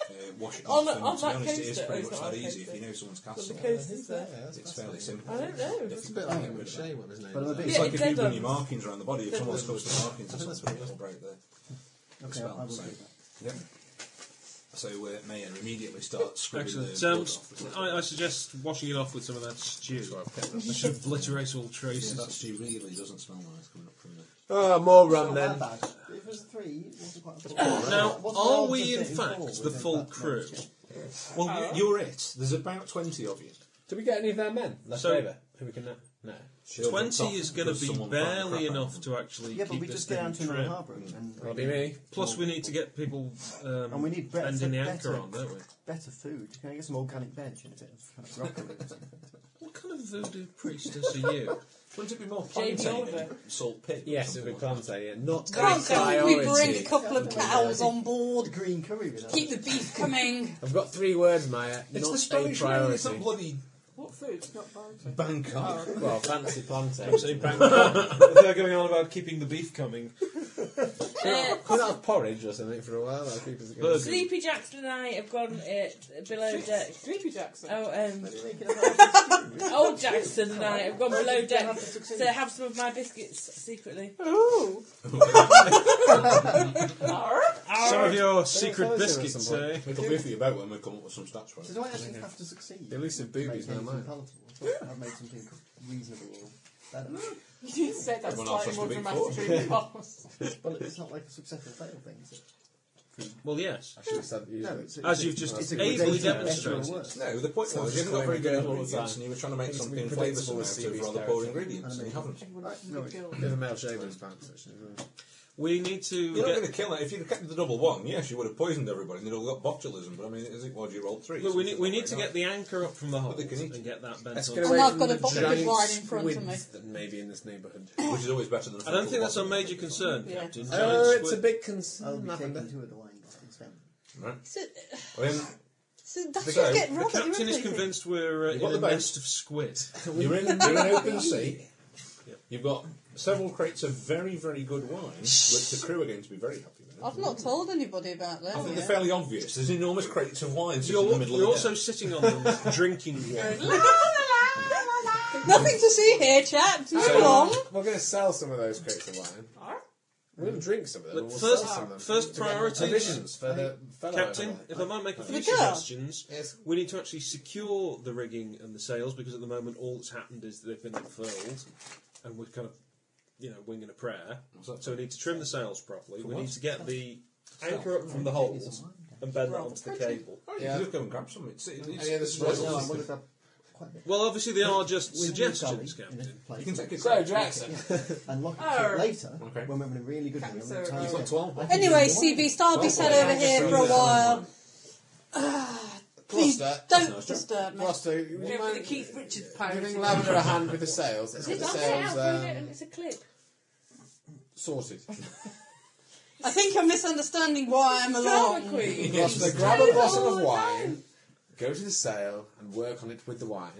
G: uh, wash it
J: On
G: off.
J: the-
G: and
J: on
G: to be
J: that
G: honest, it is
J: coaster,
G: pretty
J: it's
G: much
J: not
G: that
J: on
G: easy
J: coaster.
G: if you know someone's cast
J: the
G: something.
J: coast is
D: Yeah,
J: <laughs> there.
D: that's
G: It's
D: fascinating.
G: fairly simple.
J: I don't know.
D: It's a bit like Edward Shea, wasn't his name?
F: But I'm a
D: was.
F: bit-
G: It's
J: Yeah,
G: like
J: it
G: if you
J: did
G: run your
J: on-
G: markings around the body, if someone's close to the
D: I
G: markings or
D: think that's
G: something,
D: what it
G: it'll break the the
F: Okay, I
G: spell.
F: will
G: So,
F: do that.
G: yeah. So uh, Mayor immediately starts scrubbing the
H: Excellent.
G: blood
H: Um,
G: off. the
H: I, I suggest washing it off with some of that stew. That should obliterate all
G: Yeah,
H: traces.
G: that stew really doesn't smell nice coming up from the.
D: Oh, more
F: It's
D: rum
F: not
D: then.
F: that bad. If it was three, it wasn't quite a
H: <coughs>
F: problem.
H: Now,
F: What's the
H: are
F: odds
H: we
F: of
H: in
F: getting four
H: fact the
F: within
H: full
F: that Uh,
H: crew?
F: time scale?
G: Well, you- you're it. There's about 20 of you.
D: Did we get any of their men? Left
H: So-
D: over? Who we can know? No.
H: Twenty is going to
G: Because
H: be
G: someone found the
H: barely
G: crap out of
H: enough
G: them.
H: to actually
F: Yeah, but
H: keep
F: we
H: this
F: just get
H: thing
F: down to another
H: trim.
F: harbour and
D: That'll be me.
H: Plus, we need to get people um,
F: And we need better-
H: bending the anchor
F: better-
H: on, don't we?
F: better food. Can I get some organic veg and a bit of kind of
H: <laughs>
F: broccoli? or something?
H: What kind of voodoo priestess are you?
G: Wouldn't it be more
J: J.B.
G: plantain
J: Oliver.
G: and salt pig? or
D: Yes, it'd
G: something
D: be
G: like that?
D: plantain. Yeah. Not
I: Can't
D: a
I: can we bring a
D: priority.
I: couple of cows on
F: The
I: board?
F: green curry with that.
I: Keep the beef <laughs> coming.
D: I've got three words, Maya.
G: It's the
D: Not a
G: Spanish name. It's not
D: priority.
G: bloody
J: What food's not Oh, bad?
G: Bangkok.
D: Well, fancy plantain.
H: They're going on about keeping the beef coming.
J: Uh,
D: Could have porridge or something for a while. Like people's going
H: Burger.
J: Sleepy Jackson and I have gone uh, below deck.
K: Sleepy Jackson.
J: Oh, um,
F: Making
J: <laughs>
F: a lot of
J: old Jackson and I have gone below deck
F: succeed.
J: to have some of my biscuits secretly.
K: Ooh.
H: Some of your
D: tell
H: secret
D: us here at
H: biscuits,
D: some
H: eh?
D: point.
G: It'll be for you about when we come up with some stats for
F: So
G: it.
F: do I actually have to succeed?
D: The elusive
F: To make
D: boobies, no
F: anything
D: mine.
F: palatable? I thought I'd made something reasonable or better.
H: <laughs>
K: You said that
G: Everyone else
K: slightly
G: has to
K: more
G: be
K: dramatically than
I: <laughs>
K: yours.
F: Well, it's not like a successful fail thing, is it?
H: Well, yes.
D: to said you-
F: No, it's,
H: As you've just ably demonstrated.
G: No, the point was you haven't got very good ingredients and you were trying to make
D: It's
G: something
D: predictable
G: flavoursome
D: with
G: out of
D: CB's
G: rather poor
D: character.
G: ingredients and you haven't.
D: Bit of a male shaver's pants, actually. isn't it?
H: We need to
G: You're not
H: get
G: going to kill it. If you'd have kept the double one, yes, you would have poisoned everybody and they'd all got botulism. But I mean, is it what you rolled three?
H: Look, we
G: so
H: need,
G: it's
H: we
G: not
H: need to
G: very
H: get the anchor up from the hold
G: they can eat
H: and get that bent
D: Let's
H: on.
D: get
I: And
D: away
I: I've
D: from
I: got a
D: the
I: bucket of
D: giant
I: wine in front of
D: squids
I: me.
D: That may be in this neighbourhood.
G: nice. Which is always better than.
H: I don't think that's a major concern,
K: Yeah.
H: Captain.
D: Oh,
H: Giant
D: it's a
H: squid.
D: big
F: I'll
D: concern.
F: be taking
D: Lavender.
F: two of the wine instead.
G: Right.
I: So,
G: I mean,
I: so that
G: The
I: should
G: guy-
I: get
G: the
I: rather
H: Captain is
I: irritating.
H: convinced we're uh,
G: You've got
H: in a
G: the boat.
H: nest of squid.
G: You're in, you're in open sea. You've got several crates of very, very good wine, which the crew are going to be very happy
D: Oh,
G: with.
I: I've not told anybody about that.
G: I think they're
I: yet.
G: fairly obvious. There's enormous crates of wine sitting
H: You're,
G: in the middle
H: you're
G: of
H: also
G: the
H: sitting on them, drinking wine.
I: <laughs> Nothing to see here, chap. Move along.
D: We're going to sell some of those crates of wine. We're going to drink some of them.
H: But
D: and we'll
H: first,
D: sell some of them.
H: first priority,
D: Provisions for the fellow.
H: Captain,
D: over there.
H: if I might make a few
I: The girl.
H: suggestions,
D: Yes.
H: we need to actually secure the rigging and the sails because at the moment all that's happened is that they've been unfurled and we're kind of, you know, winging a prayer.
G: that?
H: So we need to trim the sails properly. we
G: what?
H: need to get the anchor up from the holes and bend that onto the cable.
G: Oh, you
D: Yeah.
G: can just go and grab some. It's, it's,
D: Any other
F: Right, no,
D: suggestions?
F: I want to grab quite a
G: <laughs>
F: bit.
H: Well, obviously they are just
F: With the
H: suggestions,
F: curry in a
H: Captain.
F: plate.
G: you can take a
D: So,
G: crate.
D: Jackson.
F: and lock it
J: Oh.
F: later
G: Okay.
F: when we're in a really good mood.
K: Cancer.
F: Time
K: You've
F: to
G: got
F: go.
G: 12.
F: I think
I: Anyway,
F: it's wine.
I: CB, I'll be sat over here for a while. Please
D: Gloucester.
I: don't disturb me.
D: Gloucester, would you
J: Go for the
D: mind
J: Keith Richards pirate.
D: giving Lavender a hand with the sails? Let's get
J: Is
D: the
J: that it out?
D: sails.
J: Read
D: Um,
J: it and It's a clip. <laughs>
D: Sorted.
I: I think you're misunderstanding why I'm along.
J: Drama queen.
D: Yes, so grab a bottle of wine, go to the sale, and work on it with the wine.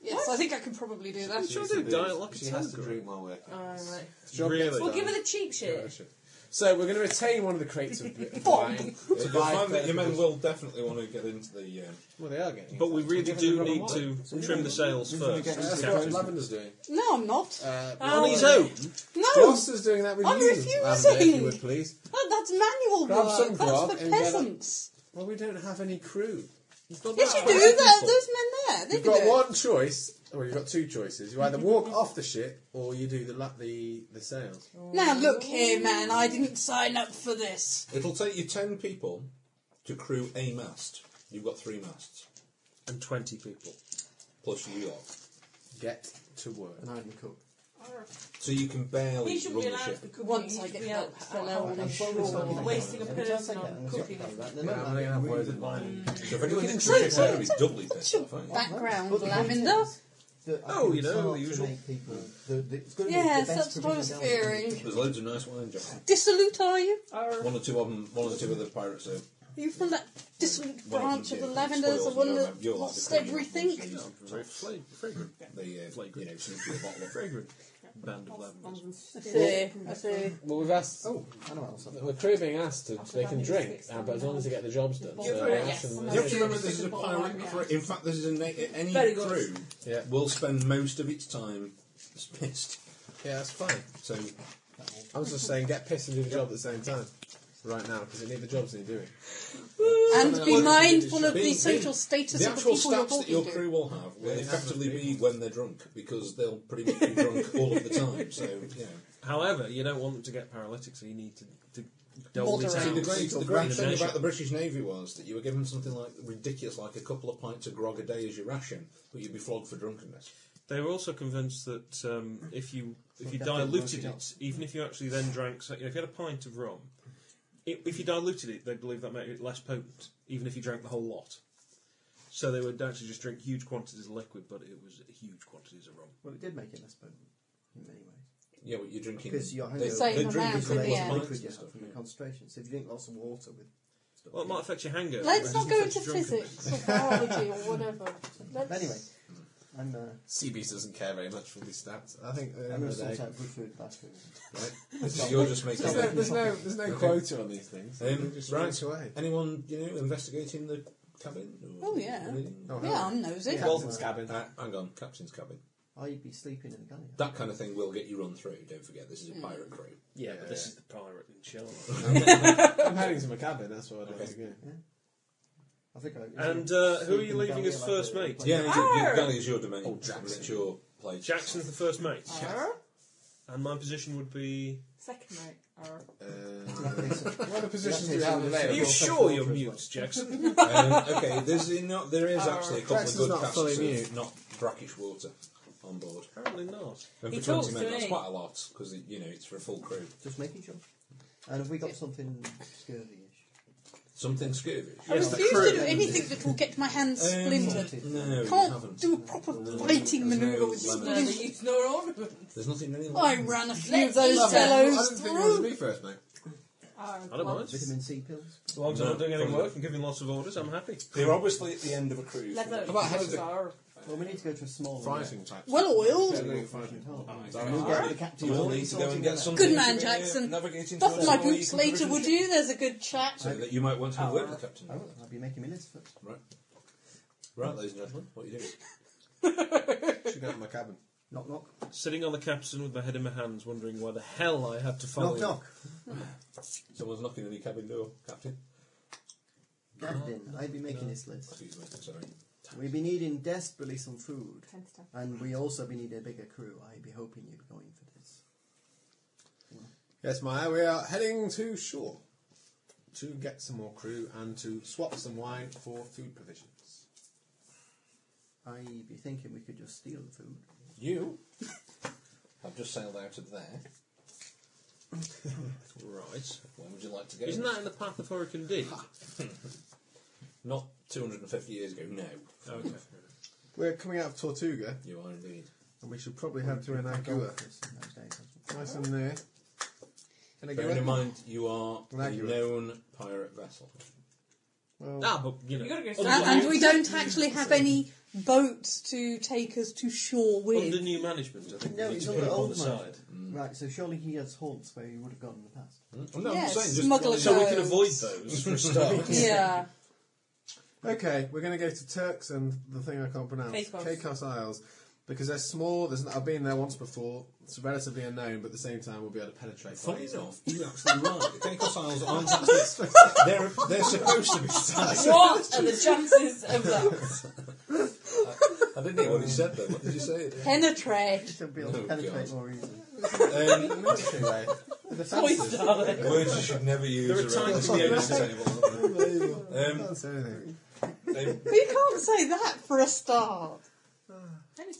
I: Yes, I think I can probably do that.
D: She needs to do this. She has to drink while working.
J: Oh, right.
D: It's job next
J: Well,
D: time.
J: give her the cheap shit.
D: So we're going to retain one of the crates
J: <laughs>
D: of of wine.
G: You'll
D: to buy
G: find that
D: further
G: your men
D: goods.
G: will definitely want to get into the. Um,
D: Well, they are getting.
H: But we really
D: Give it
H: do
D: another
H: need
D: one.
H: to
D: So
H: trim
D: yeah.
H: the sails
D: We're gonna
H: first.
D: get- That's
H: Yeah. <laughs>
D: what Lavender's doing.
I: No, I'm not.
D: Uh,
I: Oh.
D: on his own.
I: No.
D: Ross is doing that with
I: I'm
D: you.
I: refusing.
D: Lavender, if you would please.
I: That- that's manual
D: Grab
I: work.
D: some grub
I: that's for
D: and get
I: peasants.
D: Well, we don't have any crew.
I: Yes, you
D: that
I: do.
D: many
I: That,
D: people.
I: those men there. They
D: You've
I: do
D: got
I: it.
D: one choice. Well, you've got two choices. You either walk off the ship or you do the la- the the sails.
I: Now look here, man. I didn't sign up for this.
G: it'll take you ten people to crew a mast. You've got three masts.
H: And twenty people.
G: Plus you lot.
D: Get to work.
F: And I'm the cook.
G: So you can barely
J: He should
G: run
J: be
G: the
J: allowed
G: ship.
J: to cook.
I: Once
J: he
I: I
J: should
I: get
J: be
I: help,
J: out alone on shore, wasting a person on cooking.
D: I'm going to have words with mine.
G: So if anyone thinks the ship's out, it's
J: <laughs>
G: doubly thick.
I: Background
F: But the point
I: lavender.
F: is that I
G: Oh,
F: think
G: you
F: it's
G: know,
F: hard
G: the
F: to
G: usual.
F: make people- the- the- it's gonna be
I: Yes,
F: the best
I: that's what I was
F: provision down there.
I: fearing.
G: There's loads of nice wine, Jack.
I: Dissolute are you?
G: One or two of them, one or two of the pirates are
I: Are you from that dissolute
G: One of
I: branch
G: them
I: of the
G: did.
I: lavenders, the
G: Spoils,
I: one
G: you know,
I: that
G: you're like
I: lost
G: the queen.
I: everything?
H: Very fla- fragrant.
G: the uh, you know sneaky a <laughs> bottle of
H: Fragrant. Band of lavenders.
I: I see, I see.
D: Well, we've asked.
F: Oh, I know what else. I've
D: The crew are being asked to. They can drink, uh, but as long as they get the jobs done. So we're asking them-
G: You have to remember this is a pirate crew. In fact, this is a na- any
J: Very good.
G: crew
D: Yeah.
G: will spend most of its time <laughs> s- pissed.
D: Yeah, that's fine.
G: So
D: I was just saying, get pissed and do the job at the same time. Right now, because they need the jobs they're doing.
I: And be
G: Well,
I: mindful of
G: being-
I: the
G: being-
I: social status
G: the
I: of the
G: actual
I: people you're
G: stats that your
I: talking
G: crew
I: to.
G: will have will
D: Yeah,
G: effectively be when they're drunk because they'll pretty much be <laughs> drunk all of the time. So you know.
H: However, you don't want them to get paralytic, so you need to, to dole it
I: Moderate.
G: See,
H: out.
G: the great, the
H: in
G: great
H: a
G: thing
H: measure.
G: about the British Navy was that you were given something like ridiculous, like a couple of pints of grog a day as your ration, but you'd be flogged for drunkenness.
H: They were also convinced that um, if you if you diluted it, even if you actually then drank, so, you know, if you had a pint of rum, i if you diluted it, they believed that made it less potent, even if you drank the whole lot. So they would actually just drink huge quantities of liquid, but it was huge quantities of rum.
F: Well, it did make it less potent in many ways.
G: Yeah, but you're drinking.
F: Because you're
G: they-
F: hungry.
I: Same
G: they
I: amount
G: drink
I: in
G: between
I: the
G: what
I: end.
G: pints
F: liquid
G: and
F: you
G: stuff,
F: have from
G: yeah.
F: the concentration. So if you drink lots of water with stuff.
H: Well, it might affect your hangover. but
I: Let's
H: it
G: <laughs>
I: not go into
H: doesn't affect your drunkenness.
I: physics or biology or whatever. Let's,
F: Anyway, I'm, uh,
D: CBeast doesn't care very much for these stats. I think. uh,
F: I'm going to sort out good food, bad food.
G: <laughs> So You're just making.
D: There's no, there's no, there's <laughs> no quota on these things.
G: Um,
D: Just
G: right.
D: rinse away.
G: Anyone you know investigating the cabin? Or
I: Oh, yeah.
G: anything?
D: Oh,
I: Yeah, I'm nosy.
F: Yeah.
D: Walton's cabin.
G: Uh, hang on, captain's cabin.
F: I'd be sleeping in the galley.
G: That kind of thing will get you run through. Don't forget, this is
I: Hmm.
G: a pirate crew.
H: Yeah, but this
D: Yeah.
H: is the pirate and shell.
D: I'm heading to my cabin. That's what I'd like to do.
F: I think I,
H: And uh, who are you leaving as first mate?
G: Yeah,
H: <laughs>
G: your, your
J: Arr!
G: galley is your domain. Oh,
D: Jackson.
G: It's your place.
H: Jackson's the first mate,
J: Arr.
H: and my position would be.
J: Second mate. Arr.
D: Uh, What other positions do you have
H: Are
D: available?
H: you sure you're mute, Jackson?
G: um, okay, there's not, there is actually a couple
D: Jackson's
G: of
D: not
G: good casts
D: fully
G: of
D: mute.
G: not brackish water on board.
H: Apparently not.
G: And
J: He
G: for 20
J: talks
G: men,
J: to
G: that's
J: me.
G: quite a lot because you know it's for a full crew.
F: Just making sure. And have we got something scurvy-ish?
G: Something scurvy.
I: I refuse to do anything that will get my hands
G: Um,
I: splintered.
G: No, you
I: Can't
G: haven't.
I: do a proper fighting
G: there's no
I: manoeuvre with
G: lemon.
J: No, they use no ornaments.
G: There's nothing really.
I: I
G: Like
I: ran a few of those fellows through.
D: me first, mate.
H: I don't mind.
F: Vitamin C pills?
H: As long as I'm
G: No,
H: not doing any
G: probably
H: work and giving lots of orders, I'm happy.
G: They're obviously at the end of a cruise.
J: Leather.
D: about Holiday?
J: Arr.
F: Well, we need to go to a small
D: Fighting type.
I: Well oiled.
F: The captain
G: You'll need to go and get something.
I: Good man,
G: to be, uh,
I: Jackson.
G: navigating
I: Buff
G: towards
I: my
G: the way you
I: boots
G: can
I: later,
G: provision
I: would
G: the
I: you? There's a good chat.
G: So that you might want to have a word with the captain.
F: I will. Oh, I'll be making me list first.
G: Right. Right, ladies and gentlemen, what are you doing?
D: Should go out of my cabin.
F: Knock, knock.
H: Sitting on the capstan with my head in my hands, wondering why the hell I had to follow
F: Knock,
H: him.
F: knock.
G: Someone's knocking on your cabin door, Captain.
F: Captain, I'd be making this list.
G: Excuse me, sorry.
F: We'd be needing desperately some food. And we also be needing a bigger crew. I'd be hoping you'd be going for this.
D: Yes, Maya, we are heading to shore to get some more crew and to swap some wine for food provisions.
F: I'd be thinking we could just steal the food.
G: You have just sailed out of there.
H: Right.
G: When would you like to go?
H: Isn't that in the path of Hurricane D?
G: Not 250 years ago, no.
H: okay.
D: We're coming out of Tortuga
G: <laughs> You are indeed.
D: And we should probably head to an Agua. Nice and near. An Agua?
G: Bearing in mind, you are a
D: Inaguin.
G: known pirate vessel.
D: Well,
H: Ah, but you know,
I: And, and we don't actually have any boats to take us to shore
H: under
I: with.
H: new management. I think
F: No,
H: we need
F: it's
H: to
F: under
H: put up on
F: old
H: the
F: man.
H: side. Mm.
F: Right, so surely he has haunts where he would have gone in the past.
G: Well, no, I'm
I: Yes,
G: saying just
I: smuggler
G: so we can
I: codes.
G: avoid those for a <laughs> start.
I: Yeah.
D: Okay, we're going to go to Turks and the thing I can't pronounce.
J: Caicos.
D: Caicos Isles. Because they're small, there's not, I've been there once before, it's relatively unknown, but at the same time we'll be able to penetrate. by
G: Funny
D: easily. <laughs>
G: enough, <laughs> you're absolutely right. The Caicos Isles aren't actually- they're, they're supposed to be static.
J: What are the chances of that?
G: I didn't hear what he said though. What did you <laughs> say?
I: Penetrate.
F: He'll be able to
G: Oh,
F: penetrate
G: God.
F: more easily.
G: Um,
D: Military way. The fences.
G: words you should never use
H: There are
G: around
H: times
G: this
H: when-
G: table, aren't there?
D: Unbelievable.
G: Um,
D: Can't say anything.
G: They-
I: But you can't say that for a start.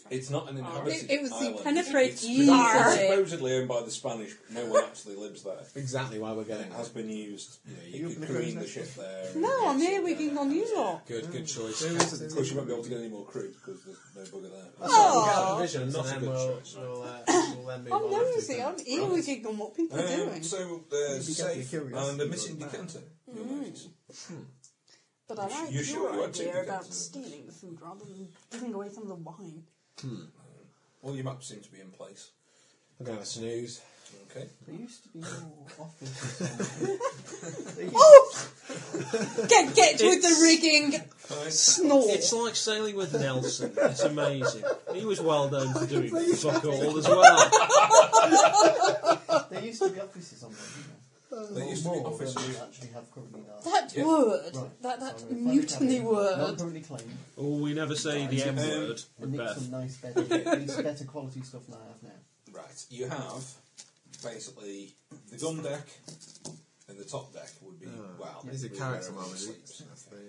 G: It's not an inhabited
I: It- it was the
G: island.
I: penetrate
G: It's
I: easy.
G: supposed- supposedly owned by the Spanish, but no one actually lives there.
D: Exactly why we're
G: It
D: getting
G: has
D: there.
G: been used. You know,
D: You
G: you could
D: prefer
G: careen the
D: that? Mm.
G: ship there. and
I: No,
G: get
I: I'm here
G: some there.
I: wigging on you lot.
G: Good, good choice.
D: There is a-
G: Of course, you won't be able to get any more crew because there's no bugger there.
D: We'll get the
I: Oh,
D: vision, and
G: Not a
D: then
G: good
D: we'll,
G: choice,
D: we'll, uh, we'll then move
I: I'm
D: on. after
I: nosy. I'm
D: Turks.
I: ear wigging on what people are
G: Um,
I: doing. Mm-hmm.
G: so they're
D: You'd be
G: safe
D: getting curious.
G: and a missing decanter. You'll notice.
I: But I like
G: you should- you
I: your
G: are taking
I: idea about
G: that.
I: stealing the food rather than giving away some of the wine.
G: All your maps seem to be in place.
D: I'm going to have a snooze.
G: Okay.
F: <laughs> There used to be more often.
I: Oh! get get with the rigging. Snort.
H: It's like sailing with Nelson. It's amazing. He was well known for doing fuck all as well.
F: there used to be offices on there. didn't there?
G: There used to be
F: More than we
G: officers.
F: actually have currently now.
I: that
G: Yeah.
I: word.
F: Right.
I: That that
F: So we're finally
I: mutiny
F: having- Not
I: word.
F: currently claimed.
H: Oh, we never say the M word
F: And
H: with
F: nick
H: Beth.
F: some nice, better, at least better quality stuff than I have now.
G: Right. You have basically the gun deck and the top deck would
D: Hmm.
G: be well.
D: These are
G: would be
D: Ah. character
G: where everyone
D: moments.
G: sleeps.
D: That's the, uh,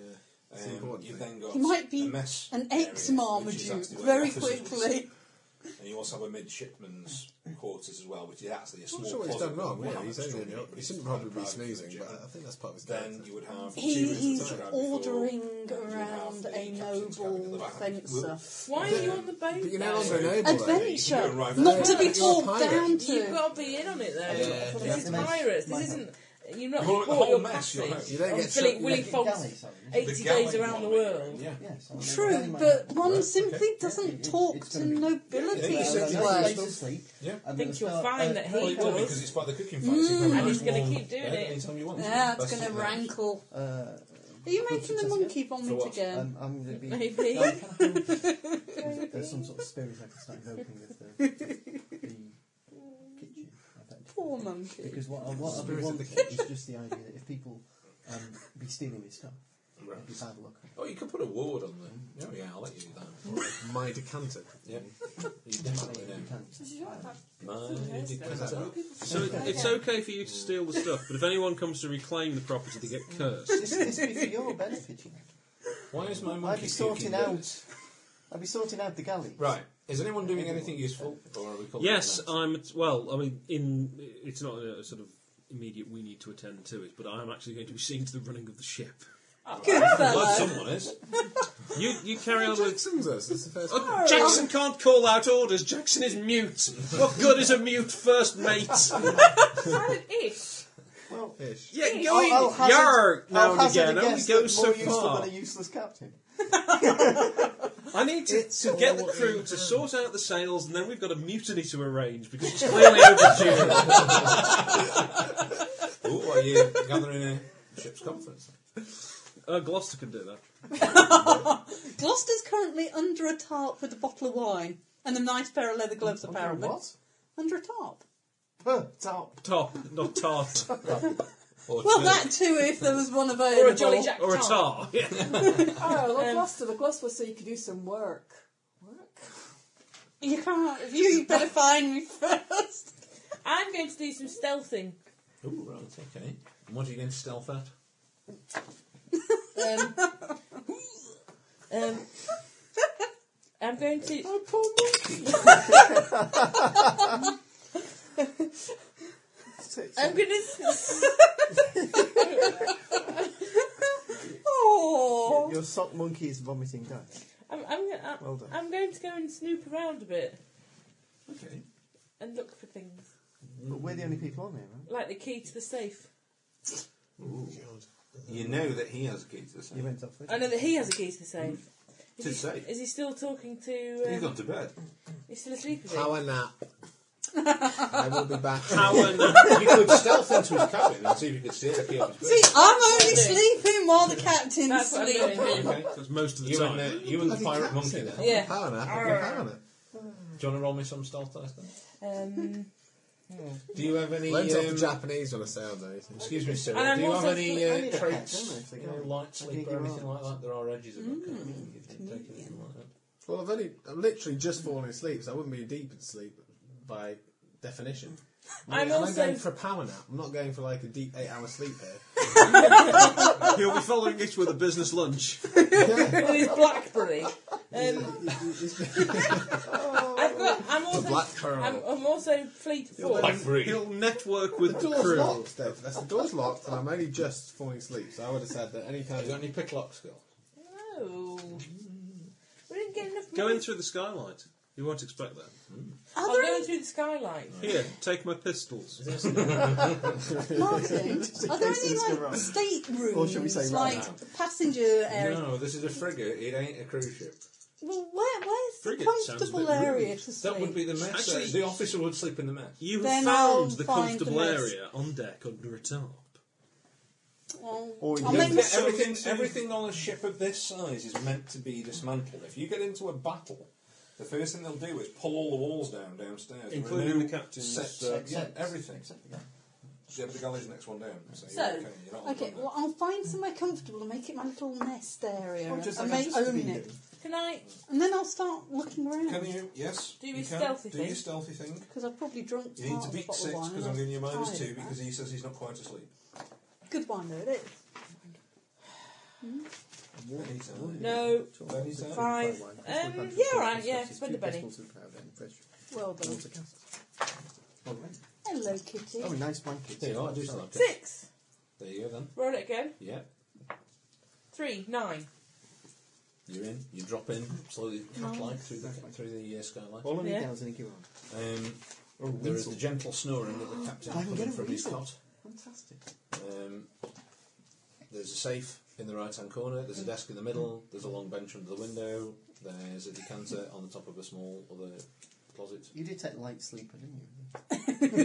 G: Um,
D: It's important,
G: You've
D: isn't
G: then got
I: He might be
G: a mess
I: An
G: area,
I: ex
G: which is
I: Marmaduke,
G: actually where
I: very
G: the officers
I: quickly.
G: sleep. And you also have a midshipman's quarters as well, which is actually a
D: I'm
G: small
D: not sure what he's
G: closet
D: done
G: with
D: wrong,
G: one
D: really. He's only in the,
G: extraordinary
D: he
G: priest
D: shouldn't
G: and a
D: probably be
G: private
D: snoozing, but uh,
G: gym.
D: I think that's part of his
G: Then
D: character.
G: you would have
I: He,
G: Judas
I: he's
G: described before,
I: ordering
G: and you would have
I: around
G: the
I: a
G: captain's cabin at the
I: noble
G: back.
I: fencer.
J: Why are you on the boat?
D: But you're no
J: though?
D: longer an able
I: Adventure!
G: You're right.
I: Not to be
D: You're a
I: talked
D: pirate.
I: down
J: You've
I: to.
J: got to be in on it though.
D: Yeah,
J: this
D: yeah.
J: is pirates. This isn't. You're not
G: You want the
J: bought
G: whole
J: your
G: mess, you're
J: passage.
D: You don't
J: on
D: get
J: Philip
D: shot-
J: Willie
F: Like a
J: Folt's
F: galley, sorry.
J: eighty
G: galley
J: days around the
G: one way
J: world.
G: Yeah.
F: Yes, I mean, bearing in
I: True,
F: mind-
I: but one
G: Right,
I: simply doesn't
F: It- it-
I: talk
F: it's
I: to
F: gonna be-
I: nobility
G: Yeah,
F: Uh,
G: it's
I: in
G: certainly
I: that
F: no,
G: worse.
F: place
I: way.
F: to sleep.
G: Yeah.
F: I'm
J: I
F: gonna
J: think you'll
F: start,
J: find
F: uh,
J: that he
G: Well, you will
J: does.
G: because it's by the cooking fights. you can have
J: And he's
G: it
J: gonna
G: all
J: keep doing
G: there
J: it.
G: Anytime you want.
I: Mm. Yeah, it's
G: Best
I: going to
G: of them.
I: rankle.
F: uh,
I: Are you making the
F: Success
I: monkey vomit
G: what?
I: again?
F: um, I'm going to be. <laughs>
J: Maybe.
F: No, I'm kinda hoping if There's some sort of spirit I can start evoking with the, the kitchen. effect.
I: Poor monkey.
F: Because what, I- what I've been
D: Spirit of the
F: wanting is just the idea that if people um, be stealing his stuff, it'd be bad luck.
G: Oh, you could put a ward on there. Oh, yeah, I'll let you do that.
D: My decanter.
G: Yeah. You definitely
F: They
G: do.
F: can't.
G: My decanter.
H: So it, it's okay for you to steal the stuff, but if anyone comes to reclaim the property, they get cursed.
F: This, this would be for your benefit, you know.
G: Why is my monkey
F: I'd be sorting
G: puking
F: out. I'd be sorting out the galley.
G: Right. Is anyone doing anything useful? Or are we called
H: Yes,
G: it a night?
H: I'm. Well, I mean, in it's not a sort of immediate. We need to attend to it, but I'm actually going to be seeing to the running of the ship.
I: Good
G: Glad
I: fellow.
G: someone is.
H: You you carry
F: <laughs>
H: on with
D: Jackson's us. That's the first one.
H: Oh, Jackson can't call out orders. Jackson is mute. What good is a mute
F: <laughs>
H: first mate?
J: Kind of ish.
F: Well,
D: Ish.
H: Yeah,
F: I'll-
H: going
F: I'll hazard-
H: yar now
F: I'll
H: and
F: hazard oh, a
H: again only
F: guess that
H: goes so
F: more useful
H: far.
F: than a useless captain.
H: I need to, to get the crew to sort out the sails, and then we've got a mutiny to arrange because
F: <laughs>
H: it's clearly overdue.
G: Ooh, are you gathering a ship's conference?
H: Uh, Gloucester can do that.
I: Gloucester's currently under a tarp with a bottle of wine and a nice pair of leather gloves, apparently.
F: What?
I: Under a tarp.
F: Huh, Top.
H: Top, not tart,
G: Or
I: Well,
G: two?
I: that too, if there was one available. Um,
J: Or a Jolly Jack
H: or a
J: tart.
H: tar. <laughs> Yeah.
K: Oh, look, Gloucester. The Gloucester, so you could do some work. Work?
I: You can't. if You, you better find me first.
J: I'm going to do some stealthing.
G: Ooh, right, okay. And what are you going to stealth at?
J: Um, um, I'm going
F: Oh,
J: to. <laughs> I'm going to.
I: Oh.
F: Your sock monkey is vomiting dice.
J: I'm, I'm, gonna- I'm,
F: Well done.
J: I'm going to go and snoop around a bit.
F: Okay.
J: and look for things.
F: But we're the only people on there,
J: Like the key to the safe.
G: You know that he has a key to the safe.
F: He went up with
J: I know that he has a key to the safe.
G: To
J: Is
G: the
J: he-
G: safe?
J: Is he still talking to. Uh,
G: He's gone to bed.
J: He's still asleep, is he?
D: Power nap. I will be back.
G: Power nap. You could stealth into his cabin and see if you could steal the key off his
I: See, I'm only sleeping while the captain's
J: That's what I'm
I: sleeping.
J: doing.
G: Because most of the you time. And the, you and the pirate monkey there.
J: Yeah.
D: Power nap. I can power nap.
G: Do you want to roll me some stealth dice then?
J: Um,
G: Do you have any.
D: Learned off the
G: um,
D: Japanese on a sale day.
G: Excuse me, sir.
J: And I'm
G: Do you have
J: also
G: any
J: fl- I need
G: uh,
J: a
G: traits?
F: they
G: You know, light sleep or anything like that? There are edges of
H: Mm,
G: that kind of thing. You can take anything like that.
D: Well, I've only I've literally just fallen asleep, so I wouldn't be deep in sleep by definition. I
J: I'm
D: mean, am
J: also-
D: I going for a power nap? I'm not going for like a deep eight-hour sleep here.
H: He'll be following it with a business lunch.
J: with his blackberry. Um, I've got. I'm also.
D: blackcurrant.
J: I'm, I'm also fleet four.
H: He'll network with
D: The
H: the
D: door's
H: crew.
D: locked, Dave. That's the door's locked, and I'm only just falling asleep. So I would have said that any kind
G: You got
D: of
G: any pick
D: <laughs>
G: lock skill?
J: Oh. We didn't get enough.
H: Go in
J: money.
H: through the skylight. You won't expect that.
J: I'll
I: there
J: go in through the skylight.
H: Here, take my pistols.
I: Martin, are there
F: things go
I: any
F: wrong.
I: like state rooms,
F: Or should we say right
I: like
G: now?
I: passenger area?
G: No, this is a frigate. It ain't a cruise ship.
I: Well, where, where's the
G: Frigate sounds a bit
I: comfortable area
G: rude.
I: to sleep?
G: That would be the mess.
H: Actually-
G: the officer would sleep in the mess.
H: You have
I: Then
H: found
I: I'll
H: the
I: find
H: comfortable
I: the mess.
H: area on deck under a tarp.
I: Well,
F: Or
I: I'll
F: you
I: make
G: Yeah,
I: myself-
G: everything, everything on a ship of this size is meant to be dismantled. If you get into a battle, the first thing they'll do is pull all the walls down downstairs,
H: Including
G: remove
H: the captain's,
G: sets,
H: uh,
G: yeah, everything. So you have the galleys next one down. So,
I: So,
G: you're okay. You're not
I: Okay,
G: on
I: well, I'll find somewhere comfortable and make it my little nest area
F: Or just
I: and
F: like
I: make
F: a
I: own
F: studio.
I: it.
J: Can I?
I: And then I'll start looking
G: that.
I: around.
G: Can you? Yes.
J: Do
G: you
J: your
G: can.
J: stealthy
G: Do
J: thing.
G: your stealthy thing.
I: Because I've probably drunk
G: You need
I: half
G: to
I: a
G: beat
I: bottle of
G: six
I: wine
G: because
I: and
G: I'm giving you minus
I: tired
G: two
I: of that.
G: because he says he's not quite asleep.
I: Good wine though it is.
G: Anytime.
J: No.
G: Anytime.
J: Five. Um, yeah, all right. Yeah, spend the bunny.
I: Well done. Hello, kitty.
F: Oh, nice blankets.
G: There you are, I do still have it.
J: Six.
G: There you go then.
J: Roll it again.
G: Yeah.
J: Three. Nine.
G: You're in. You drop in slowly, cat-like through the through the uh, skylight.
F: All of you
J: Yeah.
F: gals in a giveaway.
G: Um,
F: Or a
G: there is
F: weasel.
G: the gentle snoring that
I: <gasps>
G: the captain
F: I can
G: put
F: get
G: in
F: a
G: from his
F: weasel.
G: cot.
F: Fantastic.
G: Um, there's a safe in the right hand corner, there's a desk in the middle, there's a long bench under the window, there's a decanter on the top of a small other closet.
F: You did take light sleeper, didn't you?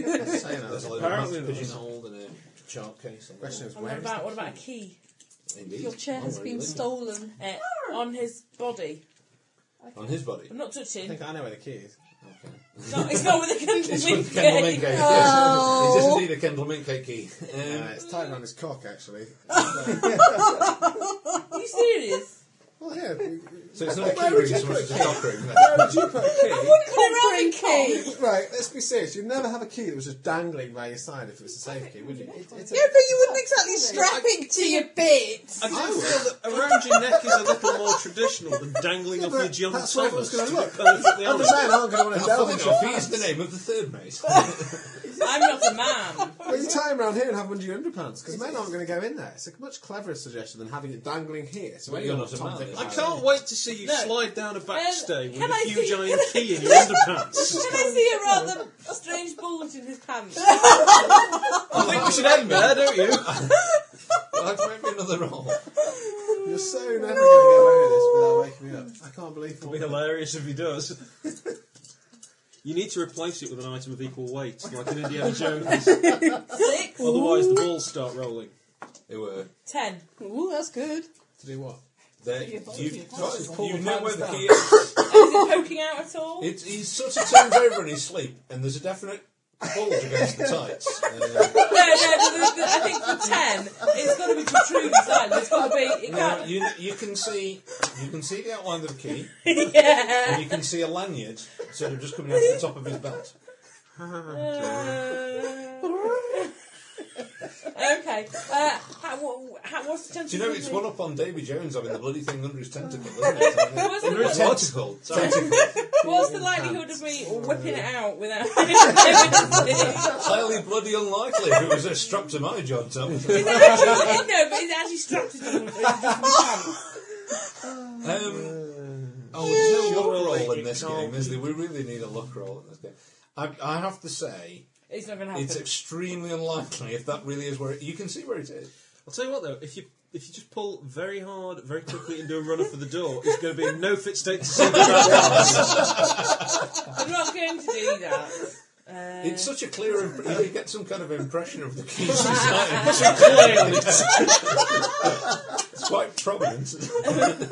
G: There's a load
D: Apparently
G: of
D: there was.
G: pigeonhole and a chart case. On the
D: question is
J: And what
D: where is
J: about what about a key
G: wall. Indeed.
I: Your chair
G: Oh,
I: has
G: where
I: been
G: you live.
I: stolen.
J: uh, on his body?
G: On his body.
J: I'm not
D: I
J: touching.
D: think I know where the key is.
G: Okay.
J: It's not, it's not with a Oh.
G: It's
J: candle
G: with Kendall Minkay. <laughs> yes. It is indeed a Kendall Minkay key.
D: Uh,
G: Um,
D: it's tied around his cock, actually.
J: Are you serious?
D: Well, yeah. we- we-
G: so it's not a key
D: Where
G: ring
D: would you
G: so much
D: put
G: as a
D: it?
G: dock ring.
D: Where would you put <laughs> a
I: Covering cake.
D: key? Right, let's be serious. You'd never have a key that was just dangling by your side if it was a safe key, would you?
I: Yeah, but you wouldn't exactly strap it to your bits.
H: I do feel that around your neck is a little more traditional than dangling off your
D: But
H: John
D: That's where it was
H: Thomas.
D: going to look.
H: Perfectly
D: I'm
H: honest.
D: just saying, I'm going to <laughs> want to delve into
G: Off is the name of the third mate. <laughs>
J: I'm not a man.
D: Well, you tie him around here and have him under your underpants because men aren't going to go in there. It's a much cleverer suggestion than having it dangling here. So
G: Well,
D: when
G: you're
D: you're
G: not a
D: Tom,
G: man,
D: Dick, and
G: then.
H: I
D: Harry-
H: can't wait to see you
J: No.
H: slide down a backstay
J: Um,
H: with
J: can
H: a
J: I
H: huge <laughs>
J: see-
H: iron key in your <laughs> underpants.
J: Can I see a rather strange bulge in his pants?
H: I think we should end there, don't <laughs> you?
G: Well, that's maybe another role.
D: You're so never going to get away with this without waking me up. I can't believe
H: It'll be
D: it.
H: hilarious if he does. You need to replace it with an item of equal <laughs> weight, like an Indiana Jones.
J: Six.
H: Otherwise, the balls start rolling.
G: They were.
J: Ten.
I: Ooh, that's good.
D: To do what?
G: They, you you
F: the
G: know
F: pants
G: where the
F: down.
G: key is.
J: Is it poking out at
G: <laughs>
J: all?
G: It, he sort of turns over in his sleep, and there's a definite bulge against the tights. Uh,
J: No, no, no, no, no, I think for ten, it's got to be protruding slightly. It's got to be. It
G: now,
J: can't.
G: Uh, you, you can see you can see the outline of the key,
J: yeah.
G: and you can see a lanyard sort of just coming out of the top of his belt. Oh,
J: Uh, okay. Uh, how, wha- how, what's the chance?
G: Do you know
J: of
G: it's
J: me-
G: one up on Davy Jones having the bloody thing under his tentacle? Isn't it?
J: What's
G: Under his
J: the,
G: tentacle. Tentacle.
J: what's the likelihood of me whipping it out without <laughs> evidence?
G: Highly bloody unlikely if it was a strap to my job, Tom. Um,
J: no, but it's actually strapped to someone's
G: Um, Oh, there's
D: Yeah.
G: no luck roll in
D: It
G: this
D: can't
G: game, is
D: be.
G: there? We really need a luck roll in this game. I, I have to say,
J: It's not going to happen.
G: it's extremely unlikely if that really is where it, you can see where it is.
H: I'll tell you what though, if you if you just pull very hard, very quickly, and do a runner for the door, it's going to be in no fit state to see the
J: I'm not going to do
G: <laughs>
J: that. Uh,
G: It's such a clear. Imp- you get some kind of impression of the
J: <laughs>
G: keys inside.
J: It's so clear.
G: it's quite prominent.
H: <laughs>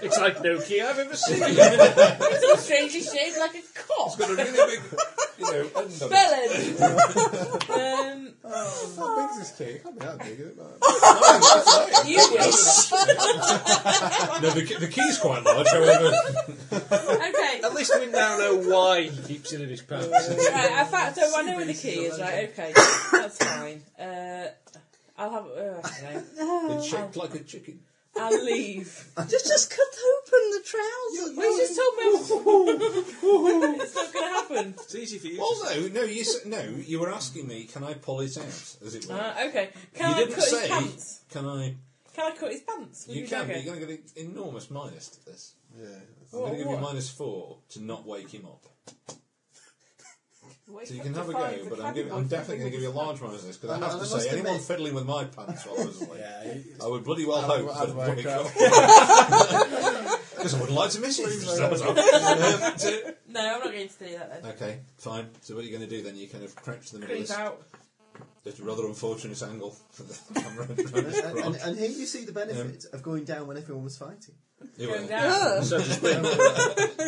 H: it's like no key I've ever seen.
J: it's all strangely shaped like a cock.
G: It's got a really big, you know, end on it.
J: um,
D: How big is this cake? Can't be that big, is it?
J: you wish.
G: <laughs> No, the, key- the key's quite large, however.
J: okay.
H: At least we now know why he keeps it in his pants.
J: Right, I found, so I know where the key is, right? Okay, that's fine. Uh, I'll have. Uh, I don't know.
G: It's shaped like a chicken.
J: I'll leave.
E: Just, just cut open the trousers.
J: We just told me it's not going to happen.
H: It's easy for you.
G: Although, no, you s- no, you were asking me, can I pull it out, as it were.
J: Uh, <laughs> okay, can I
G: you didn't
J: cut
G: say,
J: his pants?
G: can I?
J: Can I cut his pants? with
G: You
J: his
G: can,
J: dagger?
G: but you're going to get an enormous minus to this.
D: Yeah.
G: I'm going to give you
J: What?
G: minus four to not wake him up.
K: Wait,
G: So you can
K: to
G: have a go,
K: find the
G: but I'm,
K: cabin
G: giving,
K: boy
G: I'm
K: for
G: definitely going to give you a large minus this because
D: And-
G: I have
D: and
G: to
D: I must
G: say, anyone
D: admit-
G: fiddling with my pants while I was awake,
D: Yeah, you-
G: I would bloody well
D: I'd-
G: hope
D: I'd
G: that
D: wake
G: wake
D: up.
G: up. <laughs> Because I wouldn't like to miss
D: Please
G: it. <laughs>
D: wake up.
G: Um, to-
J: No, I'm not going to do that then.
G: okay, fine. So what are you going to do then? You kind of crouch to the middle of
J: Creep
G: this,
J: out.
G: this rather unfortunate angle for the camera.
F: and, and, and here you see the benefit of going down when everyone was fighting.
G: You
J: Going
G: will.
J: down.
H: So just being,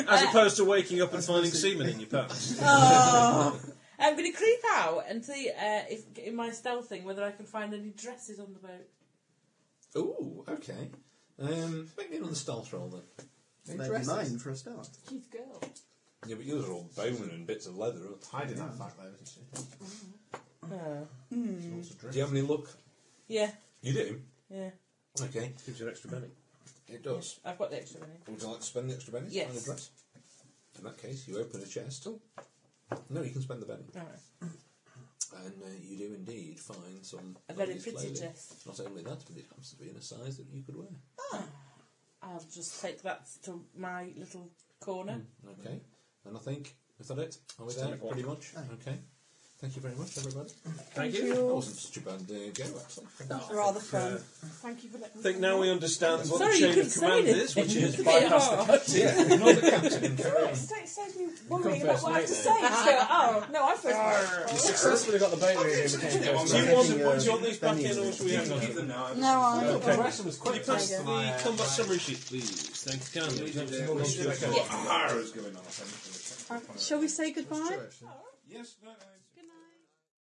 H: as opposed to waking up and finding semen in your pants.
J: I'm going to creep out and see uh, if in my stealth thing whether I can find any dresses on the boat.
G: Ooh, okay. Um, make me another stealth roll then.
F: Maybe mine for a start.
K: Keith girl.
G: Yeah, but yours are all bone and bits of leather. aren't they?
D: Hiding that fact, though, isn't she?
J: Uh,
D: She wants a drink.
G: Do you have any luck?
J: yeah,
G: You do.
J: yeah.
G: Okay,
H: Gives you an extra penny.
G: it does.
J: I've got the extra money.
G: Would you like to spend the extra pennies
J: Yes.
G: on a dress? In that case, you open a chest. No, you can spend the penny.
J: All right.
G: And uh, you do indeed find some.
J: A very
G: nice
J: pretty
G: clothing.
J: dress.
G: Not only that, but it happens to be in a size that you could wear.
J: I'll just take that to my little
G: Hmm.
J: corner.
G: Okay. And I think, is that it? Are we
H: Just
G: there?
H: take one.
G: Pretty much? Okay. Thank you very much, everybody.
H: Thank you.
G: That wasn't such a bad uh, go, actually.
I: Rather fun.
K: Thank you for letting
H: I
K: me
H: think now we understand what
J: Sorry,
H: the
J: you
H: chain of
J: couldn't
H: command
J: say
H: is, which
J: anything.
H: is
J: It's a bit
H: bypass the
J: hard.
H: captain.
G: Yeah, ignore the captain and carry on.
K: Right, stay, save me worrying
M: Um,
K: about
M: first
K: what I have to
M: mate,
K: say. So, oh, no, I first.
M: You successfully got the boat moving. and became
H: Do
M: first
H: you
M: mate.
H: want, them- do you want these back in or should we hang on? to them?
G: now.
I: No, I don't
H: Okay.
I: know.
M: Impression was
H: Can you
M: quick.
H: pass
M: thank
H: the
M: you.
H: combat summary sheet, please? Thank you kindly.
G: What the horror is going on? I think.
I: Uh, Shall we say goodbye?
G: Yes, no, no.